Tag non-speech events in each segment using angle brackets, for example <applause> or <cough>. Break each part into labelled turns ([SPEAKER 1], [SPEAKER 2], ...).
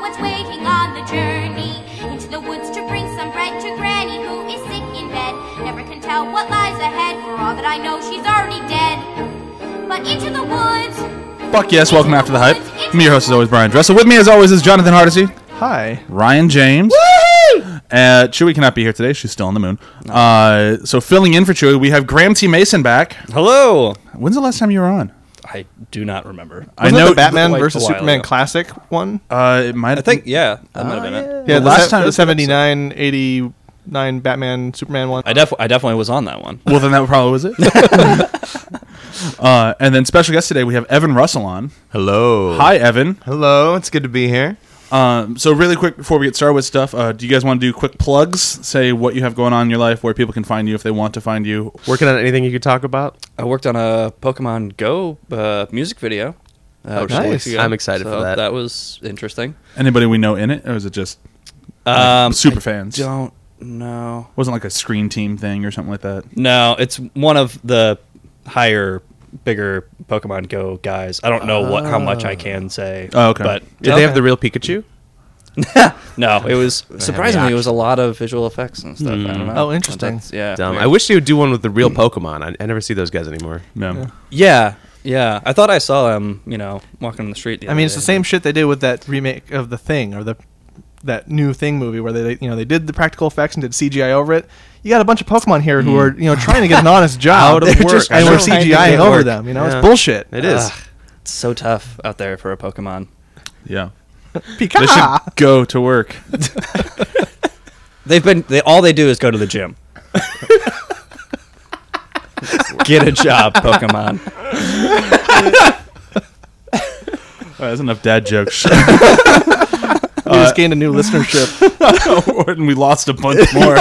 [SPEAKER 1] what's waiting on the journey. Into the woods to bring some bread to Granny, who is sick in bed. Never can tell what lies ahead, for all that I know, she's already dead. But into the woods.
[SPEAKER 2] Fuck yes, welcome after the hype. I'm your host as always, Brian Dressel. With me as always is Jonathan Hardesty,
[SPEAKER 3] Hi.
[SPEAKER 2] Ryan James. Uh, Chewy cannot be here today. She's still on the moon. Uh, so filling in for Chewy, we have Graham T. Mason back.
[SPEAKER 4] Hello.
[SPEAKER 2] When's the last time you were on?
[SPEAKER 4] I do not remember.
[SPEAKER 2] I
[SPEAKER 3] Wasn't that
[SPEAKER 2] know-
[SPEAKER 3] the Batman
[SPEAKER 4] Like, a
[SPEAKER 3] versus
[SPEAKER 4] while
[SPEAKER 3] Superman
[SPEAKER 4] ago.
[SPEAKER 3] classic one.
[SPEAKER 2] Uh, it might.
[SPEAKER 4] I think yeah, that might have
[SPEAKER 5] Ah,
[SPEAKER 4] been it.
[SPEAKER 3] yeah,
[SPEAKER 2] the
[SPEAKER 3] the
[SPEAKER 2] last
[SPEAKER 3] last
[SPEAKER 2] time it
[SPEAKER 3] time the
[SPEAKER 2] was an episode.
[SPEAKER 3] 79, 89 Batman Superman one.
[SPEAKER 4] I def I definitely was on that one.
[SPEAKER 2] <laughs> Well, then that probably was
[SPEAKER 3] <laughs>
[SPEAKER 2] it. uh, and then special guest today, we have Evan Russell on.
[SPEAKER 5] Hello.
[SPEAKER 2] Hi, Evan.
[SPEAKER 5] Hello. It's good to be here.
[SPEAKER 2] Um, so really quick before we get started with stuff, uh, do you guys want to do quick plugs? Say what you have going on in your life, where people can find you if they want to find you.
[SPEAKER 5] Working on anything you could talk about?
[SPEAKER 4] I worked on a Pokemon Go uh, music video. Uh, a few
[SPEAKER 5] Oh, nice.
[SPEAKER 4] weeks ago.
[SPEAKER 5] I'm excited for
[SPEAKER 4] So
[SPEAKER 5] that.
[SPEAKER 4] That was interesting.
[SPEAKER 2] Anybody we know in it, or is it just
[SPEAKER 4] Um,
[SPEAKER 2] super
[SPEAKER 4] I
[SPEAKER 2] fans?
[SPEAKER 4] Don't know.
[SPEAKER 2] Wasn't like a screen team thing or something like that.
[SPEAKER 4] No, it's one of the higher, bigger Pokemon Go guys. I don't know what how much I
[SPEAKER 5] Ah.
[SPEAKER 4] can say.
[SPEAKER 2] Oh, okay.
[SPEAKER 4] But
[SPEAKER 5] Did they have the real Pikachu?
[SPEAKER 4] no, it was surprisingly
[SPEAKER 5] the Hmm.
[SPEAKER 4] it was a lot of visual effects and stuff. I don't know.
[SPEAKER 3] Oh, interesting.
[SPEAKER 4] That's- yeah.
[SPEAKER 5] Dumb.
[SPEAKER 4] weird.
[SPEAKER 5] I wish they would do one with the real Pokemon. I, I never see those guys anymore.
[SPEAKER 2] No.
[SPEAKER 4] Yeah, yeah. I thought I saw him, you know, walking on the street. The
[SPEAKER 3] I
[SPEAKER 4] other
[SPEAKER 3] mean, it's
[SPEAKER 4] day.
[SPEAKER 3] the same shit they did with that remake of the Thing or the that new Thing movie where they they- you know they did the practical effects and did CGI over it. You got a bunch of Pokemon here who are you know trying to get an
[SPEAKER 5] <laughs>
[SPEAKER 3] honest job,
[SPEAKER 5] Hmm. Out of
[SPEAKER 3] They're
[SPEAKER 5] work.
[SPEAKER 3] just-
[SPEAKER 5] I
[SPEAKER 3] and we're
[SPEAKER 5] know. Trying to
[SPEAKER 3] CGIing
[SPEAKER 5] get
[SPEAKER 3] over
[SPEAKER 5] work.
[SPEAKER 3] them. You know,
[SPEAKER 5] Yeah.
[SPEAKER 3] it's bullshit.
[SPEAKER 5] It is.
[SPEAKER 4] Ugh, it's so tough out there for a Pokemon.
[SPEAKER 2] Yeah. They
[SPEAKER 3] Pika.
[SPEAKER 2] should go to
[SPEAKER 4] <laughs>
[SPEAKER 2] work.
[SPEAKER 4] They've been they all they do is go to
[SPEAKER 3] <laughs>
[SPEAKER 4] the gym. Get a job, Pokemon.
[SPEAKER 2] All right, that's enough dad jokes. <laughs>
[SPEAKER 3] We
[SPEAKER 4] Uh,
[SPEAKER 3] just gained a new listenership.
[SPEAKER 2] and we lost a
[SPEAKER 4] <laughs>
[SPEAKER 2] bunch more.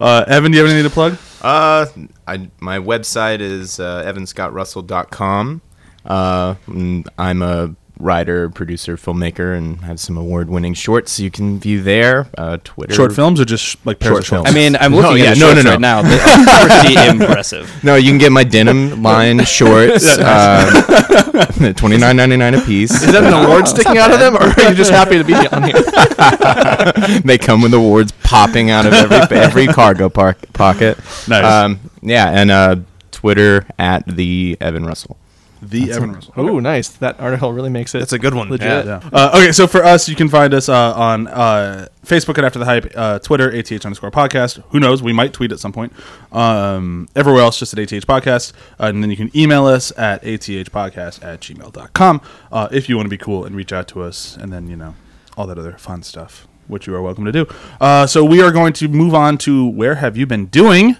[SPEAKER 2] uh, Evan, do you have anything to plug?
[SPEAKER 5] Uh, I, my website is uh, evanscottrussell.com. Uh, mm, I'm a writer, producer, filmmaker, and have some award-winning shorts you can view there. Uh, Twitter.
[SPEAKER 2] Short films or just like pairs
[SPEAKER 5] Short
[SPEAKER 2] of shorts?
[SPEAKER 4] I mean, I'm
[SPEAKER 5] No,
[SPEAKER 4] looking
[SPEAKER 5] yeah,
[SPEAKER 4] at the
[SPEAKER 5] no, no,
[SPEAKER 4] shorts
[SPEAKER 5] no.
[SPEAKER 4] right now. They are
[SPEAKER 3] <laughs>
[SPEAKER 4] pretty impressive.
[SPEAKER 5] No, you can get my denim line shorts. Uh, <laughs> Twenty nine ninety nine a piece.
[SPEAKER 3] Is that an award sticking out of them, or are you just happy to be on here?
[SPEAKER 5] they come with awards popping out of every every cargo park, pocket.
[SPEAKER 2] Nice.
[SPEAKER 5] Um, yeah, and uh, Twitter at the Evan Russell.
[SPEAKER 2] the Evan Russell.
[SPEAKER 3] Oh, nice. That article really makes it.
[SPEAKER 5] That's a good one.
[SPEAKER 3] Legit.
[SPEAKER 5] Yeah,
[SPEAKER 2] Uh, okay, so for us, you can find us uh, on uh, Facebook at After the Hype, uh, Twitter, ATH underscore podcast. Who knows? We might tweet at some point. Um, everywhere else, just at ATH podcast. Uh, and then you can email us at athpodcast at gmail.com uh, if you want to be cool and reach out to us. And then, you know, all that other fun stuff, which you are welcome to do. Uh, so we are going to move on to Where Have You Been Doing?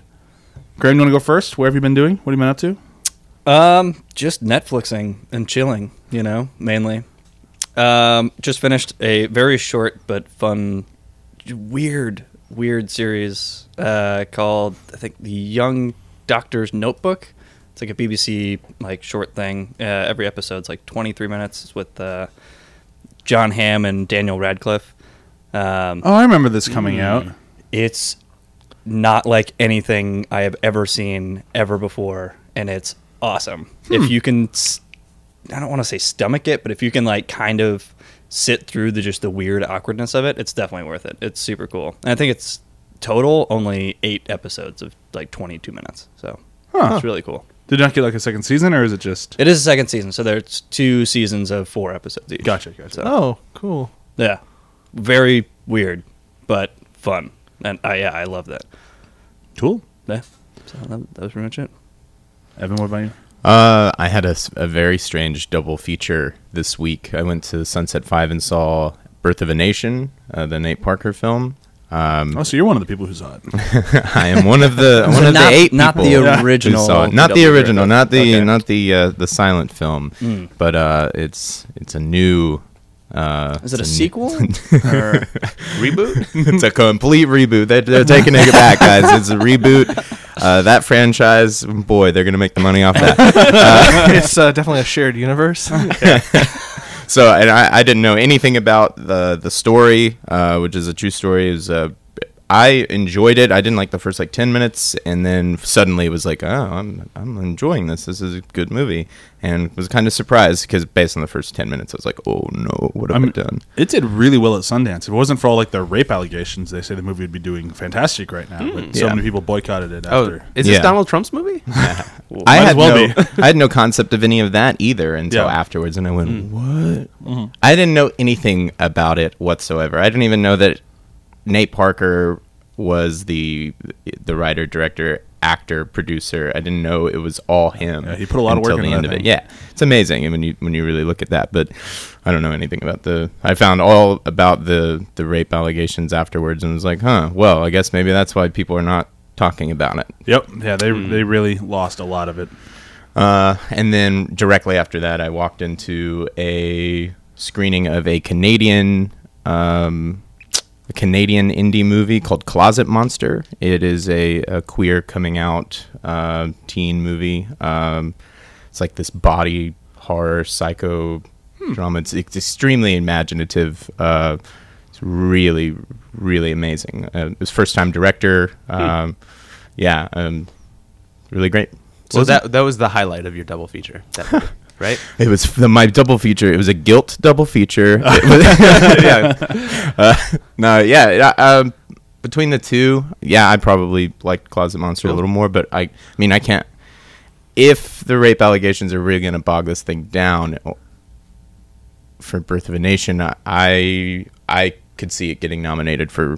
[SPEAKER 2] Graham, you want to go first? Where have you been doing? What have you been up to?
[SPEAKER 4] Um, just Netflixing and chilling, you know, mainly. Um, just finished a very short but fun, weird, weird series uh, called I think the Young Doctor's Notebook. It's like a BBC like short thing. Uh, every episode's like 23 minutes. It's with uh, John Hamm and Daniel Radcliffe. Um,
[SPEAKER 2] Oh, I remember this coming out.
[SPEAKER 4] it's not like anything I have ever seen ever before, and it's awesome.
[SPEAKER 2] Hmm.
[SPEAKER 4] If you can, s- I don't want to say stomach it, but if you can like kind of sit through the just the weird awkwardness of it, it's definitely worth it. It's super cool, and I think it's total only eight episodes of like twenty two minutes, so
[SPEAKER 2] Huh.
[SPEAKER 4] it's really cool.
[SPEAKER 2] Did it not get like a second season, or is it just.
[SPEAKER 4] It is a second season, so there's two seasons of four episodes each.
[SPEAKER 2] Gotcha, gotcha.
[SPEAKER 4] So,
[SPEAKER 3] Oh,
[SPEAKER 5] <laughs>
[SPEAKER 3] cool.
[SPEAKER 4] yeah, very weird, but fun, and I yeah I love that.
[SPEAKER 2] Cool.
[SPEAKER 4] Yeah. So that, that was pretty much it.
[SPEAKER 2] Evan, what about you?
[SPEAKER 5] Uh, I had a, s- a very strange double feature this week. I went to Sunset Five and saw Birth of a Nation, uh, the Nate Parker film. Um,
[SPEAKER 2] Oh, so you're one of the people who saw it.
[SPEAKER 5] I am one
[SPEAKER 4] <laughs>
[SPEAKER 5] of the one of
[SPEAKER 4] not-
[SPEAKER 5] the eight
[SPEAKER 4] not the
[SPEAKER 5] people who
[SPEAKER 4] original
[SPEAKER 5] saw it. not the
[SPEAKER 4] double
[SPEAKER 5] original,
[SPEAKER 4] feature.
[SPEAKER 5] not the
[SPEAKER 4] Okay. Hmm.
[SPEAKER 5] not the uh, the silent film, but uh, it's it's a new. Uh,
[SPEAKER 4] Is it a <laughs>
[SPEAKER 5] it's new-
[SPEAKER 4] sequel? <laughs> or reboot?
[SPEAKER 5] <laughs> it's a complete reboot. They're, they're taking it back, guys. It's a reboot. Uh, that franchise, boy, they're gonna make the money off that.
[SPEAKER 3] it's uh, definitely a shared
[SPEAKER 5] <laughs>
[SPEAKER 3] universe.
[SPEAKER 5] So, and I, I didn't know anything about the the story, uh, which is a true story. It was uh, I enjoyed it. I didn't like the first like ten minutes, and then suddenly it was like, oh, I'm I'm enjoying this. This is a good movie, and was kind of surprised because based on the first ten minutes, I was like, oh no, what have I
[SPEAKER 2] I'm
[SPEAKER 5] done?
[SPEAKER 2] It did really well at Sundance. If it wasn't for all like the rape allegations, they say the movie would be doing fantastic right now.
[SPEAKER 6] Hmm.
[SPEAKER 2] but so
[SPEAKER 5] Yeah.
[SPEAKER 2] many people boycotted it
[SPEAKER 6] Oh,
[SPEAKER 2] after.
[SPEAKER 6] is
[SPEAKER 5] Yeah.
[SPEAKER 6] this Donald Trump's movie?
[SPEAKER 5] I
[SPEAKER 2] might as
[SPEAKER 5] had
[SPEAKER 2] well
[SPEAKER 5] no,
[SPEAKER 2] be.
[SPEAKER 5] <laughs> I had no concept of any of that either
[SPEAKER 2] Yeah.
[SPEAKER 5] until
[SPEAKER 2] Mm. Mm-hmm.
[SPEAKER 5] afterwards, and I went, "What?" I didn't know anything about it whatsoever. I didn't even know that Nate Parker was the the writer, director, actor, producer. I didn't know it was all him.
[SPEAKER 2] Yeah, he put a lot of work
[SPEAKER 5] until
[SPEAKER 2] into
[SPEAKER 5] the end
[SPEAKER 2] that
[SPEAKER 5] of it.
[SPEAKER 2] thing.
[SPEAKER 5] Yeah, it's amazing when you when you really look at that. But I don't know anything about the. I found all about the the rape allegations afterwards, and was like, "Huh? Well, I guess maybe that's why people are not talking about it."
[SPEAKER 2] Yep. Yeah, they
[SPEAKER 6] Hmm.
[SPEAKER 2] they really lost a lot of it.
[SPEAKER 5] Uh, and then directly after that, I walked into a screening of a Canadian, um, a Canadian indie movie called Closet Monster. It is a, a queer coming out uh, teen movie. Um, it's like this body horror psycho drama. It's, it's extremely imaginative. Uh, it's really, really amazing. Uh, it was first time director. Um, Yeah, um, really great.
[SPEAKER 6] So that that was the highlight of your double feature, that movie, right?
[SPEAKER 5] It was f- my double feature. It was a guilt double <laughs> feature. It was- <laughs> yeah. Uh, no, yeah. yeah, Um, between the two, yeah, I probably liked Closet Monster a little more, but I, I mean, I can't. If the rape allegations are really going to bog this thing down o- for Birth of a Nation, I- I I could see it getting nominated for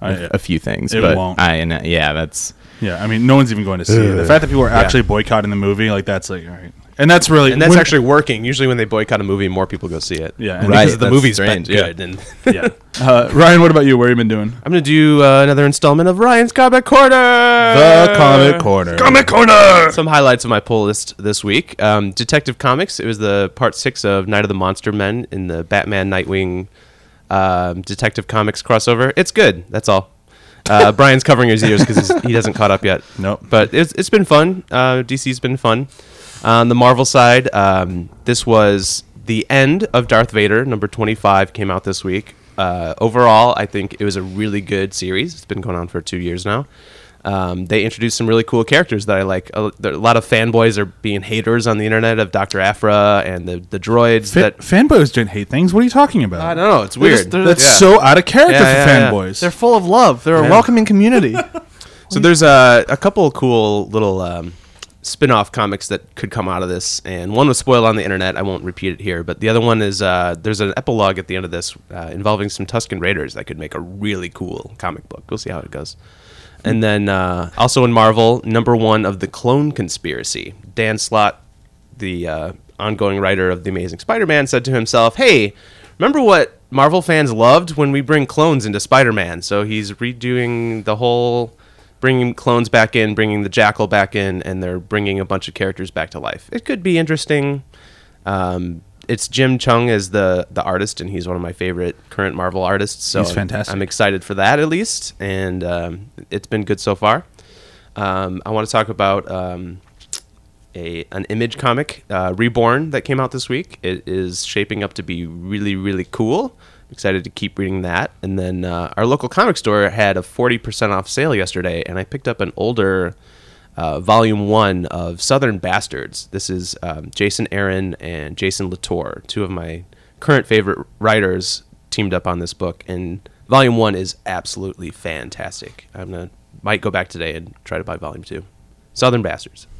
[SPEAKER 5] a
[SPEAKER 2] I-
[SPEAKER 5] a few things.
[SPEAKER 2] it
[SPEAKER 5] but
[SPEAKER 2] won't.
[SPEAKER 5] I and I- yeah, that's
[SPEAKER 2] Yeah, I mean, no one's even going to see it. The fact that people are actually boycotting the movie, like that's like, all right, and that's really
[SPEAKER 6] And that's
[SPEAKER 2] when-
[SPEAKER 6] actually working. Usually, when they boycott a movie, more people go see it.
[SPEAKER 2] Yeah, and
[SPEAKER 5] Right,
[SPEAKER 6] because the
[SPEAKER 5] that's <laughs>
[SPEAKER 6] movie's
[SPEAKER 5] strange,
[SPEAKER 6] been
[SPEAKER 5] yeah.
[SPEAKER 6] good. And <laughs>
[SPEAKER 2] yeah. Uh, Ryan, what about you? What have you been doing?
[SPEAKER 6] I'm gonna do uh, another installment of Ryan's Comic Corner.
[SPEAKER 5] the comic corner. Comic corner.
[SPEAKER 6] Some highlights of my pull list this week: um, Detective Comics. It was the part six of Night of the Monster Men in the Batman Nightwing um, Detective Comics crossover. It's good. That's all. Uh, <laughs> Brian's covering his ears because he hasn't caught up yet.
[SPEAKER 2] Nope.
[SPEAKER 6] But Uh, it's, it's been fun. Uh, DC's been fun. On the Marvel side, um, this was the end of Darth Vader. Number 25 came out this week. Uh, overall, I think it was a really good series. It's been going on for two years now. Um, they introduced some really cool characters that I like. A, there, a lot of fanboys are being haters on the internet of Dr. Afra and the, the droids.
[SPEAKER 2] Fa-
[SPEAKER 6] that
[SPEAKER 2] fanboys don't hate things. What are you talking about?
[SPEAKER 6] I don't know. It's
[SPEAKER 3] They're
[SPEAKER 6] weird.
[SPEAKER 3] just- they're-
[SPEAKER 2] That's
[SPEAKER 6] Yeah.
[SPEAKER 2] so out of character
[SPEAKER 6] Yeah, yeah,
[SPEAKER 2] for
[SPEAKER 6] yeah.
[SPEAKER 2] fanboys.
[SPEAKER 3] They're full of love. They're a welcoming community.
[SPEAKER 6] So there's a, a couple of cool little um, spin-off comics that could come out of this, and one was spoiled on the internet. I won't repeat it here, but the other one is uh, there's an epilogue at the end of this uh, involving some Tuscan Raiders that could make a really cool comic book. We'll see how it goes. And then uh, also in Marvel, number one of the Clone Conspiracy, Dan Slott, the uh, ongoing writer of the Amazing Spider-Man, said to himself, "Hey, remember what Marvel fans loved when we bring clones into Spider-Man?" So he's redoing the whole bringing clones back in, bringing the Jackal back in, and they're bringing a bunch of characters back to life. It could be interesting. Um, it's Jim Chung as the the artist, and he's one of my favorite current Marvel artists. So
[SPEAKER 2] He's fantastic.
[SPEAKER 6] I'm excited for that at least, and um, it's been good so far. Um, I want to talk about um, a an image comic, uh, Reborn, that came out this week. It is shaping up to be really, really cool. I'm excited to keep reading that. And then uh, our local comic store had a 40% off sale yesterday, and I picked up an older uh, volume one of Southern Bastards. This is um, Jason Aaron and Jason Latour, two of my current favorite writers, teamed up on this book. And volume one is absolutely fantastic. I'm gonna might go back today and try to buy volume two. Southern Bastards.
[SPEAKER 2] <laughs>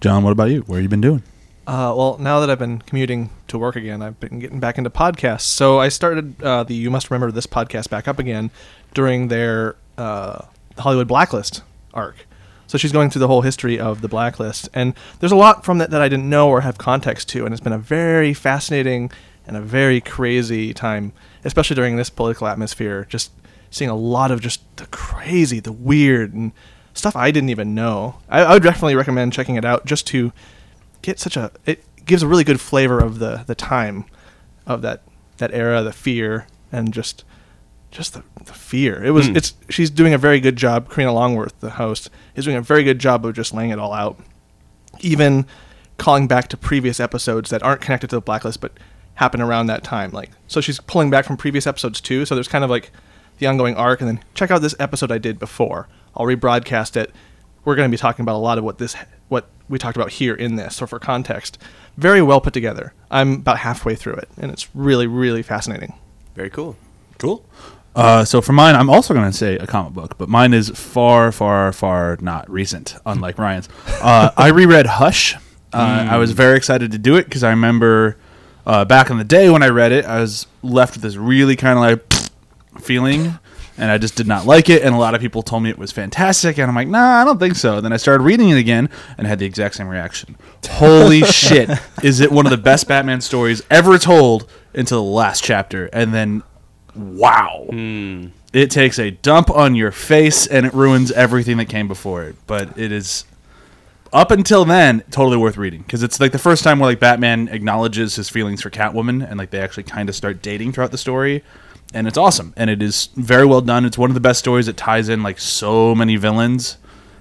[SPEAKER 2] John, what about you? Where have you been doing?
[SPEAKER 3] Uh, well, now that I've been commuting to work again, I've been getting back into podcasts. So I started uh, the You Must Remember This podcast back up again during their uh, Hollywood Blacklist arc. So she's going through the whole history of the Blacklist. And there's a lot from that that I didn't know or have context to. And it's been a very fascinating and a very crazy time, especially during this political atmosphere. Just seeing a lot of just the crazy, the weird, and stuff I didn't even know. I, I would definitely recommend checking it out just to get such a it gives a really good flavor of the the time of that that era the fear and just just the, the fear it was it's she's doing a very good job karina longworth the host is doing a very good job of just laying it all out even calling back to previous episodes that aren't connected to the blacklist but happen around that time like so she's pulling back from previous episodes too so there's kind of like the ongoing arc, and then check out this episode I did before. I'll rebroadcast it. We're going to be talking about a lot of what this what we talked about here in this. So for context, very well put together. I'm about halfway through it, and it's really really fascinating.
[SPEAKER 6] Very cool.
[SPEAKER 4] Cool.
[SPEAKER 2] Uh, so for mine, I'm also going to say a comic book, but mine is far, far, far not recent, unlike Ryan's. Uh, I reread Hush. Uh, I was very excited to do it because I remember uh, back in the day when I read it, I was left with this really kind of like <sniffs> feeling, and I just did not like it. And a lot of people told me it was fantastic, and I'm like, nah, I don't think so. Then I started reading it again and had the exact same reaction. Holy shit! Is it one of the best Batman stories ever told until the last chapter, and then wow. It takes a dump on your face and it ruins everything that came before it. But it is up until then totally worth reading because it's like the first time where like Batman acknowledges his feelings for Catwoman and like they actually kind of start dating throughout the story. And it's awesome, and it is very well done. It's one of the best stories. It ties in like so many villains,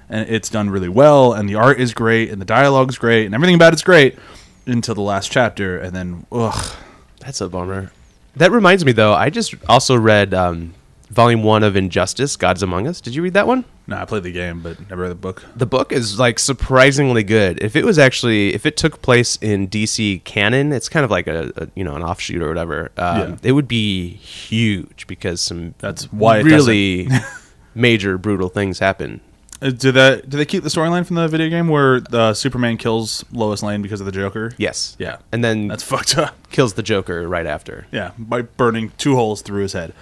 [SPEAKER 2] and it's done really well. And the art is great, and the dialogue's great, and everything about it's great until the last chapter, and then ugh,
[SPEAKER 6] That's a bummer. That reminds me, though. I just also read um, Volume One of Injustice: Gods Among Us. Did you read that one?
[SPEAKER 2] no, I played the game but never read the book.
[SPEAKER 6] The book is like surprisingly good. If it was actually, if it took place in DC canon, it's kind of like a, a you know an offshoot or whatever. Um,
[SPEAKER 2] Yeah.
[SPEAKER 6] It would be huge because some
[SPEAKER 2] That's why it
[SPEAKER 6] really <laughs> major brutal things happen.
[SPEAKER 2] Uh, Do that? Do they keep the storyline from the video game where the Superman kills Lois Lane because of the Joker?
[SPEAKER 6] Yes.
[SPEAKER 2] Yeah.
[SPEAKER 6] And then
[SPEAKER 2] That's <laughs> fucked up.
[SPEAKER 6] kills the Joker right after.
[SPEAKER 2] Yeah, by burning two holes through his head.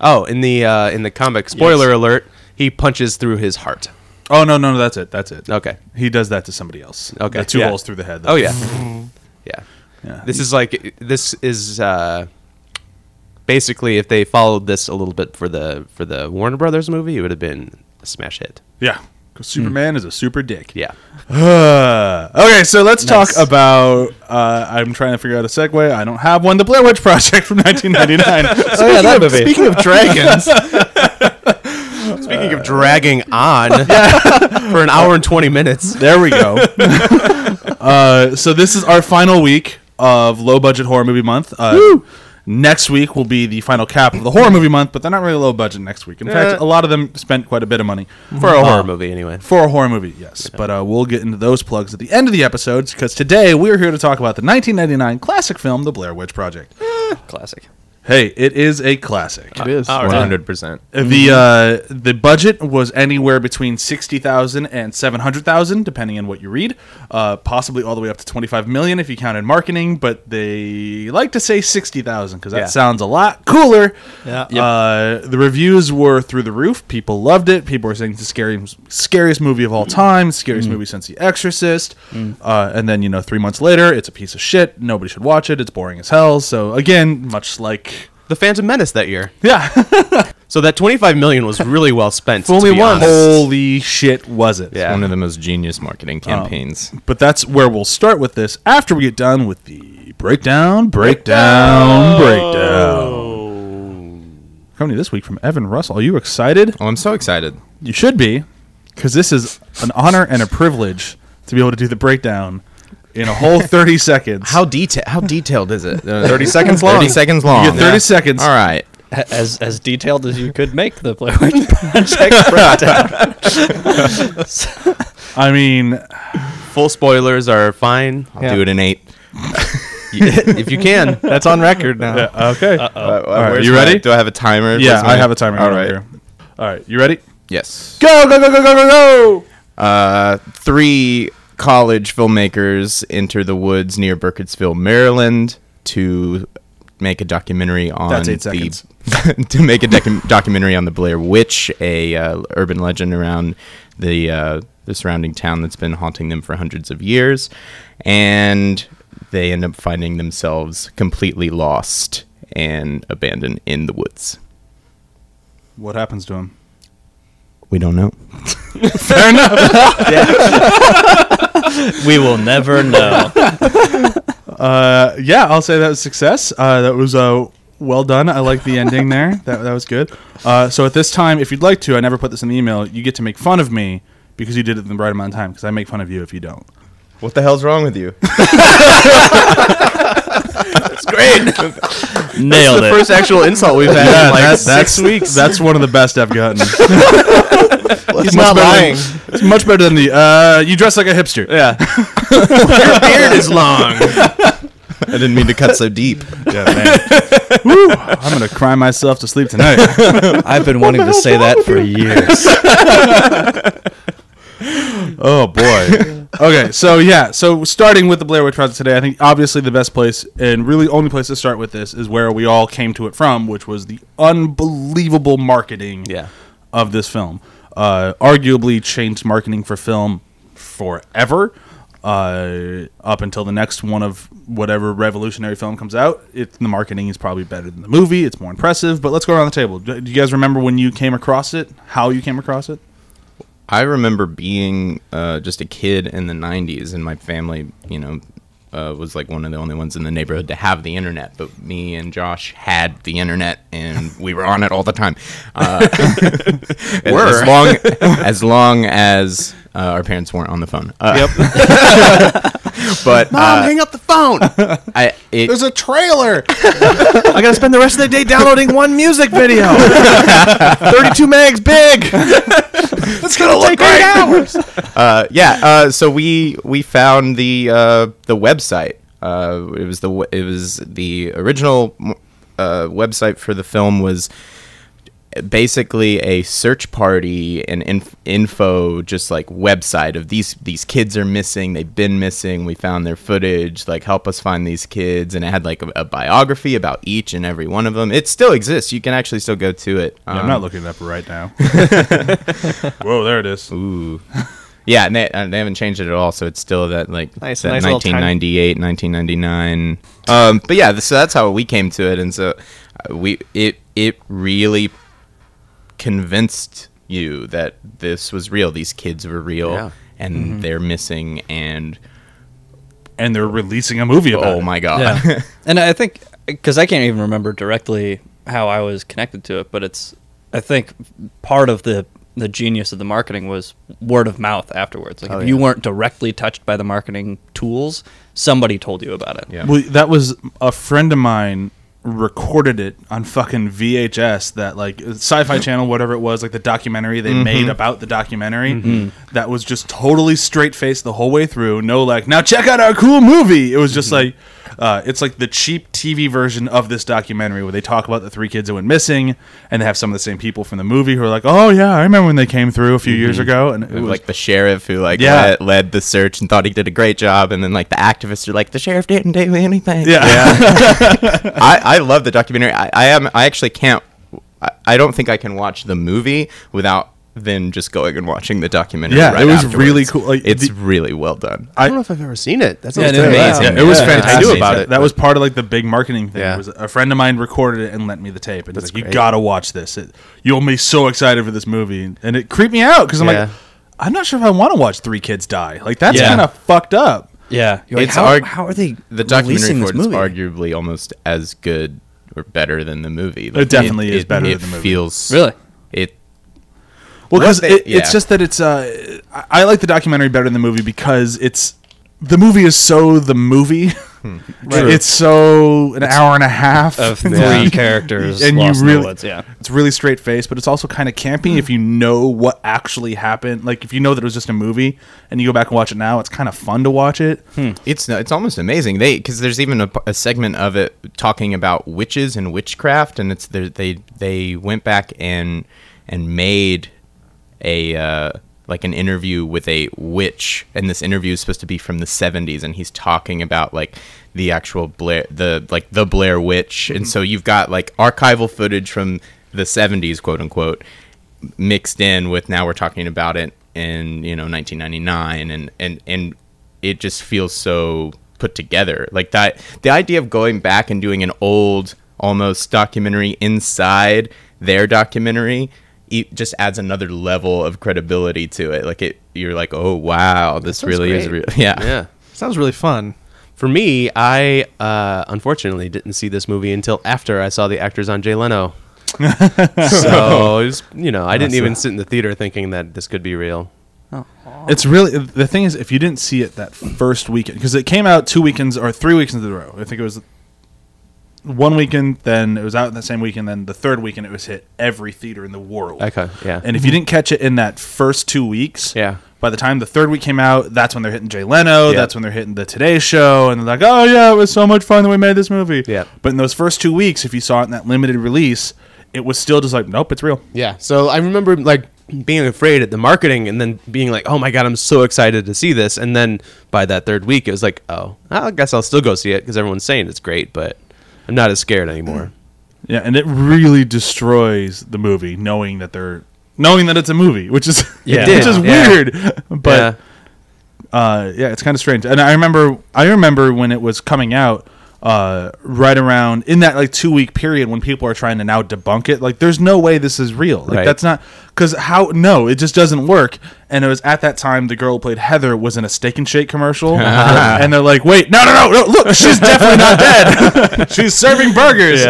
[SPEAKER 6] Oh, in the uh, in the comic, spoiler alert, he punches through his heart.
[SPEAKER 2] Oh no, no, no, that's it. That's it.
[SPEAKER 6] Okay.
[SPEAKER 2] He does that to somebody else.
[SPEAKER 6] Okay.
[SPEAKER 2] The two
[SPEAKER 6] Yeah.
[SPEAKER 2] holes through the head.
[SPEAKER 6] Oh yeah, yeah.
[SPEAKER 2] Yeah.
[SPEAKER 6] This is like this is uh, basically if they followed this a little bit for the for the Warner Brothers movie, it would have been a smash hit.
[SPEAKER 2] Yeah. 'Cause Superman is a super dick.
[SPEAKER 6] Mm. Yeah,
[SPEAKER 2] Uh, <sighs> okay, so let's
[SPEAKER 4] Nice.
[SPEAKER 2] talk about. Uh, I'm trying to figure out a segue. I don't have one. The Blair Witch Project from <laughs>
[SPEAKER 6] <laughs>
[SPEAKER 2] 1999.
[SPEAKER 4] Oh yeah, that movie.
[SPEAKER 6] Speaking of
[SPEAKER 5] <laughs>
[SPEAKER 6] dragons. Speaking of dragging <laughs> on for an hour and 20 minutes.
[SPEAKER 2] There we go. uh, so this is our final week of low budget horror movie month. Uh, next week will be the final cap of the horror movie month, but they're not really low budget next week. In fact, a lot of them spent quite a bit of money
[SPEAKER 6] Mm-hmm.
[SPEAKER 2] for a
[SPEAKER 6] Horror movie, anyway.
[SPEAKER 2] For a horror movie, yes. But uh, we'll get into those plugs at the end of the episodes because today we're here to talk about the 1999 classic film, The Blair Witch Project.
[SPEAKER 4] Classic.
[SPEAKER 2] Hey, it is a classic.
[SPEAKER 3] It is.
[SPEAKER 5] One hundred percent.
[SPEAKER 2] The uh, the budget was anywhere between sixty thousand and seven hundred thousand, depending on what you read. Uh, possibly all the way up to twenty five million if you counted marketing, but they like to say sixty thousand because that
[SPEAKER 6] Yeah.
[SPEAKER 2] sounds a lot cooler.
[SPEAKER 3] Yeah.
[SPEAKER 4] Yep.
[SPEAKER 2] Uh, the reviews were through the roof. People loved it. People were saying it's the scariest scariest movie of all time, scariest movie since The Exorcist. Uh, and then you know, three months later, it's a piece of shit. Nobody should watch it. It's boring as hell. So again, much like
[SPEAKER 6] The Phantom Menace that year.
[SPEAKER 2] yeah. <laughs>
[SPEAKER 6] So that 25 million was really well spent. to be honest.
[SPEAKER 2] Holy shit, was it?
[SPEAKER 6] Yeah.
[SPEAKER 5] One of the most genius marketing
[SPEAKER 6] Oh.
[SPEAKER 5] campaigns.
[SPEAKER 2] But that's where we'll start with this after we get done with the breakdown, breakdown, breakdown. Coming this week from Evan Russell. Are you excited?
[SPEAKER 5] oh, I'm so excited.
[SPEAKER 2] You should be, because this is an honor and a privilege to be able to do the breakdown in a whole 30 seconds.
[SPEAKER 5] How detailed? How detailed is it? <laughs> Thirty seconds long. Thirty seconds long.
[SPEAKER 2] You get 30
[SPEAKER 5] Yeah.
[SPEAKER 2] seconds.
[SPEAKER 5] All right.
[SPEAKER 4] A- As as detailed as you could make the Blair Witch Project breakdown.
[SPEAKER 2] I mean,
[SPEAKER 6] Full spoilers are fine.
[SPEAKER 5] I'll
[SPEAKER 3] Yeah.
[SPEAKER 5] do it in <laughs> eight.
[SPEAKER 6] if you can.
[SPEAKER 3] That's on record now.
[SPEAKER 2] okay.
[SPEAKER 5] All
[SPEAKER 2] where's
[SPEAKER 5] you
[SPEAKER 2] my-
[SPEAKER 5] ready? do I have a timer?
[SPEAKER 2] yeah,
[SPEAKER 5] Where's
[SPEAKER 2] I
[SPEAKER 5] my-
[SPEAKER 2] have a timer.
[SPEAKER 5] All
[SPEAKER 2] going
[SPEAKER 5] right.
[SPEAKER 2] Here. All right, you ready?
[SPEAKER 5] Yes.
[SPEAKER 2] Go, go, go, go, go, go, go.
[SPEAKER 5] Uh, three college filmmakers enter the woods near Burkittsville, Maryland, to make a documentary on
[SPEAKER 2] That's eight
[SPEAKER 5] the
[SPEAKER 2] seconds.
[SPEAKER 5] <laughs> to make a docu- documentary on the Blair Witch, a uh, urban legend around the uh, the surrounding town that's been haunting them for hundreds of years, and they end up finding themselves completely lost and abandoned in the woods.
[SPEAKER 2] What happens to him?
[SPEAKER 5] We don't know.
[SPEAKER 4] <laughs> we will never <laughs> know.
[SPEAKER 2] Uh, yeah, I'll say that was success. Uh, that was uh, well done. I like the ending
[SPEAKER 6] <laughs>
[SPEAKER 2] there. That, that was good. Uh, so at this time, if you'd like to, I never put this in the email. You get to make fun of me because you did it in the right amount of
[SPEAKER 5] <laughs>
[SPEAKER 2] time. Because I make fun of you if you don't.
[SPEAKER 5] What the hell's wrong with you?
[SPEAKER 6] It's great.
[SPEAKER 4] Nailed
[SPEAKER 6] the
[SPEAKER 4] it.
[SPEAKER 6] first actual insult we've had in like
[SPEAKER 2] that-
[SPEAKER 6] six
[SPEAKER 2] that's,
[SPEAKER 6] weeks.
[SPEAKER 2] That's one of the best I've
[SPEAKER 6] <laughs>
[SPEAKER 2] gotten.
[SPEAKER 5] He's
[SPEAKER 2] Much better than- it's much better than the uh, you dress like a hipster.
[SPEAKER 6] yeah. Your beard is long.
[SPEAKER 5] I didn't mean to cut so deep.
[SPEAKER 6] <laughs>
[SPEAKER 2] Yeah, man. Woo, I'm gonna cry myself to sleep tonight.
[SPEAKER 4] I've been wanting to say that
[SPEAKER 2] <laughs>
[SPEAKER 4] for years.
[SPEAKER 2] Oh boy. okay, so yeah, so starting with the Blair Witch Project today, I think obviously the best place and really only place to start with this is where we all came to it from, which was the unbelievable marketing
[SPEAKER 6] Yeah.
[SPEAKER 2] of this film. Uh, arguably changed marketing for film forever. Uh, up until the next one of whatever revolutionary film comes out, it, the marketing is probably better than the movie. It's more impressive. But let's go around the table. Do do you guys remember when you came across it? How you came across it?
[SPEAKER 5] I remember being uh, just a kid in the 90s, and my family, you know, uh, was like one of the only ones in the neighborhood to have the internet. But me and Josh had the internet, and we were on it all the time. Uh, and As
[SPEAKER 6] <laughs>
[SPEAKER 5] long as, long as uh, our parents weren't on the phone. Uh, yep. but
[SPEAKER 6] Mom,
[SPEAKER 5] uh,
[SPEAKER 6] hang up the phone.
[SPEAKER 5] I, it,
[SPEAKER 2] a trailer.
[SPEAKER 3] I gotta spend the rest of the day downloading one music video. <laughs> Thirty-two megs big. That's gonna take eight hours.
[SPEAKER 5] uh, yeah. Uh, so we we found the uh, the website. Uh, it was the w- it was the original uh, website for the film was basically a search party and inf- info just like website of these these kids are missing they've been missing we found their footage like help us find these kids and it had like a, a biography about each and every one of them it still exists you can actually still go to it
[SPEAKER 2] I'm
[SPEAKER 5] Um,
[SPEAKER 2] not looking it up right
[SPEAKER 5] <laughs>
[SPEAKER 2] now. Whoa, there it is.
[SPEAKER 5] Ooh. Yeah, and they, uh, they haven't changed it at all, so it's still that like
[SPEAKER 3] Nice,
[SPEAKER 5] that
[SPEAKER 3] nice little tiny-
[SPEAKER 5] 1998, 1999. Um, but yeah, so that's how we came to it, and so uh, we it it really convinced you that this was real. These kids were real,
[SPEAKER 6] Yeah.
[SPEAKER 5] and they're missing. And
[SPEAKER 2] And they're releasing a movie about
[SPEAKER 5] oh
[SPEAKER 2] it.
[SPEAKER 5] my god,
[SPEAKER 4] Yeah. Uh, <laughs> and I think because I can't even remember directly how I was connected to it, but it's I think part of the the genius of the marketing was word of mouth afterwards.
[SPEAKER 5] Oh,
[SPEAKER 4] Like if you weren't directly touched by the marketing tools, somebody told you about it.
[SPEAKER 5] Yeah.
[SPEAKER 2] Well, that was a friend of mine recorded it on fucking VHS that like uh, sci-fi channel whatever it was like the documentary they
[SPEAKER 5] Mm-hmm.
[SPEAKER 2] made about the documentary that was just totally straight faced the whole way through no like now check out our cool movie it was just
[SPEAKER 5] Mm-hmm.
[SPEAKER 2] like uh, it's like the cheap TV version of this documentary where they talk about the three kids that went missing and they have some of the same people from the movie who are like oh yeah I remember when they came through a few years ago and it was
[SPEAKER 5] Mm-hmm. like the sheriff who like
[SPEAKER 2] Yeah.
[SPEAKER 5] led, led the search and thought he did a great job, and then like the activists are like the sheriff didn't do anything.
[SPEAKER 2] yeah,
[SPEAKER 5] I, I love the documentary. I, I am. I actually can't. I, I don't think I can watch the movie without then just going and watching the documentary.
[SPEAKER 2] Yeah,
[SPEAKER 5] right
[SPEAKER 2] it was
[SPEAKER 5] afterwards.
[SPEAKER 2] really cool, like,
[SPEAKER 5] it's
[SPEAKER 2] the-
[SPEAKER 5] really well done.
[SPEAKER 6] I don't know if I've ever seen it. That's
[SPEAKER 4] Yeah,
[SPEAKER 6] sounds
[SPEAKER 4] no,
[SPEAKER 6] great.
[SPEAKER 4] amazing.
[SPEAKER 2] Yeah, it was
[SPEAKER 5] Yeah,
[SPEAKER 2] fantastic.
[SPEAKER 5] I knew
[SPEAKER 6] about it,
[SPEAKER 2] That was part of like the big marketing thing.
[SPEAKER 6] Yeah.
[SPEAKER 2] Was a friend of mine recorded it and lent me the tape, and he's like, "You
[SPEAKER 6] great.
[SPEAKER 2] gotta watch this. It, you'll be so excited for this movie." And it creeped me out because I'm
[SPEAKER 6] Yeah.
[SPEAKER 2] like, "I'm not sure if I want to watch three kids die. Like that's
[SPEAKER 4] Yeah.
[SPEAKER 2] kind of fucked up."
[SPEAKER 4] Yeah, You're like,
[SPEAKER 5] It's
[SPEAKER 4] how,
[SPEAKER 5] arg-
[SPEAKER 4] how are they
[SPEAKER 5] The
[SPEAKER 4] releasing
[SPEAKER 5] documentary for
[SPEAKER 4] this
[SPEAKER 5] it
[SPEAKER 4] movie?
[SPEAKER 5] is arguably almost as good or better than the movie. Like,
[SPEAKER 2] definitely is better
[SPEAKER 5] it
[SPEAKER 2] than the movie.
[SPEAKER 5] Feels
[SPEAKER 4] Really?
[SPEAKER 5] it.
[SPEAKER 2] Well,
[SPEAKER 5] What
[SPEAKER 2] because
[SPEAKER 5] they-
[SPEAKER 2] it,
[SPEAKER 5] yeah.
[SPEAKER 2] it's just that it's. Uh, I, I like the documentary better than the movie because it's the movie is so the movie. <laughs> It's so an hour and a half <laughs>
[SPEAKER 4] Hmm. of three characters
[SPEAKER 2] and
[SPEAKER 4] lost
[SPEAKER 2] you
[SPEAKER 4] in the
[SPEAKER 2] really
[SPEAKER 4] woods, yeah. Hmm.
[SPEAKER 2] it's really straight face but it's also kind of campy if you know what actually happened like if you know that it was just a movie and you go back and watch it now it's kind of fun to watch it
[SPEAKER 5] It's it's almost amazing. They because there's even a, a segment of it talking about witches and witchcraft, and it's they they, they went back and and made a uh, like an interview with a witch, and this interview is supposed to be from the '70s, and he's talking about like the actual Blair, the like the Blair Witch, and so you've got like archival footage from the '70s, quote unquote, mixed in with now we're talking about it in you know 1999, and and and it just feels so put together. Like that, the idea of going back and doing an old, almost documentary inside their documentary, it just adds another level of credibility to it. Like it, you're like, oh wow, this
[SPEAKER 6] sounds
[SPEAKER 5] really is
[SPEAKER 6] great.
[SPEAKER 5] real. <laughs> Yeah.
[SPEAKER 6] Yeah.
[SPEAKER 3] Sounds really fun.
[SPEAKER 6] For me, I uh, unfortunately didn't see this movie until after I saw the actors on Jay Leno. so it was, you know, I didn't even sit in the theater thinking that this could be real.
[SPEAKER 2] it's really the thing is if you didn't see it that first weekend because it came out two weekends or three weekends in a row i think it was one weekend, then it was out that same weekend, then the third weekend it was hit every theater in the world.
[SPEAKER 6] Okay, yeah.
[SPEAKER 2] And if you didn't catch it in that first two weeks,
[SPEAKER 6] Yeah.
[SPEAKER 2] By the time the third week came out, that's when they're hitting Jay Leno.
[SPEAKER 6] Yep.
[SPEAKER 2] That's when they're hitting the Today Show, and they're like, "Oh yeah, it was so much fun that we made this movie."
[SPEAKER 6] Yep.
[SPEAKER 2] But in those first two weeks, if you saw it in that limited release, it was still just like, "Nope, it's real."
[SPEAKER 6] Yeah. So I remember like being afraid at the marketing and then being like, oh my God, I'm so excited to see this. And then by that third week, it was like, oh, I guess I'll still go see it because everyone's saying it's great, but I'm not as scared anymore.
[SPEAKER 2] Yeah, and it really destroys the movie knowing that they're knowing that it's a movie, which is <laughs>
[SPEAKER 4] Yeah.
[SPEAKER 2] which is
[SPEAKER 6] Yeah.
[SPEAKER 2] weird. <laughs> But yeah. uh yeah, it's kind of strange. And I remember I remember when it was coming out uh right around in that like 2 week period when people are trying to now debunk it, like there's no way this is real. Like
[SPEAKER 6] Right.
[SPEAKER 2] that's not cuz how no, it just doesn't work. And it was at that time the girl who played Heather was in a Steak and Shake commercial and they're like, "Wait, no, no, no, no, look, she's definitely not dead. <laughs> she's serving burgers."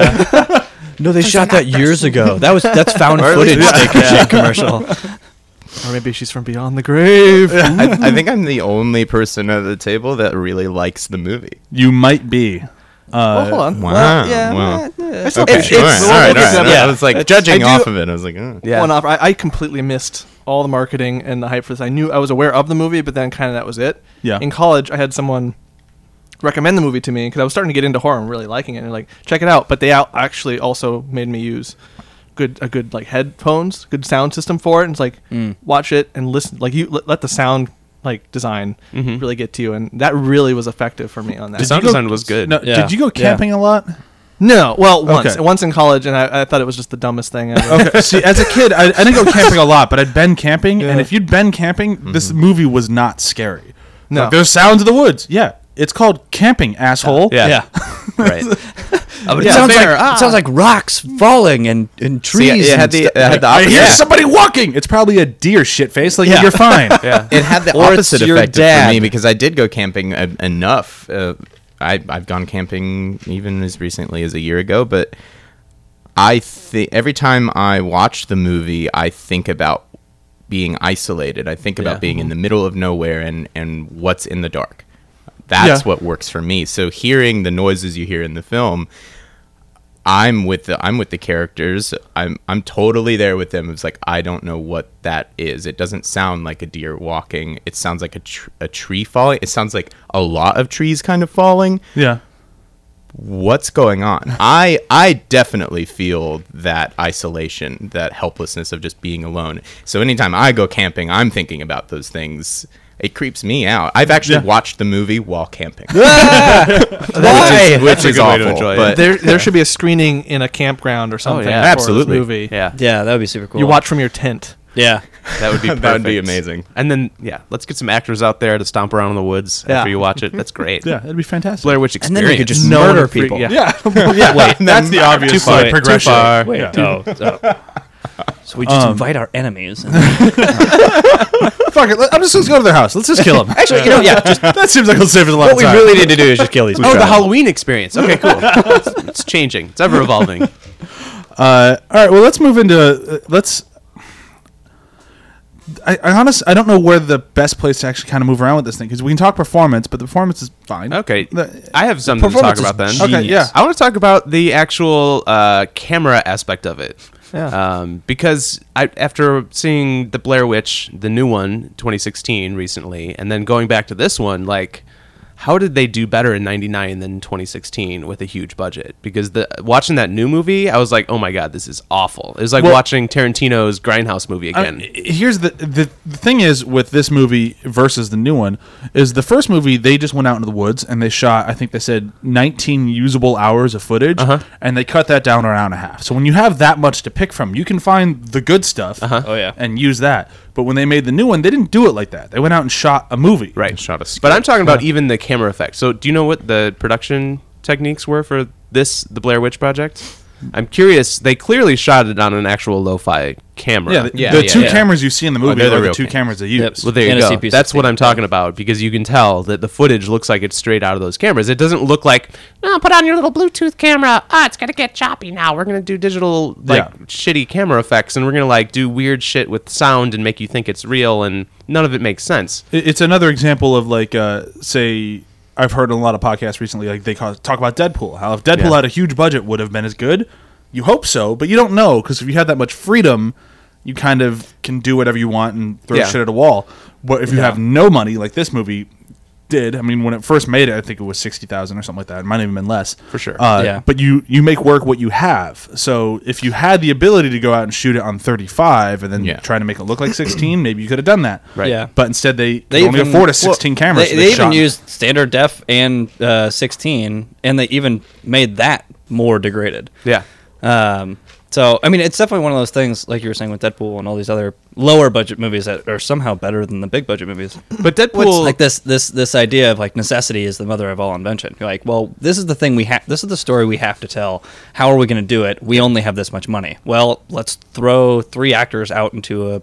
[SPEAKER 4] No, they shot that years ago. That was that's
[SPEAKER 5] <laughs>
[SPEAKER 4] found footage Steak and Shake
[SPEAKER 5] Oh,
[SPEAKER 4] commercial.
[SPEAKER 3] Or maybe she's from beyond the
[SPEAKER 5] <laughs>
[SPEAKER 3] grave.
[SPEAKER 5] I, I think I'm the only person at the table that really likes the movie.
[SPEAKER 2] You might be.
[SPEAKER 3] well, hold on.
[SPEAKER 5] Wow.
[SPEAKER 3] Well, yeah,
[SPEAKER 5] Wow.
[SPEAKER 3] yeah. It's
[SPEAKER 5] Okay,
[SPEAKER 3] okay.
[SPEAKER 5] sure. all right,
[SPEAKER 3] It's-
[SPEAKER 5] all right, all right.
[SPEAKER 4] yeah,
[SPEAKER 5] I was like
[SPEAKER 3] I
[SPEAKER 5] judging
[SPEAKER 3] do-
[SPEAKER 5] off of it. I was like, oh.
[SPEAKER 6] Yeah.
[SPEAKER 3] one off. I, I completely missed all the marketing and the hype for this. I knew I was aware of the movie, but then kind of that was it.
[SPEAKER 2] Yeah.
[SPEAKER 3] In college, I had someone recommend the movie to me because I was starting to get into horror and really liking it, and like check it out. But they out actually also made me use good a good like headphones, good sound system for it, and it's like
[SPEAKER 2] Mm.
[SPEAKER 3] watch it and listen. Like you let, let the sound like design
[SPEAKER 2] Mm-hmm.
[SPEAKER 3] really get to you, and that really was effective for me on that.
[SPEAKER 6] The sound
[SPEAKER 2] you go-
[SPEAKER 6] design was good.
[SPEAKER 2] No,
[SPEAKER 4] Yeah.
[SPEAKER 2] Did you go
[SPEAKER 4] Yeah.
[SPEAKER 2] camping a lot?
[SPEAKER 3] no, well, once
[SPEAKER 2] Okay.
[SPEAKER 3] once in college, and I, I thought it was just the dumbest thing. Ever.
[SPEAKER 2] Okay. See, as a kid, I, I didn't go camping a lot, but I'd been camping, and if you'd been camping, this movie was not scary.
[SPEAKER 3] No.
[SPEAKER 2] Like, there's sounds of the woods. Yeah, it's called camping, asshole.
[SPEAKER 6] Yeah. <laughs>
[SPEAKER 4] Yeah.
[SPEAKER 3] <laughs>
[SPEAKER 6] right.
[SPEAKER 4] Oh, but
[SPEAKER 3] Yeah,
[SPEAKER 4] it, sounds
[SPEAKER 3] fair.
[SPEAKER 4] like,
[SPEAKER 3] Ah.
[SPEAKER 4] it sounds like rocks falling and, and trees.
[SPEAKER 5] See, it
[SPEAKER 4] and
[SPEAKER 5] had the, uh,
[SPEAKER 4] stu-
[SPEAKER 5] it had the
[SPEAKER 2] I
[SPEAKER 5] opposite,
[SPEAKER 2] hear somebody walking. It's probably a deer shitface. Like
[SPEAKER 4] Yeah.
[SPEAKER 2] you're <laughs> fine.
[SPEAKER 6] Yeah.
[SPEAKER 5] it had the
[SPEAKER 4] <laughs> Or it's
[SPEAKER 5] opposite
[SPEAKER 4] your
[SPEAKER 5] effect
[SPEAKER 4] dad.
[SPEAKER 5] for me because I did go camping e- enough. Uh, I, I've gone camping even as recently as a year ago, but I think every time I watch the movie, I think about being isolated. I think about
[SPEAKER 6] Yeah.
[SPEAKER 5] being in the middle of nowhere and and what's in the dark. That's
[SPEAKER 3] Yeah.
[SPEAKER 5] what works for me. So hearing the noises you hear in the film, I'm with the I'm with the characters. I'm I'm totally there with them. It's like I don't know what that is. It doesn't sound like a deer walking. It sounds like a tr- a tree falling. It sounds like a lot of trees kind of falling.
[SPEAKER 2] <laughs> yeah.
[SPEAKER 5] What's going on?
[SPEAKER 6] <laughs>
[SPEAKER 5] I I definitely feel that isolation, that helplessness of just being alone. So anytime I go camping, I'm thinking about those things. It creeps me out. I've actually
[SPEAKER 2] Yeah.
[SPEAKER 5] watched the movie
[SPEAKER 6] <laughs>
[SPEAKER 5] while camping, <laughs>
[SPEAKER 6] Why?
[SPEAKER 5] which is
[SPEAKER 6] good way to
[SPEAKER 5] awful.
[SPEAKER 6] enjoy it.
[SPEAKER 5] but
[SPEAKER 3] there there should be a screening in a campground or something.
[SPEAKER 6] yeah.
[SPEAKER 3] for this
[SPEAKER 5] Absolutely.
[SPEAKER 3] movie.
[SPEAKER 6] Yeah.
[SPEAKER 4] yeah, that would be super cool.
[SPEAKER 3] You watch from your tent.
[SPEAKER 4] Yeah.
[SPEAKER 6] That would be
[SPEAKER 5] That would be
[SPEAKER 6] perfect.
[SPEAKER 5] amazing.
[SPEAKER 6] And then, yeah, let's get some actors out there to stomp around in the woods
[SPEAKER 3] Yeah.
[SPEAKER 6] after you watch it. That's great.
[SPEAKER 2] <laughs> Yeah, it'd be fantastic.
[SPEAKER 6] Blair Witch
[SPEAKER 4] And
[SPEAKER 6] Experience.
[SPEAKER 4] then you could just <laughs>
[SPEAKER 6] No one
[SPEAKER 4] murder
[SPEAKER 6] would freak-
[SPEAKER 4] people.
[SPEAKER 6] Yeah.
[SPEAKER 2] yeah. <laughs> yeah. Wait, that's the obvious
[SPEAKER 4] Too far.
[SPEAKER 2] side
[SPEAKER 4] Wait, too
[SPEAKER 2] progression.
[SPEAKER 4] far.
[SPEAKER 2] Yeah. Um,
[SPEAKER 4] Oh, oh. <laughs> So we just invite our enemies.
[SPEAKER 2] <laughs>
[SPEAKER 4] And
[SPEAKER 2] Fuck it. let- I'm just let's go to their house. Let's just kill <laughs> them.
[SPEAKER 4] Actually, you know, yeah. Just
[SPEAKER 2] that seems like it'll save us a lot
[SPEAKER 4] what
[SPEAKER 2] of
[SPEAKER 4] we
[SPEAKER 2] time.
[SPEAKER 4] really need
[SPEAKER 5] <laughs>
[SPEAKER 4] to do is just kill these.
[SPEAKER 6] Oh,
[SPEAKER 4] people.
[SPEAKER 6] the Halloween experience. Okay, cool. it's, it's changing. It's ever evolving.
[SPEAKER 2] Uh, all right. Well, let's move into uh, let's. I, I honestly I don't know where the best place to actually kind of move around with this thing because we can talk performance, but the performance is fine.
[SPEAKER 6] Okay,
[SPEAKER 2] The-
[SPEAKER 6] I have something to talk
[SPEAKER 2] performance is
[SPEAKER 6] about then.
[SPEAKER 2] Okay, genius. yeah.
[SPEAKER 6] I want to talk about the actual uh, camera aspect of it.
[SPEAKER 3] Yeah.
[SPEAKER 6] Um, because I, after seeing the Blair Witch, the new one, 2016, recently, and then going back to this one, like, how did they do better in '99 than 2016 with a huge budget? Because the watching that new movie, I was like, oh my god, this is awful. It was like
[SPEAKER 2] Well-
[SPEAKER 6] watching Tarantino's Grindhouse movie
[SPEAKER 2] I-
[SPEAKER 6] again.
[SPEAKER 2] Uh, here's the, the the thing is with this movie versus the new one is the first movie they just went out into the woods and they shot I think they said 19 usable hours of footage
[SPEAKER 6] Uh-huh.
[SPEAKER 2] and they cut that down to an hour and a half. So when you have that much to pick from, you can find the good stuff.
[SPEAKER 6] Uh-huh.
[SPEAKER 4] Oh, yeah.
[SPEAKER 2] and use that. But when they made the new one, they didn't do it like that. They went out and shot a movie.
[SPEAKER 6] right.
[SPEAKER 5] shot a
[SPEAKER 6] but I'm talking about even the camera effects. So do you know what the production techniques were for this the Blair Witch project? I'm curious. They clearly shot it on an actual lo-fi camera.
[SPEAKER 2] Yeah, the,
[SPEAKER 5] Yeah,
[SPEAKER 2] the
[SPEAKER 5] yeah,
[SPEAKER 2] two
[SPEAKER 5] yeah. Oh,
[SPEAKER 2] cameras you see in the movie
[SPEAKER 5] they're
[SPEAKER 2] are
[SPEAKER 5] the
[SPEAKER 2] the
[SPEAKER 5] real
[SPEAKER 2] two cameras
[SPEAKER 5] cameras.
[SPEAKER 2] they use.
[SPEAKER 6] Well, there you
[SPEAKER 4] And a
[SPEAKER 6] go.
[SPEAKER 4] CP16.
[SPEAKER 6] That's what I'm talking about because you can tell that the footage looks like it's straight out of those cameras. It doesn't look like, oh, put on your little Bluetooth camera. Ah, it's gonna get choppy now. We're gonna do digital like
[SPEAKER 2] Yeah.
[SPEAKER 6] shitty camera effects, and we're gonna like do weird shit with sound and make you think it's real, and none of it makes sense.
[SPEAKER 2] It- It's another example of like, uh, say, I've heard a lot of podcasts recently, like they ca- talk about Deadpool. How if Deadpool
[SPEAKER 6] Yeah.
[SPEAKER 2] had a huge budget, would have been as good. You hope so, but you don't know because if you have that much freedom, you kind of can do whatever you want and throw
[SPEAKER 6] Yeah.
[SPEAKER 2] shit at a wall. But if you have no money, like this movie did, I mean, when it first made it, I think it was sixty thousand or something like that. It might have even been less
[SPEAKER 6] For sure.
[SPEAKER 2] Uh,
[SPEAKER 4] Yeah.
[SPEAKER 2] But you you make work what you have. So if you had the ability to go out and shoot it on thirty five and then
[SPEAKER 5] Yeah.
[SPEAKER 2] try to make it look like sixteen, maybe you could have done that.
[SPEAKER 6] Right.
[SPEAKER 4] Yeah.
[SPEAKER 2] But instead, they, they only
[SPEAKER 4] even-
[SPEAKER 2] afford a 16
[SPEAKER 4] well,
[SPEAKER 2] cameras.
[SPEAKER 4] They,
[SPEAKER 2] for
[SPEAKER 4] they
[SPEAKER 2] this
[SPEAKER 4] even
[SPEAKER 2] shot.
[SPEAKER 4] used standard def and uh, 16, and they even made that more degraded.
[SPEAKER 6] Yeah.
[SPEAKER 4] Um, so I mean, it's definitely one of those things, like you were saying with Deadpool and all these other lower budget movies that are somehow better than the big budget movies.
[SPEAKER 6] But Deadpool,
[SPEAKER 4] like this this this idea of like necessity is the mother of all invention. You're like, well, this is the thing we have. This is the story we have to tell. How are we going to do it? We only have this much money. Well, let's throw three actors out into a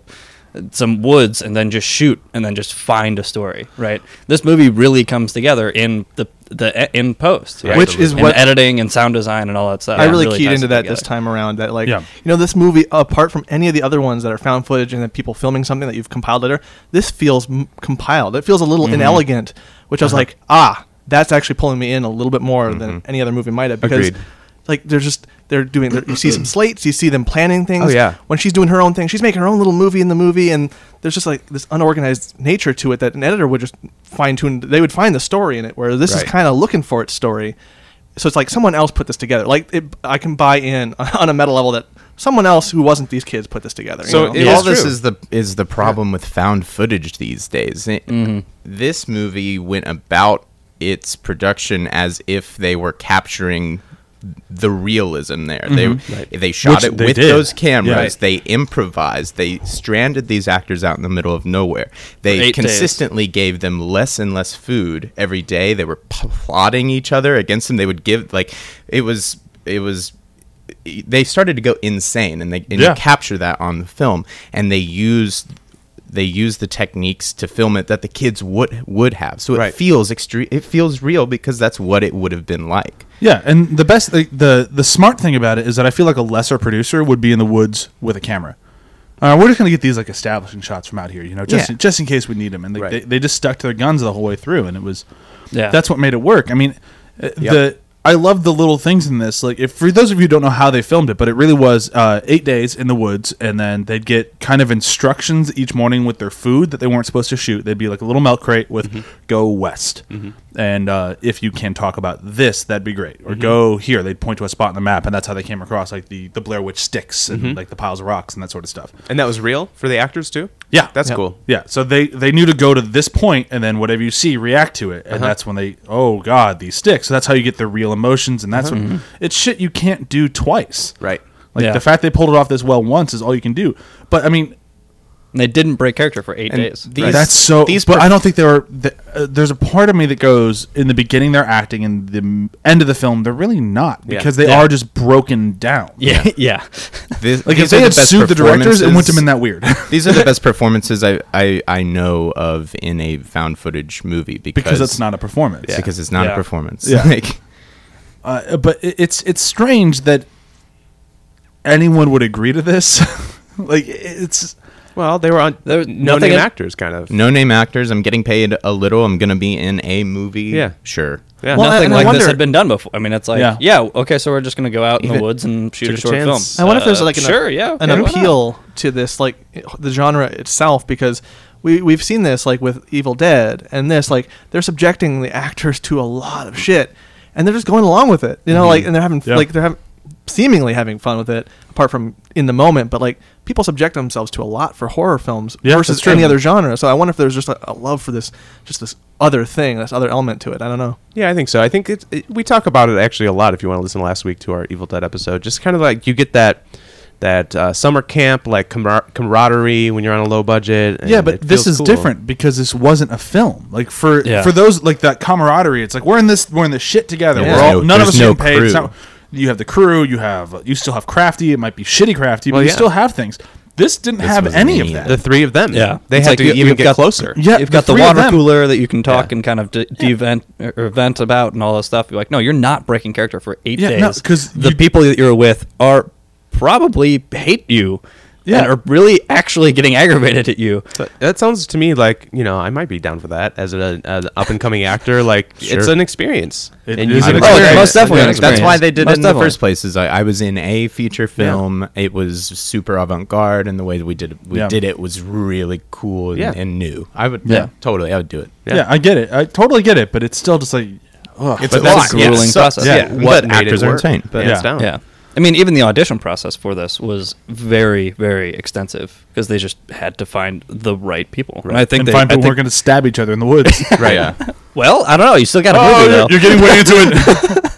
[SPEAKER 4] some woods and then just shoot and then just find a story. Right. This movie really comes together in the the e, in post, right?
[SPEAKER 3] Which is
[SPEAKER 4] And
[SPEAKER 3] what-
[SPEAKER 4] editing and sound design and all that stuff.
[SPEAKER 3] I
[SPEAKER 4] It
[SPEAKER 3] really, keyed
[SPEAKER 4] ties
[SPEAKER 3] into
[SPEAKER 4] it
[SPEAKER 3] that
[SPEAKER 4] together.
[SPEAKER 3] this time around. That like,
[SPEAKER 2] Yeah.
[SPEAKER 3] you know, this movie, apart from any of the other ones that are found footage and then people filming something that you've compiled later, this feels m- compiled. It feels a little inelegant, which I was like, ah, that's actually pulling me in a little bit more than any other movie might have because.
[SPEAKER 6] Agreed.
[SPEAKER 3] Like they're just they're doing. They're, you see some slates. You see them planning things.
[SPEAKER 6] Oh, yeah.
[SPEAKER 3] When she's doing her own thing, she's making her own little movie in the movie, and there's just like this unorganized nature to it that an editor would just fine tune. They would find the story in it, where this is
[SPEAKER 6] Right.
[SPEAKER 3] kind of looking for its story. So it's like someone else put this together. Like it, I can buy in <laughs> on a meta level that someone else who wasn't these kids put this together.
[SPEAKER 6] So
[SPEAKER 3] you know?
[SPEAKER 6] it
[SPEAKER 5] all
[SPEAKER 6] is
[SPEAKER 5] this
[SPEAKER 6] true.
[SPEAKER 5] is the is the problem with found footage these days. It-
[SPEAKER 6] Mm-hmm.
[SPEAKER 5] This movie went about its production as if they were capturing the realism there.
[SPEAKER 6] Mm-hmm.
[SPEAKER 5] They they
[SPEAKER 2] Which
[SPEAKER 5] shot it
[SPEAKER 2] they
[SPEAKER 5] with
[SPEAKER 2] did.
[SPEAKER 5] those cameras.
[SPEAKER 2] Yeah.
[SPEAKER 5] They improvised. They stranded these actors out in the middle of nowhere. They
[SPEAKER 4] eight days.
[SPEAKER 5] consistently gave them less and less food every day. They were p- plotting each other against them. They would give like it was it was they started to go insane and they and
[SPEAKER 2] Yeah.
[SPEAKER 5] you capture that on the film and they use they use the techniques to film it that the kids would would have so it
[SPEAKER 6] Right.
[SPEAKER 5] feels extreme it feels real because that's what it would have been like
[SPEAKER 2] Yeah, and the best the, the the smart thing about it is that I feel like a lesser producer would be in the woods with a camera. Uh, we're just gonna get these like establishing shots from out here, you know, just
[SPEAKER 5] Yeah.
[SPEAKER 2] just in case we need them. And they,
[SPEAKER 6] Right.
[SPEAKER 2] they, they just stuck to their guns the whole way through, and it was
[SPEAKER 4] Yeah.
[SPEAKER 2] that's what made it work. I mean, uh,
[SPEAKER 6] Yep.
[SPEAKER 2] the I love the little things in this. Like, if for those of you who don't know how they filmed it, but it really was uh, eight days in the woods, and then they'd get kind of instructions each morning with their food that they weren't supposed to shoot. They'd be like a little milk crate with "Go west," and uh, if you can talk about this, that'd be great. Or go here. They'd point to a spot on the map, and that's how they came across like the the Blair Witch sticks and like the piles of rocks and that sort of stuff.
[SPEAKER 6] and that was real for the actors too.
[SPEAKER 2] Yeah,
[SPEAKER 6] that's
[SPEAKER 2] yeah.
[SPEAKER 6] cool.
[SPEAKER 2] Yeah, so they they knew to go to this point, and then whatever you see, react to it, and
[SPEAKER 5] Uh-huh.
[SPEAKER 2] that's when they oh god these sticks. So that's how you get the real emotions, and that's
[SPEAKER 5] Uh-huh.
[SPEAKER 2] when
[SPEAKER 5] Mm-hmm.
[SPEAKER 2] it's shit you can't do twice.
[SPEAKER 6] Right.
[SPEAKER 2] Like
[SPEAKER 4] Yeah.
[SPEAKER 2] the fact they pulled it off this well once is all you can do. But I mean,
[SPEAKER 4] And they didn't break character for eight days.
[SPEAKER 5] these-
[SPEAKER 4] right?
[SPEAKER 2] that's so.
[SPEAKER 5] these
[SPEAKER 2] but
[SPEAKER 5] per-
[SPEAKER 2] I don't think they were. th uh, there's a part of me that goes in the beginning they're acting, in the m- end of the film they're really not
[SPEAKER 6] Yeah.
[SPEAKER 2] because they
[SPEAKER 4] Yeah.
[SPEAKER 2] are just broken down.
[SPEAKER 4] yeah, yeah.
[SPEAKER 5] This,
[SPEAKER 2] Like if
[SPEAKER 5] these are
[SPEAKER 2] they had
[SPEAKER 5] best
[SPEAKER 2] sued the directors and went them
[SPEAKER 5] performances-
[SPEAKER 2] in that weird. <laughs>
[SPEAKER 5] these are the best performances I, I I know of in a found footage movie because
[SPEAKER 2] Because that's not a performance.
[SPEAKER 5] because it's not
[SPEAKER 4] Yeah.
[SPEAKER 5] a performance
[SPEAKER 2] Yeah.
[SPEAKER 5] like
[SPEAKER 2] uh, but it- it's it's strange that anyone would agree to this. <laughs> like it's
[SPEAKER 6] Well, they were on
[SPEAKER 4] There was
[SPEAKER 6] no
[SPEAKER 4] nothing
[SPEAKER 6] name
[SPEAKER 4] in-
[SPEAKER 6] actors, kind of.
[SPEAKER 5] no name actors I'm getting paid a little I'm gonna be in a movie
[SPEAKER 6] Yeah.
[SPEAKER 5] sure
[SPEAKER 6] Yeah.
[SPEAKER 2] Well,
[SPEAKER 4] Nothing
[SPEAKER 2] and I
[SPEAKER 4] like
[SPEAKER 2] wonder-
[SPEAKER 4] this had been done before. I mean, it's like,
[SPEAKER 2] Yeah.
[SPEAKER 4] yeah, okay, so we're just gonna go out in the
[SPEAKER 5] Even-
[SPEAKER 4] woods and shoot
[SPEAKER 6] took
[SPEAKER 4] a
[SPEAKER 6] a
[SPEAKER 4] short film.
[SPEAKER 6] chance.
[SPEAKER 3] I wonder if there's
[SPEAKER 4] Uh,
[SPEAKER 3] like an,
[SPEAKER 4] sure, yeah,
[SPEAKER 3] an
[SPEAKER 4] okay, why not?
[SPEAKER 3] appeal to this, like the genre itself, because we we've seen this like with Evil Dead and this, like they're subjecting the actors to a lot of shit, and they're just going along with it, you know, like and they're having
[SPEAKER 2] Mm-hmm. Yeah.
[SPEAKER 3] like they're having seemingly having fun with it, apart from in the moment, but like people subject themselves to a lot for horror films
[SPEAKER 2] Yeah, that's
[SPEAKER 3] versus
[SPEAKER 2] true.
[SPEAKER 3] any other genre. So I wonder if there's just a, a love for this, just this other thing, this other element to it. I don't know.
[SPEAKER 6] Yeah, I think so. I think it's, it, we talk about it actually a lot. If you want to listen to last week to our Evil Dead episode, just kind of like you get that that uh, summer camp like camar- camaraderie when you're on a low budget. and
[SPEAKER 2] yeah, but
[SPEAKER 6] it
[SPEAKER 2] this
[SPEAKER 6] feels
[SPEAKER 2] is
[SPEAKER 6] cool.
[SPEAKER 2] different because this wasn't a film. Like for
[SPEAKER 4] Yeah.
[SPEAKER 2] for those like that camaraderie, it's like we're in this we're in this shit together.
[SPEAKER 5] Yeah.
[SPEAKER 2] We're
[SPEAKER 5] There's
[SPEAKER 2] all
[SPEAKER 5] no-
[SPEAKER 2] none of
[SPEAKER 5] there's
[SPEAKER 2] us are
[SPEAKER 5] no
[SPEAKER 2] on paid. It's
[SPEAKER 5] crew.
[SPEAKER 2] not- you have the crew. You have you still have crafty. It might be shitty crafty, but
[SPEAKER 6] Well,
[SPEAKER 2] you
[SPEAKER 6] yeah.
[SPEAKER 2] still have things. This didn't have
[SPEAKER 5] wasn't
[SPEAKER 2] any of
[SPEAKER 5] any
[SPEAKER 2] that.
[SPEAKER 5] of
[SPEAKER 6] The three of them.
[SPEAKER 4] Yeah,
[SPEAKER 6] they
[SPEAKER 4] It's
[SPEAKER 6] had
[SPEAKER 4] like
[SPEAKER 6] to
[SPEAKER 4] you-
[SPEAKER 6] even
[SPEAKER 4] you've
[SPEAKER 6] get
[SPEAKER 4] got-
[SPEAKER 6] closer.
[SPEAKER 2] Yeah,
[SPEAKER 4] you've
[SPEAKER 2] the
[SPEAKER 4] got the,
[SPEAKER 2] three of
[SPEAKER 4] water
[SPEAKER 2] them.
[SPEAKER 4] cooler that you can talk and kind of d- event or vent about and all this stuff. You're like, no, you're not breaking character for eight
[SPEAKER 2] Yeah, no,
[SPEAKER 4] days
[SPEAKER 2] 'cause
[SPEAKER 4] the
[SPEAKER 2] you-
[SPEAKER 4] people that you're with are probably hate you
[SPEAKER 2] Yeah.
[SPEAKER 4] and are really actually getting aggravated at you.
[SPEAKER 6] So that sounds to me like you know I might be down for that as an, an up and coming actor. Like it's
[SPEAKER 2] Sure.
[SPEAKER 6] an experience.
[SPEAKER 2] It is
[SPEAKER 6] and you
[SPEAKER 2] an
[SPEAKER 6] should-
[SPEAKER 2] experience.
[SPEAKER 4] Oh, most definitely an
[SPEAKER 5] That's
[SPEAKER 4] experience.
[SPEAKER 5] why they did
[SPEAKER 4] Most
[SPEAKER 5] it in
[SPEAKER 4] definitely.
[SPEAKER 5] the first place. Is I, I was in a feature film. It was super avant garde, and the way that we did it, we
[SPEAKER 2] Yeah.
[SPEAKER 5] did it was really cool and,
[SPEAKER 6] Yeah.
[SPEAKER 5] and new. I would
[SPEAKER 4] Yeah.
[SPEAKER 5] totally. I would do it.
[SPEAKER 2] Yeah. I get it. I totally get it, but it's still just like ugh.
[SPEAKER 5] It's
[SPEAKER 4] But
[SPEAKER 5] a
[SPEAKER 4] that's
[SPEAKER 5] lot.
[SPEAKER 4] a grueling
[SPEAKER 5] it sucks.
[SPEAKER 4] process.
[SPEAKER 5] Yeah,
[SPEAKER 6] Yeah,
[SPEAKER 5] but
[SPEAKER 6] what made it
[SPEAKER 5] actors are
[SPEAKER 6] work?
[SPEAKER 5] insane. But
[SPEAKER 6] But
[SPEAKER 2] Yeah.
[SPEAKER 6] it's down.
[SPEAKER 4] Yeah. I mean, even the audition process for this was very, very extensive because they just had to find the right people. And I think
[SPEAKER 2] and
[SPEAKER 4] they,
[SPEAKER 2] find
[SPEAKER 4] I
[SPEAKER 2] people who are
[SPEAKER 4] think-
[SPEAKER 2] going to stab each other in the
[SPEAKER 4] <laughs>
[SPEAKER 2] woods.
[SPEAKER 5] right. <laughs> Yeah.
[SPEAKER 4] well, I don't know. You still got a
[SPEAKER 2] Oh,
[SPEAKER 4] movie
[SPEAKER 2] you're,
[SPEAKER 4] though.
[SPEAKER 2] you're getting way into it.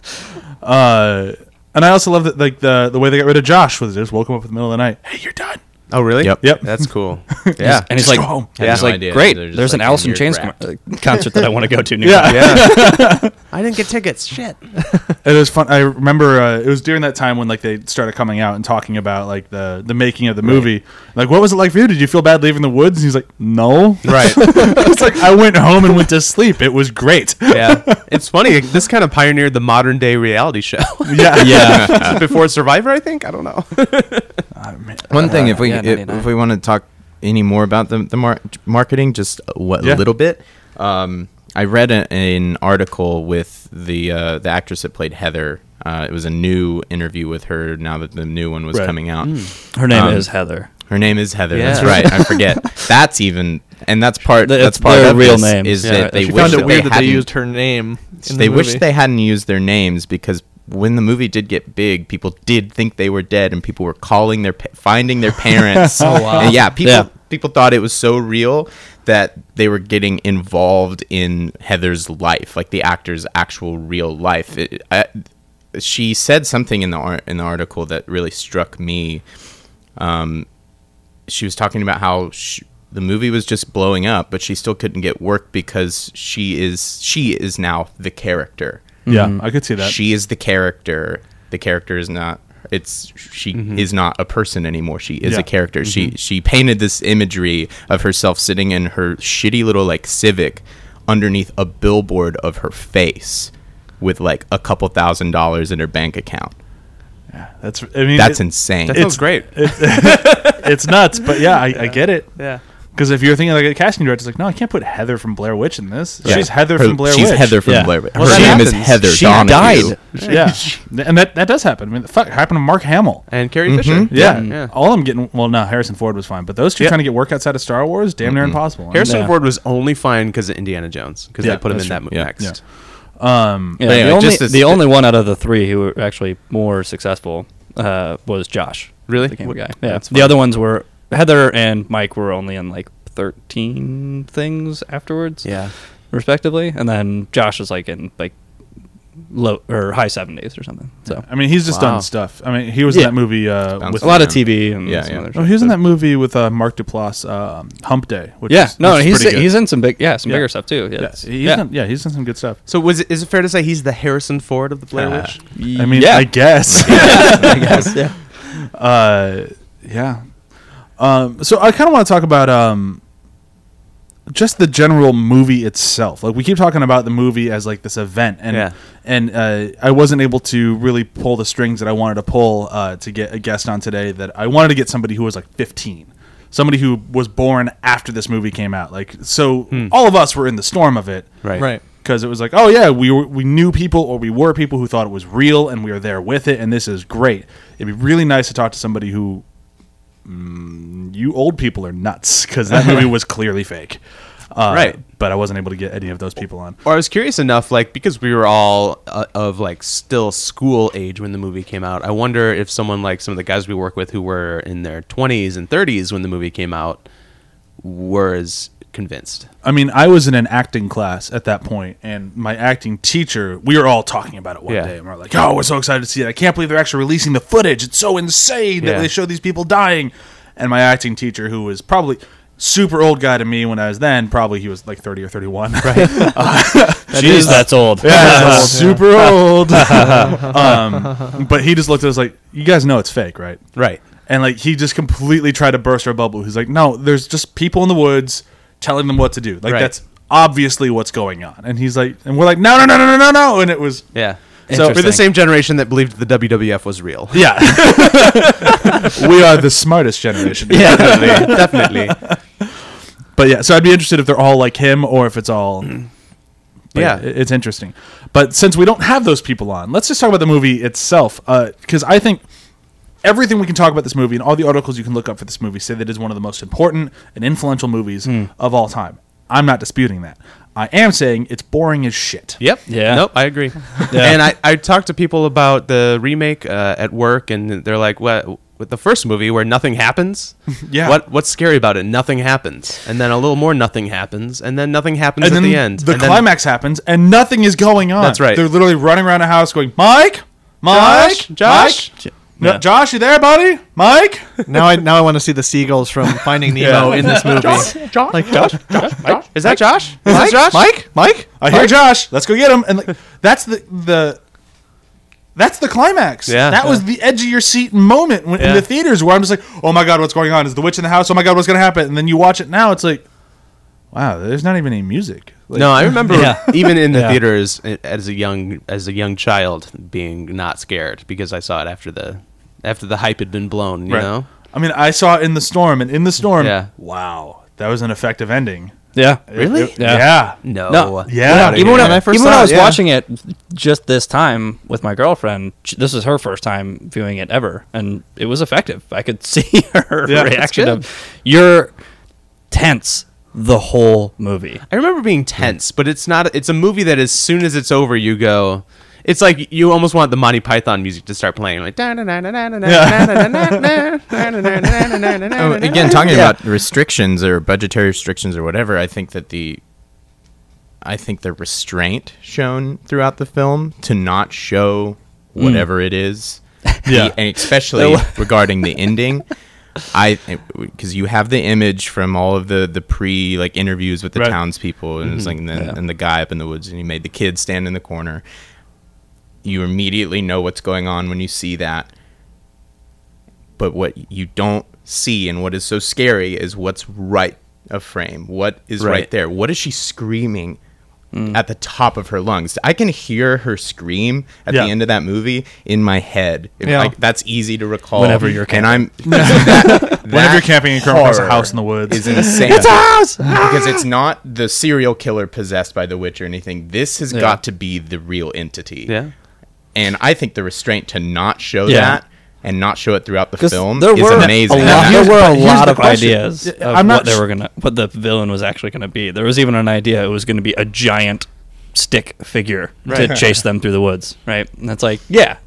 [SPEAKER 2] uh, and I also love that like the the way they got rid of Josh was they just woke him up in the middle of the night. Hey, you're done.
[SPEAKER 6] Oh really?
[SPEAKER 5] Yep.
[SPEAKER 2] Yep.
[SPEAKER 3] <laughs>
[SPEAKER 6] That's cool.
[SPEAKER 5] Yeah.
[SPEAKER 4] and
[SPEAKER 2] Just
[SPEAKER 4] he's like,
[SPEAKER 2] go home.
[SPEAKER 4] and
[SPEAKER 5] I
[SPEAKER 4] he's
[SPEAKER 5] have no
[SPEAKER 4] like,
[SPEAKER 5] idea.
[SPEAKER 4] great.
[SPEAKER 5] They're just
[SPEAKER 4] There's an
[SPEAKER 5] like,
[SPEAKER 4] Allison
[SPEAKER 5] you're
[SPEAKER 4] Chains com-
[SPEAKER 5] wrapped.
[SPEAKER 4] uh, <laughs> concert that I want to go to. New
[SPEAKER 2] Yeah.
[SPEAKER 3] <laughs>
[SPEAKER 6] I didn't get tickets. Shit.
[SPEAKER 2] It was fun. I remember uh, it was during that time when like they started coming out and talking about like the the making of the movie. Like, what was it like for you? Did you feel bad leaving the woods? And he's like, No.
[SPEAKER 3] <laughs>
[SPEAKER 6] Right.
[SPEAKER 2] it's like <laughs> I went home and went to sleep. It was great.
[SPEAKER 6] yeah. It's funny. This kind of pioneered the modern day reality show.
[SPEAKER 2] Yeah.
[SPEAKER 4] Yeah.
[SPEAKER 6] <laughs> Before Survivor, I think. I don't know.
[SPEAKER 5] One thing, if we
[SPEAKER 4] Uh, yeah,
[SPEAKER 5] if,
[SPEAKER 4] 99.
[SPEAKER 5] if we want to talk any more about the the mar- marketing, just a wha-
[SPEAKER 2] Yeah.
[SPEAKER 5] little bit. Um, I read a, an article with the uh, the actress that played Heather. Uh, it was a new interview with her now that the new one was
[SPEAKER 2] Right.
[SPEAKER 5] coming out.
[SPEAKER 4] Her name
[SPEAKER 5] Um,
[SPEAKER 4] is Heather.
[SPEAKER 5] Her name is Heather.
[SPEAKER 6] Yeah.
[SPEAKER 5] That's right. I
[SPEAKER 4] <laughs>
[SPEAKER 5] forget. that's even, and that's part.
[SPEAKER 4] That's
[SPEAKER 5] That's part
[SPEAKER 4] their
[SPEAKER 5] of
[SPEAKER 4] real
[SPEAKER 5] this,
[SPEAKER 4] name.
[SPEAKER 5] Is
[SPEAKER 4] Yeah,
[SPEAKER 5] that
[SPEAKER 4] right.
[SPEAKER 5] they
[SPEAKER 4] She
[SPEAKER 5] wish
[SPEAKER 3] found it
[SPEAKER 5] that
[SPEAKER 3] weird that they
[SPEAKER 5] hadn't-
[SPEAKER 3] used her name. In
[SPEAKER 5] they
[SPEAKER 3] the
[SPEAKER 5] wish
[SPEAKER 3] movie.
[SPEAKER 5] they hadn't used their names because when the movie did get big, people did think they were dead, and people were calling their pa- finding their parents. <laughs> oh wow! And yeah, people
[SPEAKER 4] Yeah.
[SPEAKER 5] people thought it was so real that they were getting involved in Heather's life, like the actor's actual real life. It, I, she said something in the ar- in the article that really struck me she was talking about how sh the movie was just blowing up, but she still couldn't get work because she is she is now the character.
[SPEAKER 2] Yeah, I could see that.
[SPEAKER 5] She is the character. The character is not. It's she
[SPEAKER 4] Mm-hmm.
[SPEAKER 5] is not a person anymore. She is
[SPEAKER 2] Yeah.
[SPEAKER 5] a character. She she painted this imagery of herself sitting in her shitty little like Civic underneath a billboard of her face with like a couple thousand dollars in her bank account.
[SPEAKER 2] That's I mean
[SPEAKER 5] That's
[SPEAKER 2] it-
[SPEAKER 5] insane.
[SPEAKER 6] That sounds great.
[SPEAKER 2] It's nuts, but yeah, I, I get it.
[SPEAKER 3] Yeah.
[SPEAKER 2] Because if you're thinking like a casting director, it's like, no, I can't put Heather from Blair Witch in this.
[SPEAKER 5] Yeah.
[SPEAKER 2] She's Heather
[SPEAKER 5] Her-
[SPEAKER 2] from Blair
[SPEAKER 5] She's
[SPEAKER 2] Witch.
[SPEAKER 5] Heather from
[SPEAKER 4] Yeah.
[SPEAKER 5] Blair Witch.
[SPEAKER 4] Well,
[SPEAKER 5] her
[SPEAKER 4] that
[SPEAKER 5] name is
[SPEAKER 4] happens.
[SPEAKER 5] Heather.
[SPEAKER 4] She
[SPEAKER 5] Donahue.
[SPEAKER 4] died.
[SPEAKER 5] <laughs>
[SPEAKER 2] Yeah, and that that does happen. I mean, fuck, it happened to Mark Hamill.
[SPEAKER 6] And Carrie Fisher.
[SPEAKER 2] Yeah.
[SPEAKER 5] Mm.
[SPEAKER 6] Yeah.
[SPEAKER 2] all I'm getting. Well, no, Harrison Ford was fine, but those two trying to get work outside of Star Wars, damn near impossible.
[SPEAKER 6] Harrison
[SPEAKER 4] Yeah.
[SPEAKER 6] Ford was only fine because of Indiana Jones because
[SPEAKER 2] Yeah,
[SPEAKER 6] they put him in
[SPEAKER 2] that's
[SPEAKER 6] that
[SPEAKER 2] true.
[SPEAKER 6] movie
[SPEAKER 5] Yeah.
[SPEAKER 6] next.
[SPEAKER 2] Yeah. Um,
[SPEAKER 4] Yeah,
[SPEAKER 5] But anyway,
[SPEAKER 4] the only,
[SPEAKER 5] just as-
[SPEAKER 4] the only one out of the three who were actually more successful uh, was Josh.
[SPEAKER 6] Really?
[SPEAKER 4] The camera
[SPEAKER 6] Wh-
[SPEAKER 4] guy. Yeah.
[SPEAKER 6] that's
[SPEAKER 4] The other ones were Heather and Mike were only in like 13 things afterwards.
[SPEAKER 6] Yeah.
[SPEAKER 4] Respectively. And then Josh is like in like low or high 70s or something. So
[SPEAKER 2] I mean, he's just
[SPEAKER 6] Wow.
[SPEAKER 2] done stuff. I mean, he was
[SPEAKER 4] Yeah.
[SPEAKER 2] in that movie uh,
[SPEAKER 5] Bounce
[SPEAKER 2] with
[SPEAKER 4] a lot of
[SPEAKER 5] Yeah.
[SPEAKER 4] TV and
[SPEAKER 5] Yeah,
[SPEAKER 4] some
[SPEAKER 5] yeah.
[SPEAKER 4] other
[SPEAKER 2] Oh,
[SPEAKER 4] stuff,
[SPEAKER 2] he was in
[SPEAKER 4] but-
[SPEAKER 2] that movie with uh, Mark Duplass, um, Hump Day. Which
[SPEAKER 4] Yeah.
[SPEAKER 2] is,
[SPEAKER 4] No,
[SPEAKER 2] which is
[SPEAKER 4] he's
[SPEAKER 2] pretty
[SPEAKER 4] he's
[SPEAKER 2] good.
[SPEAKER 4] in some big yeah, some
[SPEAKER 2] Yeah.
[SPEAKER 4] bigger stuff too. Yeah.
[SPEAKER 2] Yeah,
[SPEAKER 4] that's-
[SPEAKER 2] he's Done, yeah, he's done some good stuff.
[SPEAKER 6] So was it, is it fair to say he's the Harrison Ford of the Blair Witch?
[SPEAKER 2] I mean,
[SPEAKER 4] <laughs> Yeah.
[SPEAKER 2] I guess. <laughs>
[SPEAKER 4] I guess. Yeah.
[SPEAKER 2] uh, yeah. Um, so I kind of want to talk about um, just the general movie itself. Like we keep talking about the movie as like this event, and
[SPEAKER 6] Yeah.
[SPEAKER 2] and uh, I wasn't able to really pull the strings that I wanted to pull uh, to get a guest on today. That I wanted to get somebody who was like 15, somebody who was born after this movie came out. Like so, all of us were in the storm of it,
[SPEAKER 6] Hmm. Right.
[SPEAKER 3] Right.
[SPEAKER 2] because it was like, oh yeah, we were, we knew people or we were people who thought it was real, and we were there with it, and this is great. It'd be really nice to talk to somebody who, mm, you old people are nuts, because that
[SPEAKER 6] <laughs>
[SPEAKER 2] movie was clearly fake. Uh,
[SPEAKER 6] Right.
[SPEAKER 2] but I wasn't able to get any of those people on.
[SPEAKER 6] Or I was curious enough, like because we were all uh, of like still school age when the movie came out. I wonder if someone like some of the guys we work with who were in their twenties and thirties when the movie came out were as convinced.
[SPEAKER 2] I mean, I was in an acting class at that point, and my acting teacher, we were all talking about it one
[SPEAKER 6] Yeah.
[SPEAKER 2] day, and we're like, "Oh, we're so excited to see it! I can't believe they're actually releasing the footage. It's so insane that
[SPEAKER 6] Yeah.
[SPEAKER 2] they show these people dying." And my acting teacher, who was probably super old guy to me when I was then, probably he was like thirty or thirty-one. <laughs> Right?
[SPEAKER 4] Jeez, that's old.
[SPEAKER 2] super old.
[SPEAKER 6] <laughs>
[SPEAKER 2] um, but he just looked at us like, "You guys know it's fake, right?"
[SPEAKER 6] Right.
[SPEAKER 2] And like he just completely tried to burst our bubble. He's like, no, there's just people in the woods telling them what to do. Like
[SPEAKER 6] Right.
[SPEAKER 2] that's obviously what's going on. And he's like, and we're like, no, no, no, no, no, no, no. And it was
[SPEAKER 6] Yeah. So we're the
[SPEAKER 4] Interesting.
[SPEAKER 6] same generation that believed the WWF was real.
[SPEAKER 2] Yeah. <laughs> we are the smartest <laughs> generation.
[SPEAKER 6] <laughs> Yeah, definitely. definitely.
[SPEAKER 2] But yeah, so I'd be interested if they're all like him or if it's all. but
[SPEAKER 6] Mm. Yeah.
[SPEAKER 2] i- it's interesting. But since we don't have those people on, let's just talk about the movie itself. Because I think everything we can talk about this movie and all the articles you can look up for this movie say that it is one of the most important and influential movies
[SPEAKER 6] Mm.
[SPEAKER 2] of all time. I'm not disputing that. I am saying it's boring as shit.
[SPEAKER 6] Yep.
[SPEAKER 4] Yeah.
[SPEAKER 6] Nope. I
[SPEAKER 4] <laughs>
[SPEAKER 6] agree. And I, I talked to people about the remake uh, at work, and they're like, "What?" With the first movie where nothing happens,
[SPEAKER 2] <laughs> Yeah.
[SPEAKER 6] What what's scary about it? Nothing happens, and then a little more nothing happens, and then nothing happens
[SPEAKER 2] And
[SPEAKER 6] at
[SPEAKER 2] then
[SPEAKER 6] the end.
[SPEAKER 2] the
[SPEAKER 6] and then-
[SPEAKER 2] climax happens and nothing is going on.
[SPEAKER 6] That's right.
[SPEAKER 2] They're literally running around a house going, Mike, Mike,
[SPEAKER 6] Josh? Josh?"
[SPEAKER 2] Mike? No, Josh, you there, buddy? Mike?
[SPEAKER 3] Now I now I want to see the seagulls from Finding Nemo in this movie. like Josh,
[SPEAKER 6] is that Josh? Is
[SPEAKER 3] Mike,
[SPEAKER 6] that Josh?
[SPEAKER 3] Mike, Mike.
[SPEAKER 2] I hear Josh. Let's go get him. And like, <laughs> that's the the that's the climax.
[SPEAKER 6] Yeah.
[SPEAKER 2] that was the edge of your seat moment when, in
[SPEAKER 6] Yeah.
[SPEAKER 2] the theaters where I'm just like, oh my god, what's going on? Is the witch in the house? Oh my god, what's going to happen? And then you watch it now, it's like, wow, there's not even any music. Like,
[SPEAKER 6] No, I remember
[SPEAKER 4] Yeah.
[SPEAKER 6] <laughs> even in the
[SPEAKER 4] Yeah.
[SPEAKER 6] theaters i- as a young as a young child being not scared because I saw it after the after the hype had been blown. You
[SPEAKER 2] right.
[SPEAKER 6] know,
[SPEAKER 2] I mean, I saw in the storm, and in the storm,
[SPEAKER 6] Yeah.
[SPEAKER 2] wow, that was an effective ending.
[SPEAKER 4] Yeah.
[SPEAKER 6] Really?
[SPEAKER 2] It- yeah.
[SPEAKER 6] no,
[SPEAKER 4] No.
[SPEAKER 2] Yeah.
[SPEAKER 4] even when,
[SPEAKER 3] When
[SPEAKER 4] I,
[SPEAKER 3] I first
[SPEAKER 4] even when
[SPEAKER 3] saw
[SPEAKER 4] I
[SPEAKER 3] it,
[SPEAKER 4] was
[SPEAKER 3] yeah.
[SPEAKER 4] watching it just this time with my girlfriend, sh- this is her first time viewing it ever, and it was effective. I could <laughs> see her
[SPEAKER 2] Yeah, that's
[SPEAKER 4] reaction of you're tense the whole movie.
[SPEAKER 6] I remember being tense, but it's not. It's a movie that as soon as it's over, you go. It's like you almost want the Monty Python music to start playing, like.
[SPEAKER 5] Oh,
[SPEAKER 6] Again,
[SPEAKER 5] again, talking about restrictions or budgetary restrictions or whatever, I think that the I think the restraint shown throughout the film to not show whatever it is,
[SPEAKER 2] Yeah.
[SPEAKER 5] the- and especially
[SPEAKER 2] <laughs>
[SPEAKER 5] regarding the ending. I because you have the image from all of the the pre like interviews with the
[SPEAKER 2] Right.
[SPEAKER 5] townspeople and it's like and, then, and the guy up in the woods and he made the kid stand in the corner. You immediately know what's going on when you see that but what you don't see and what is so scary is what's right of frame what is right,
[SPEAKER 6] Right.
[SPEAKER 5] there what is she screaming at the top of her lungs i can hear her scream at
[SPEAKER 2] Yeah.
[SPEAKER 5] the end of that movie in my head If
[SPEAKER 3] Yeah.
[SPEAKER 5] I- that's easy to recall
[SPEAKER 4] Whenever you're
[SPEAKER 5] and i'm
[SPEAKER 2] Whenever you're camping and come across a house in the woods,
[SPEAKER 5] is insane it's a house because it's not the serial killer possessed by the witch or anything this has got to be the real entity
[SPEAKER 6] yeah,
[SPEAKER 5] and I think the restraint to not show
[SPEAKER 4] Yeah.
[SPEAKER 5] that and not show it throughout the
[SPEAKER 4] 'Cause
[SPEAKER 5] film
[SPEAKER 4] there
[SPEAKER 5] is
[SPEAKER 4] were
[SPEAKER 5] amazing.
[SPEAKER 4] A
[SPEAKER 5] And
[SPEAKER 4] lot,
[SPEAKER 5] that-
[SPEAKER 4] there were a
[SPEAKER 2] here's
[SPEAKER 4] lot
[SPEAKER 2] the
[SPEAKER 4] of
[SPEAKER 2] question.
[SPEAKER 4] ideas
[SPEAKER 2] Yeah,
[SPEAKER 4] of
[SPEAKER 2] I'm not
[SPEAKER 4] what they
[SPEAKER 2] sh-
[SPEAKER 4] were gonna, what the villain was actually gonna be. There was even an idea it was gonna be a giant stick figure to chase them through the woods, right? And that's like, yeah,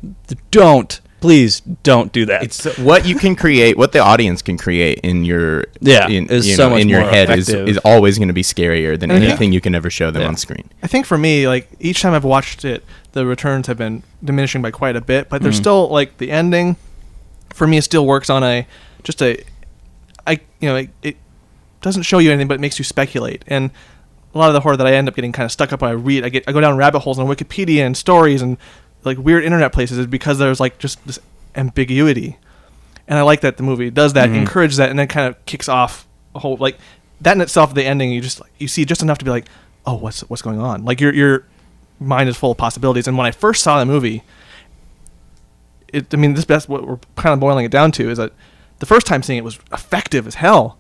[SPEAKER 4] don't, please, don't do that.
[SPEAKER 5] it's what you can create, what the audience can create in your
[SPEAKER 4] Yeah,
[SPEAKER 5] in,
[SPEAKER 4] is
[SPEAKER 5] you
[SPEAKER 4] so
[SPEAKER 5] know,
[SPEAKER 4] much
[SPEAKER 5] in your
[SPEAKER 4] more
[SPEAKER 5] head is,
[SPEAKER 4] effective. Mm-hmm.
[SPEAKER 5] is always going to be scarier than anything you can ever show them
[SPEAKER 4] Yeah.
[SPEAKER 5] on screen.
[SPEAKER 3] I think for me, like each time I've watched it, the returns have been diminishing by quite a bit, but there's still like the ending. For me, it still works on a just a, I you know it, it doesn't show you anything, but it makes you speculate. And a lot of the horror that I end up getting kind of stuck up when I read, I get I go down rabbit holes on Wikipedia and stories and like weird internet places is because there's like just this ambiguity. And I like that the movie does that, encourages that, and then kind of kicks off a whole like that in itself. The ending you just you see just enough to be like, oh, what's what's going on? Like your your mind is full of possibilities. And when I first saw the movie, it I mean this that's what we're kind of boiling it down to is that the first time seeing it was effective as hell,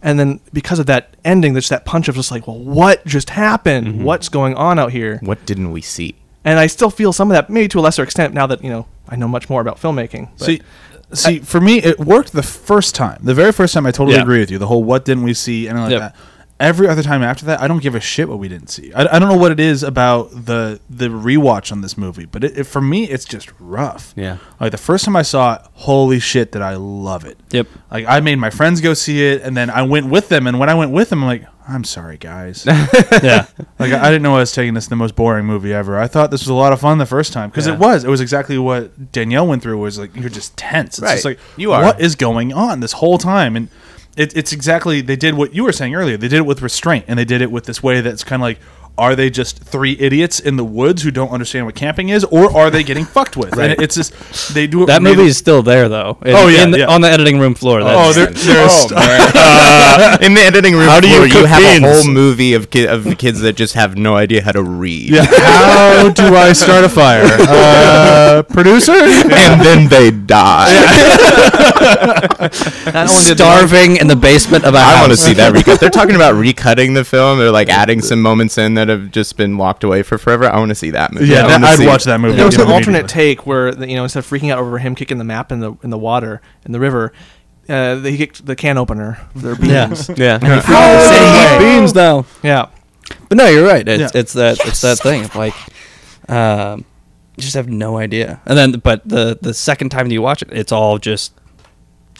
[SPEAKER 3] and then because of that ending, there's that punch of just like, well, what just happened? What's going on out here?
[SPEAKER 5] What didn't we see?
[SPEAKER 3] And I still feel some of that, maybe to a lesser extent, now that you know I know much more about filmmaking. But
[SPEAKER 2] See, see, for me, it worked the first time. The very first time, I totally
[SPEAKER 4] Yeah.
[SPEAKER 2] agree with you. The whole "what didn't we see" and like
[SPEAKER 4] Yep.
[SPEAKER 2] that. Every other time after that, I don't give a shit what we didn't see. I, I don't know what it is about the the rewatch on this movie, but it, it, for me, it's just rough.
[SPEAKER 6] Yeah.
[SPEAKER 2] Like the first time I saw it, holy shit, did I love it.
[SPEAKER 4] Yep.
[SPEAKER 2] Like I made my friends go see it, and then I went with them. And when I went with them, I'm like, I'm sorry,
[SPEAKER 4] <laughs>
[SPEAKER 2] guys.
[SPEAKER 4] yeah.
[SPEAKER 2] Like I I didn't know I was taking this the most boring movie ever. I thought this was a lot of fun the first time because it was. It was exactly what Danielle went through. Was like you're just tense. It's just
[SPEAKER 5] Right.
[SPEAKER 2] like
[SPEAKER 5] You are.
[SPEAKER 2] What is going on this whole time? And it, it's exactly they did what you were saying earlier. They did it with restraint and they did it with this way that's kind of like are they just three idiots in the woods who don't understand what camping is, or are they getting fucked with? And it's just they do it
[SPEAKER 4] That
[SPEAKER 2] really-
[SPEAKER 4] movie is still there though. In-
[SPEAKER 2] Oh, yeah,
[SPEAKER 4] in the-
[SPEAKER 2] yeah.
[SPEAKER 4] on the editing room floor.
[SPEAKER 2] Oh,
[SPEAKER 4] That's, <laughs>
[SPEAKER 2] there, there's
[SPEAKER 5] <laughs> Uh, in the editing room.
[SPEAKER 4] How do you
[SPEAKER 5] floor,
[SPEAKER 4] cook
[SPEAKER 5] have
[SPEAKER 4] beans?
[SPEAKER 5] a whole movie of ki- of the kids that just have no idea how to read.
[SPEAKER 2] Yeah.
[SPEAKER 5] <laughs>
[SPEAKER 7] How do I
[SPEAKER 6] <laughs>
[SPEAKER 7] start a
[SPEAKER 4] <laughs>
[SPEAKER 7] fire? Uh, producer?
[SPEAKER 5] and then they die.
[SPEAKER 3] Not only did they-
[SPEAKER 4] starving in the basement
[SPEAKER 6] <laughs>
[SPEAKER 4] of a
[SPEAKER 5] <laughs> I
[SPEAKER 4] house.
[SPEAKER 5] want to
[SPEAKER 4] <laughs>
[SPEAKER 5] see that recut. They're talking about recutting the film. They're like adding some moments in that have just been locked away for forever. I want to see that movie.
[SPEAKER 2] yeah,
[SPEAKER 5] I
[SPEAKER 2] that,
[SPEAKER 5] wanna
[SPEAKER 2] I'd
[SPEAKER 5] see-
[SPEAKER 2] watch that movie.
[SPEAKER 3] There was
[SPEAKER 2] again
[SPEAKER 3] an alternate
[SPEAKER 2] immediately.
[SPEAKER 3] take where the, you know instead of freaking out over him kicking the map in the in the water in the river, uh, he kicked the can opener for
[SPEAKER 2] <laughs>
[SPEAKER 3] their beans.
[SPEAKER 4] yeah. yeah.
[SPEAKER 3] Yeah,
[SPEAKER 4] beans now.
[SPEAKER 3] yeah.
[SPEAKER 4] But no, you're right. It's
[SPEAKER 2] Yeah.
[SPEAKER 4] it's that it's that thing. of, Like, um, you just have no idea. And then, but the the second time you watch it, it's all just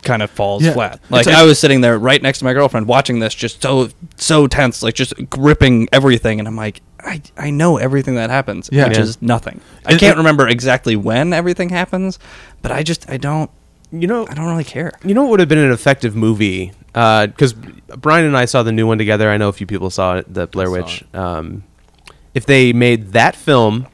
[SPEAKER 4] kind of falls
[SPEAKER 2] Yeah.
[SPEAKER 4] flat.
[SPEAKER 2] It's
[SPEAKER 4] Like
[SPEAKER 2] like-
[SPEAKER 4] I was sitting there right next to my girlfriend watching this, just so so tense, like just gripping everything. And I'm like, I I know everything that happens,
[SPEAKER 2] Yeah.
[SPEAKER 4] which
[SPEAKER 2] Yeah.
[SPEAKER 4] is nothing. I
[SPEAKER 2] It-
[SPEAKER 4] can't
[SPEAKER 2] it-
[SPEAKER 4] remember exactly when everything happens, but I just I don't
[SPEAKER 6] You know,
[SPEAKER 4] I don't really care.
[SPEAKER 6] You know what would have been an effective movie? Because Brian and I saw the new one together. I know a few people saw it, the Blair Witch. Um, if they made that film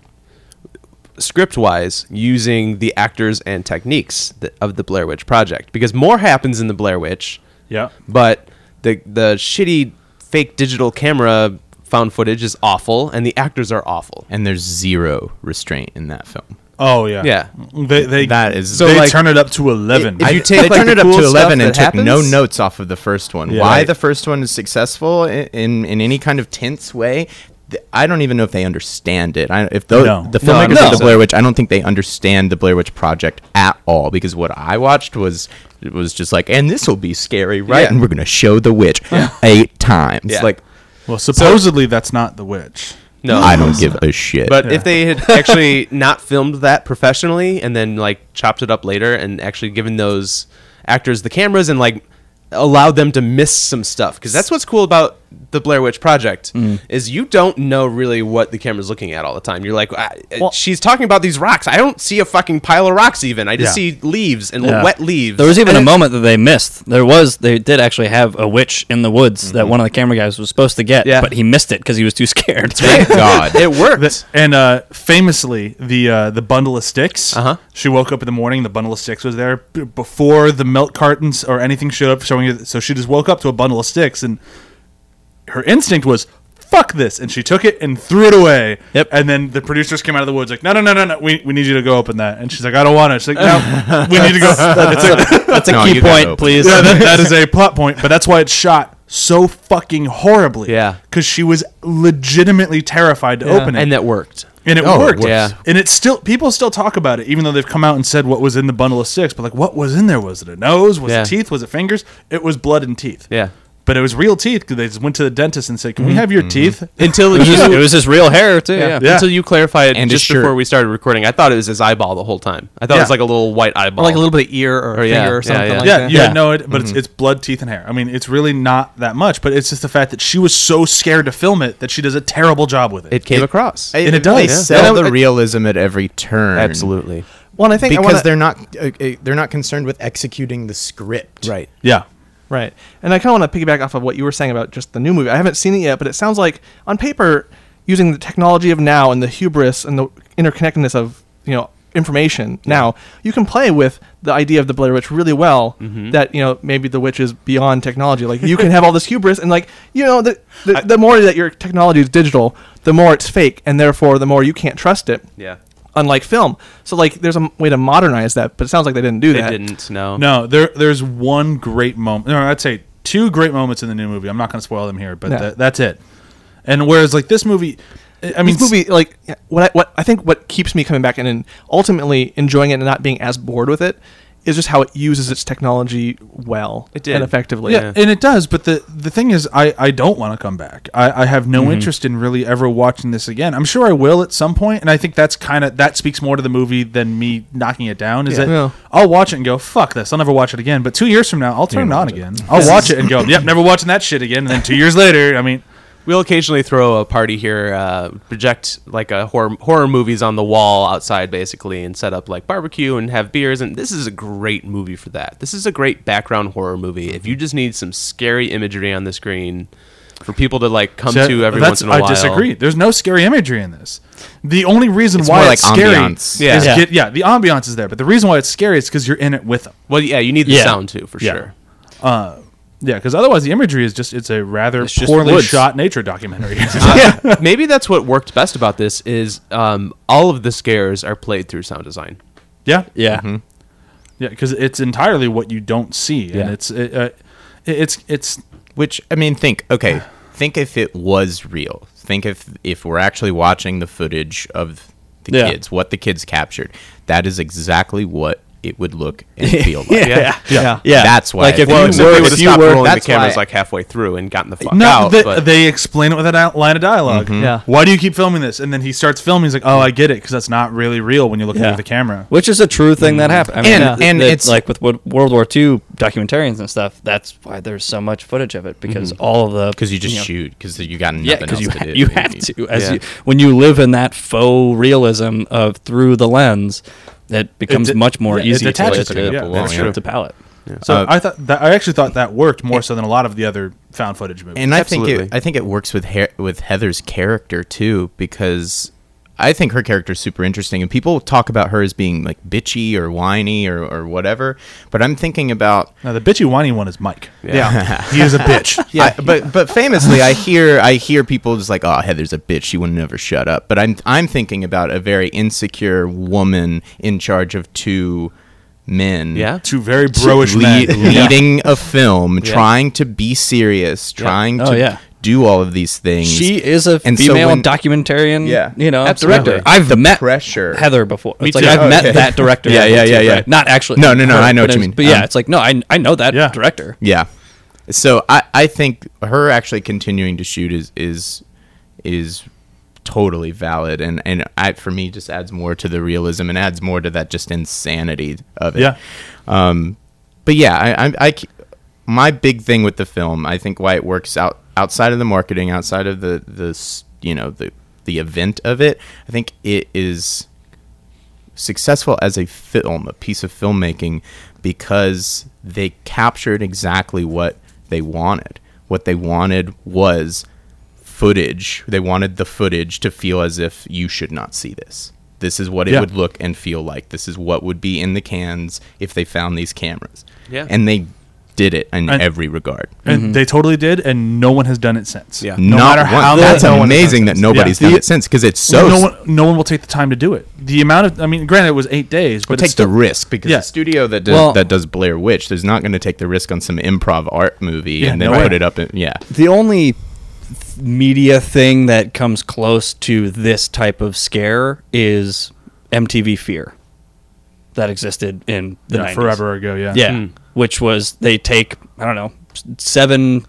[SPEAKER 6] script wise using the actors and techniques th- of the Blair Witch Project, because more happens in the Blair Witch.
[SPEAKER 2] Yeah.
[SPEAKER 6] But the the shitty fake digital camera found footage is awful, and the actors are awful.
[SPEAKER 5] And there's zero restraint in that film.
[SPEAKER 2] Oh yeah,
[SPEAKER 6] Yeah.
[SPEAKER 2] They they
[SPEAKER 5] That is-
[SPEAKER 2] so
[SPEAKER 5] So,
[SPEAKER 2] they
[SPEAKER 6] like-
[SPEAKER 2] turn it up to eleven.
[SPEAKER 6] If
[SPEAKER 5] I-
[SPEAKER 6] you take,
[SPEAKER 5] they
[SPEAKER 6] like,
[SPEAKER 5] turned
[SPEAKER 6] the
[SPEAKER 5] it up
[SPEAKER 6] cool
[SPEAKER 5] to
[SPEAKER 6] stuff
[SPEAKER 5] 11 and took
[SPEAKER 6] that
[SPEAKER 5] no
[SPEAKER 6] happens-
[SPEAKER 5] notes off of the first one.
[SPEAKER 2] Yeah.
[SPEAKER 5] Why
[SPEAKER 2] Right.
[SPEAKER 5] the first one is successful in, in, in any kind of tense way, th- I don't even know if they understand it. I, if tho-
[SPEAKER 2] No.
[SPEAKER 5] the
[SPEAKER 6] No, I
[SPEAKER 5] filmmakers
[SPEAKER 6] don't
[SPEAKER 5] of
[SPEAKER 6] think
[SPEAKER 5] the
[SPEAKER 6] so.
[SPEAKER 5] Blair Witch, I don't think they understand the Blair Witch project at all because what I watched was it was just like, and this will be scary, right?
[SPEAKER 6] Yeah.
[SPEAKER 5] And we're gonna show the witch eight times.
[SPEAKER 6] Yeah.
[SPEAKER 5] Like
[SPEAKER 2] well, supposedly that's not the witch.
[SPEAKER 6] no,
[SPEAKER 5] I don't give a shit.
[SPEAKER 6] But if they had actually not filmed that professionally and then like chopped it up later and actually given those actors the cameras and like allowed them to miss some stuff because that's what's cool about the Blair Witch Project is you don't know really what the camera's looking at all the time. You're like, "Ah, uh, she's talking about these rocks. I don't see a fucking pile of rocks even. I just
[SPEAKER 2] Yeah.
[SPEAKER 6] see leaves and
[SPEAKER 2] Yeah.
[SPEAKER 6] wet leaves.
[SPEAKER 4] There was even a moment that they missed. There was they did actually have a witch in the woods that one of the camera guys was supposed to get,
[SPEAKER 6] Yeah.
[SPEAKER 4] but he missed it because he was too scared.
[SPEAKER 5] thank God.
[SPEAKER 6] it worked.
[SPEAKER 2] The- and uh, famously, the uh, the bundle of sticks.
[SPEAKER 6] Uh-huh.
[SPEAKER 2] She woke up in the morning. The bundle of sticks was there b- before the milk cartons or anything showed up, showing it. So she just woke up to a bundle of sticks, and her instinct was "fuck this," and she took it and threw it away.
[SPEAKER 4] Yep.
[SPEAKER 2] And then the producers came out of the woods like, "No, no, no, no, no. We, we need you to go open that." And she's like, "I don't want it." She's like, "No, we need to go." <laughs>
[SPEAKER 6] <laughs>
[SPEAKER 2] It's like-
[SPEAKER 4] That's a
[SPEAKER 5] No,
[SPEAKER 4] key
[SPEAKER 5] you gotta
[SPEAKER 4] point,
[SPEAKER 5] open
[SPEAKER 4] please.
[SPEAKER 2] yeah, that, that is a plot point, but that's why it's shot so fucking horribly.
[SPEAKER 6] Yeah.
[SPEAKER 2] because she was legitimately terrified to open it,
[SPEAKER 6] and that worked.
[SPEAKER 2] and it
[SPEAKER 5] Oh, it
[SPEAKER 2] worked.
[SPEAKER 5] works.
[SPEAKER 6] Yeah.
[SPEAKER 2] And it's still people still talk about it, even though they've come out and said what was in the bundle of sticks. But like, what was in there? Was it a nose? Was
[SPEAKER 6] Yeah.
[SPEAKER 2] it teeth? Was it fingers? It was blood and teeth.
[SPEAKER 6] Yeah.
[SPEAKER 3] <laughs>
[SPEAKER 2] But it was real teeth because they just went to the dentist and said, "Can we
[SPEAKER 6] Mm-hmm.
[SPEAKER 2] have your teeth?"
[SPEAKER 6] Until
[SPEAKER 4] It was just-
[SPEAKER 6] you
[SPEAKER 4] it was his real hair too. Yeah.
[SPEAKER 2] Yeah.
[SPEAKER 6] Until you clarify it
[SPEAKER 5] And his
[SPEAKER 6] just
[SPEAKER 5] shirt.
[SPEAKER 6] before we started recording, I thought it was his eyeball the whole time. I thought it
[SPEAKER 2] Yeah.
[SPEAKER 6] was like a little white eyeball,
[SPEAKER 3] Or like a little bit of ear or,
[SPEAKER 6] Or, yeah,
[SPEAKER 3] finger or
[SPEAKER 6] yeah,
[SPEAKER 3] something
[SPEAKER 6] yeah. Mm-hmm.
[SPEAKER 2] <laughs>
[SPEAKER 3] like
[SPEAKER 2] yeah,
[SPEAKER 3] that.
[SPEAKER 2] you
[SPEAKER 4] Yeah.
[SPEAKER 2] had no idea, but it's, it's blood, teeth, and hair. I mean, it's really not that much, but it's just the fact that she was so scared to film it that she does a terrible job with it.
[SPEAKER 6] It came across.
[SPEAKER 2] And it does,
[SPEAKER 5] They
[SPEAKER 2] yeah.
[SPEAKER 5] sell
[SPEAKER 6] And I-
[SPEAKER 5] the realism at every turn.
[SPEAKER 6] Absolutely.
[SPEAKER 3] Well, and I think I
[SPEAKER 5] because
[SPEAKER 3] wanna-
[SPEAKER 5] they're not uh, uh, they're not concerned with executing the script.
[SPEAKER 6] Right.
[SPEAKER 2] yeah.
[SPEAKER 3] Right. And I kind of want to piggyback off of what you were saying about just the new movie. I haven't seen it yet, but it sounds like on paper, using the technology of now and the hubris and the interconnectedness of, you know, information now, you can play with the idea of the Blair Witch really well
[SPEAKER 6] Mm-hmm.
[SPEAKER 3] that, you know, maybe the witch is beyond technology. Like you can have all this hubris and like, you know, the, the, the more that your technology is digital, the more it's fake and therefore the more you can't trust it.
[SPEAKER 6] Yeah.
[SPEAKER 3] Unlike film. So like there's a m- way to modernize that, but it sounds like they didn't do
[SPEAKER 6] They
[SPEAKER 3] that.
[SPEAKER 6] didn't know.
[SPEAKER 2] No, there there's one great moment. No, I'd say two great moments in the new movie. I'm not going to spoil them here, but
[SPEAKER 3] No.
[SPEAKER 2] tha- that's it. And whereas like this movie, I I mean,
[SPEAKER 3] this movie like what I, what I think what keeps me coming back and, and ultimately enjoying it and not being as bored with it is just how it uses its technology well
[SPEAKER 6] It did.
[SPEAKER 3] and effectively.
[SPEAKER 2] yeah, and it does. But the the thing is, I I don't want to come back. I I have no
[SPEAKER 3] Mm-hmm.
[SPEAKER 2] interest in really ever watching this again. I'm sure I will at some point, and I think that's kind of that speaks more to the movie than me knocking it down. Is that
[SPEAKER 3] Yeah.
[SPEAKER 2] I'll watch it and go fuck this. I'll never watch it again. But two years from now, I'll turn it on
[SPEAKER 3] <laughs>
[SPEAKER 2] again. I'll watch it and go, yep, never watching that shit again. And then two years later, I mean.
[SPEAKER 6] We'll occasionally throw a party here, uh, project like a horror horror movies on the wall outside, basically, and set up like barbecue and have beers. And this is a great movie for that. This is a great background horror movie. If you just need some scary imagery on the screen, for people to like come
[SPEAKER 2] See,
[SPEAKER 6] to every
[SPEAKER 2] that's-
[SPEAKER 6] once in a while.
[SPEAKER 2] I disagree. There's no scary imagery in this. The only reason
[SPEAKER 5] It's
[SPEAKER 2] why
[SPEAKER 5] more like
[SPEAKER 2] it's scary
[SPEAKER 5] ambiance.
[SPEAKER 2] yeah. is
[SPEAKER 4] Yeah.
[SPEAKER 2] get- yeah, the ambiance is there, but the reason why it's scary is because you're in it with them.
[SPEAKER 6] Well, yeah, you need the
[SPEAKER 4] Yeah.
[SPEAKER 6] sound too for
[SPEAKER 2] Yeah. Uh,
[SPEAKER 6] sure. <laughs>
[SPEAKER 2] Yeah, because otherwise the imagery is just it's a rather
[SPEAKER 6] just
[SPEAKER 2] poorly
[SPEAKER 6] woods.
[SPEAKER 2] shot nature
[SPEAKER 6] <laughs>
[SPEAKER 2] documentary. <laughs>
[SPEAKER 6] yeah, maybe that's what worked best about this is um, all of the scares are played through sound design.
[SPEAKER 2] yeah,
[SPEAKER 4] Yeah.
[SPEAKER 2] yeah, because it's entirely what you don't see, and
[SPEAKER 4] Yeah.
[SPEAKER 2] it's it, uh, it- it's it's
[SPEAKER 5] Which I mean, think okay, think if it was real. Think if if we're actually watching the footage of the
[SPEAKER 4] Yeah.
[SPEAKER 5] kids, what the kids captured. That is exactly what it would look and feel like.
[SPEAKER 6] Yeah.
[SPEAKER 2] yeah.
[SPEAKER 4] Yeah.
[SPEAKER 5] That's why
[SPEAKER 4] Like
[SPEAKER 5] I
[SPEAKER 4] if
[SPEAKER 5] think
[SPEAKER 4] you
[SPEAKER 5] it
[SPEAKER 6] Well,
[SPEAKER 5] was-
[SPEAKER 6] except they
[SPEAKER 4] were,
[SPEAKER 6] would
[SPEAKER 4] if
[SPEAKER 6] have
[SPEAKER 4] you
[SPEAKER 6] stopped
[SPEAKER 4] were,
[SPEAKER 6] rolling the
[SPEAKER 5] that's
[SPEAKER 6] cameras
[SPEAKER 5] why-
[SPEAKER 6] like halfway through and gotten the fuck
[SPEAKER 2] No,
[SPEAKER 6] Uh, out.
[SPEAKER 2] they,
[SPEAKER 6] but- Mm-hmm.
[SPEAKER 2] they explain it with that line of dialogue.
[SPEAKER 3] Yeah.
[SPEAKER 2] Why do you keep filming this? And then he starts filming. He's like, "Oh, I get it, because that's not really real when you look
[SPEAKER 4] Yeah.
[SPEAKER 2] over the camera."
[SPEAKER 4] Which is a true thing that happened. I mean,
[SPEAKER 5] And-
[SPEAKER 4] yeah.
[SPEAKER 5] and
[SPEAKER 4] that-
[SPEAKER 5] it's-
[SPEAKER 4] like with Wo- World War II documentarians and stuff. That's why there's so much footage of it because all of the
[SPEAKER 5] because you just
[SPEAKER 4] know,
[SPEAKER 5] shoot because you got nothing
[SPEAKER 4] Yeah,
[SPEAKER 5] else
[SPEAKER 4] because you
[SPEAKER 5] to
[SPEAKER 4] ha-
[SPEAKER 5] do.
[SPEAKER 4] you have to as
[SPEAKER 6] Yeah.
[SPEAKER 4] you, when you live in that faux realism of through the lens, it becomes
[SPEAKER 2] de-
[SPEAKER 4] much more
[SPEAKER 2] yeah, it
[SPEAKER 4] easy to,
[SPEAKER 2] detaches
[SPEAKER 4] to,
[SPEAKER 2] from it, yeah,
[SPEAKER 5] that's
[SPEAKER 4] to,
[SPEAKER 5] true.
[SPEAKER 4] to palette.
[SPEAKER 2] So
[SPEAKER 5] Uh,
[SPEAKER 2] I thought that I actually thought that worked more so than a lot of the other found footage movies.
[SPEAKER 5] And I think
[SPEAKER 6] Absolutely.
[SPEAKER 5] it, I think it works with Her- with Heather's character too because I think her character is super interesting and people talk about her as being like bitchy or whiny or, or whatever, but I'm thinking about
[SPEAKER 2] now the bitchy whiny one is Mike.
[SPEAKER 6] Yeah.
[SPEAKER 5] <laughs>
[SPEAKER 2] he is a bitch.
[SPEAKER 5] yeah, but but famously I hear I hear people just like oh Heather's a bitch she would never shut up, but I'm I'm thinking about a very insecure woman in charge of two men
[SPEAKER 6] yeah.
[SPEAKER 2] Two very
[SPEAKER 5] to
[SPEAKER 2] bro-ish <laughs>
[SPEAKER 5] lead-
[SPEAKER 2] men.
[SPEAKER 5] leading a film, trying to be serious, trying
[SPEAKER 4] Oh,
[SPEAKER 5] to
[SPEAKER 4] yeah.
[SPEAKER 5] do all of these things.
[SPEAKER 4] She is a
[SPEAKER 5] And so
[SPEAKER 4] female
[SPEAKER 5] when-
[SPEAKER 4] documentarian,
[SPEAKER 5] Yeah.
[SPEAKER 4] you know,
[SPEAKER 6] Absolutely.
[SPEAKER 4] director. I've met
[SPEAKER 5] pressure.
[SPEAKER 4] Heather before. It's like
[SPEAKER 2] too.
[SPEAKER 4] I've
[SPEAKER 2] Oh,
[SPEAKER 4] met
[SPEAKER 5] okay.
[SPEAKER 4] that director.
[SPEAKER 5] <laughs> Yeah, yeah,
[SPEAKER 4] before,
[SPEAKER 5] yeah,
[SPEAKER 4] too,
[SPEAKER 5] yeah.
[SPEAKER 4] right? Not actually.
[SPEAKER 5] No, no, no, I know
[SPEAKER 4] but
[SPEAKER 5] what you
[SPEAKER 4] it's-
[SPEAKER 5] mean.
[SPEAKER 4] But yeah,
[SPEAKER 5] Um,
[SPEAKER 4] it's like no, I I know that
[SPEAKER 2] Yeah.
[SPEAKER 4] director.
[SPEAKER 5] Yeah. So I, I think her actually continuing to shoot is is is totally valid and and I for me just adds more to the realism and adds more to that just insanity of it.
[SPEAKER 2] Yeah.
[SPEAKER 5] Um but yeah, I I, I c- my big thing with the film, I think why it works out outside of the marketing, outside of the the s- you know the the event of it, I think it is successful as a film, a piece of filmmaking, because they captured exactly what they wanted. What they wanted was footage. They wanted the footage to feel as if you should not see this. This is what it
[SPEAKER 2] Yeah.
[SPEAKER 5] would look and feel like. This is what would be in the cans if they found these cameras.
[SPEAKER 6] Yeah.
[SPEAKER 5] And they did it in
[SPEAKER 2] And-
[SPEAKER 5] every regard.
[SPEAKER 2] And they totally did, and no one has done it since.
[SPEAKER 6] Yeah.
[SPEAKER 5] No mm-hmm. Not
[SPEAKER 2] matter
[SPEAKER 5] one.
[SPEAKER 2] how
[SPEAKER 5] That's
[SPEAKER 2] many-
[SPEAKER 5] amazing that nobody's
[SPEAKER 2] Yeah.
[SPEAKER 5] done
[SPEAKER 2] The-
[SPEAKER 5] it since because it's so.
[SPEAKER 2] no one, no one will take the time to do it. The amount of, I mean, granted, it was eight days, but
[SPEAKER 5] take
[SPEAKER 2] it's still,
[SPEAKER 5] the risk because
[SPEAKER 2] Yeah.
[SPEAKER 5] the studio that does,
[SPEAKER 4] Well-
[SPEAKER 5] that does Blair Witch there's not going to take the risk on some improv art movie
[SPEAKER 2] Yeah,
[SPEAKER 5] and then
[SPEAKER 2] no way.
[SPEAKER 5] put it up. In, yeah,
[SPEAKER 4] the only th- media thing that comes close to this type of scare is MTV Fear that existed in the
[SPEAKER 2] yeah,
[SPEAKER 4] 90s.
[SPEAKER 2] forever ago. Yeah,
[SPEAKER 4] Yeah, which was they take I don't know s- seven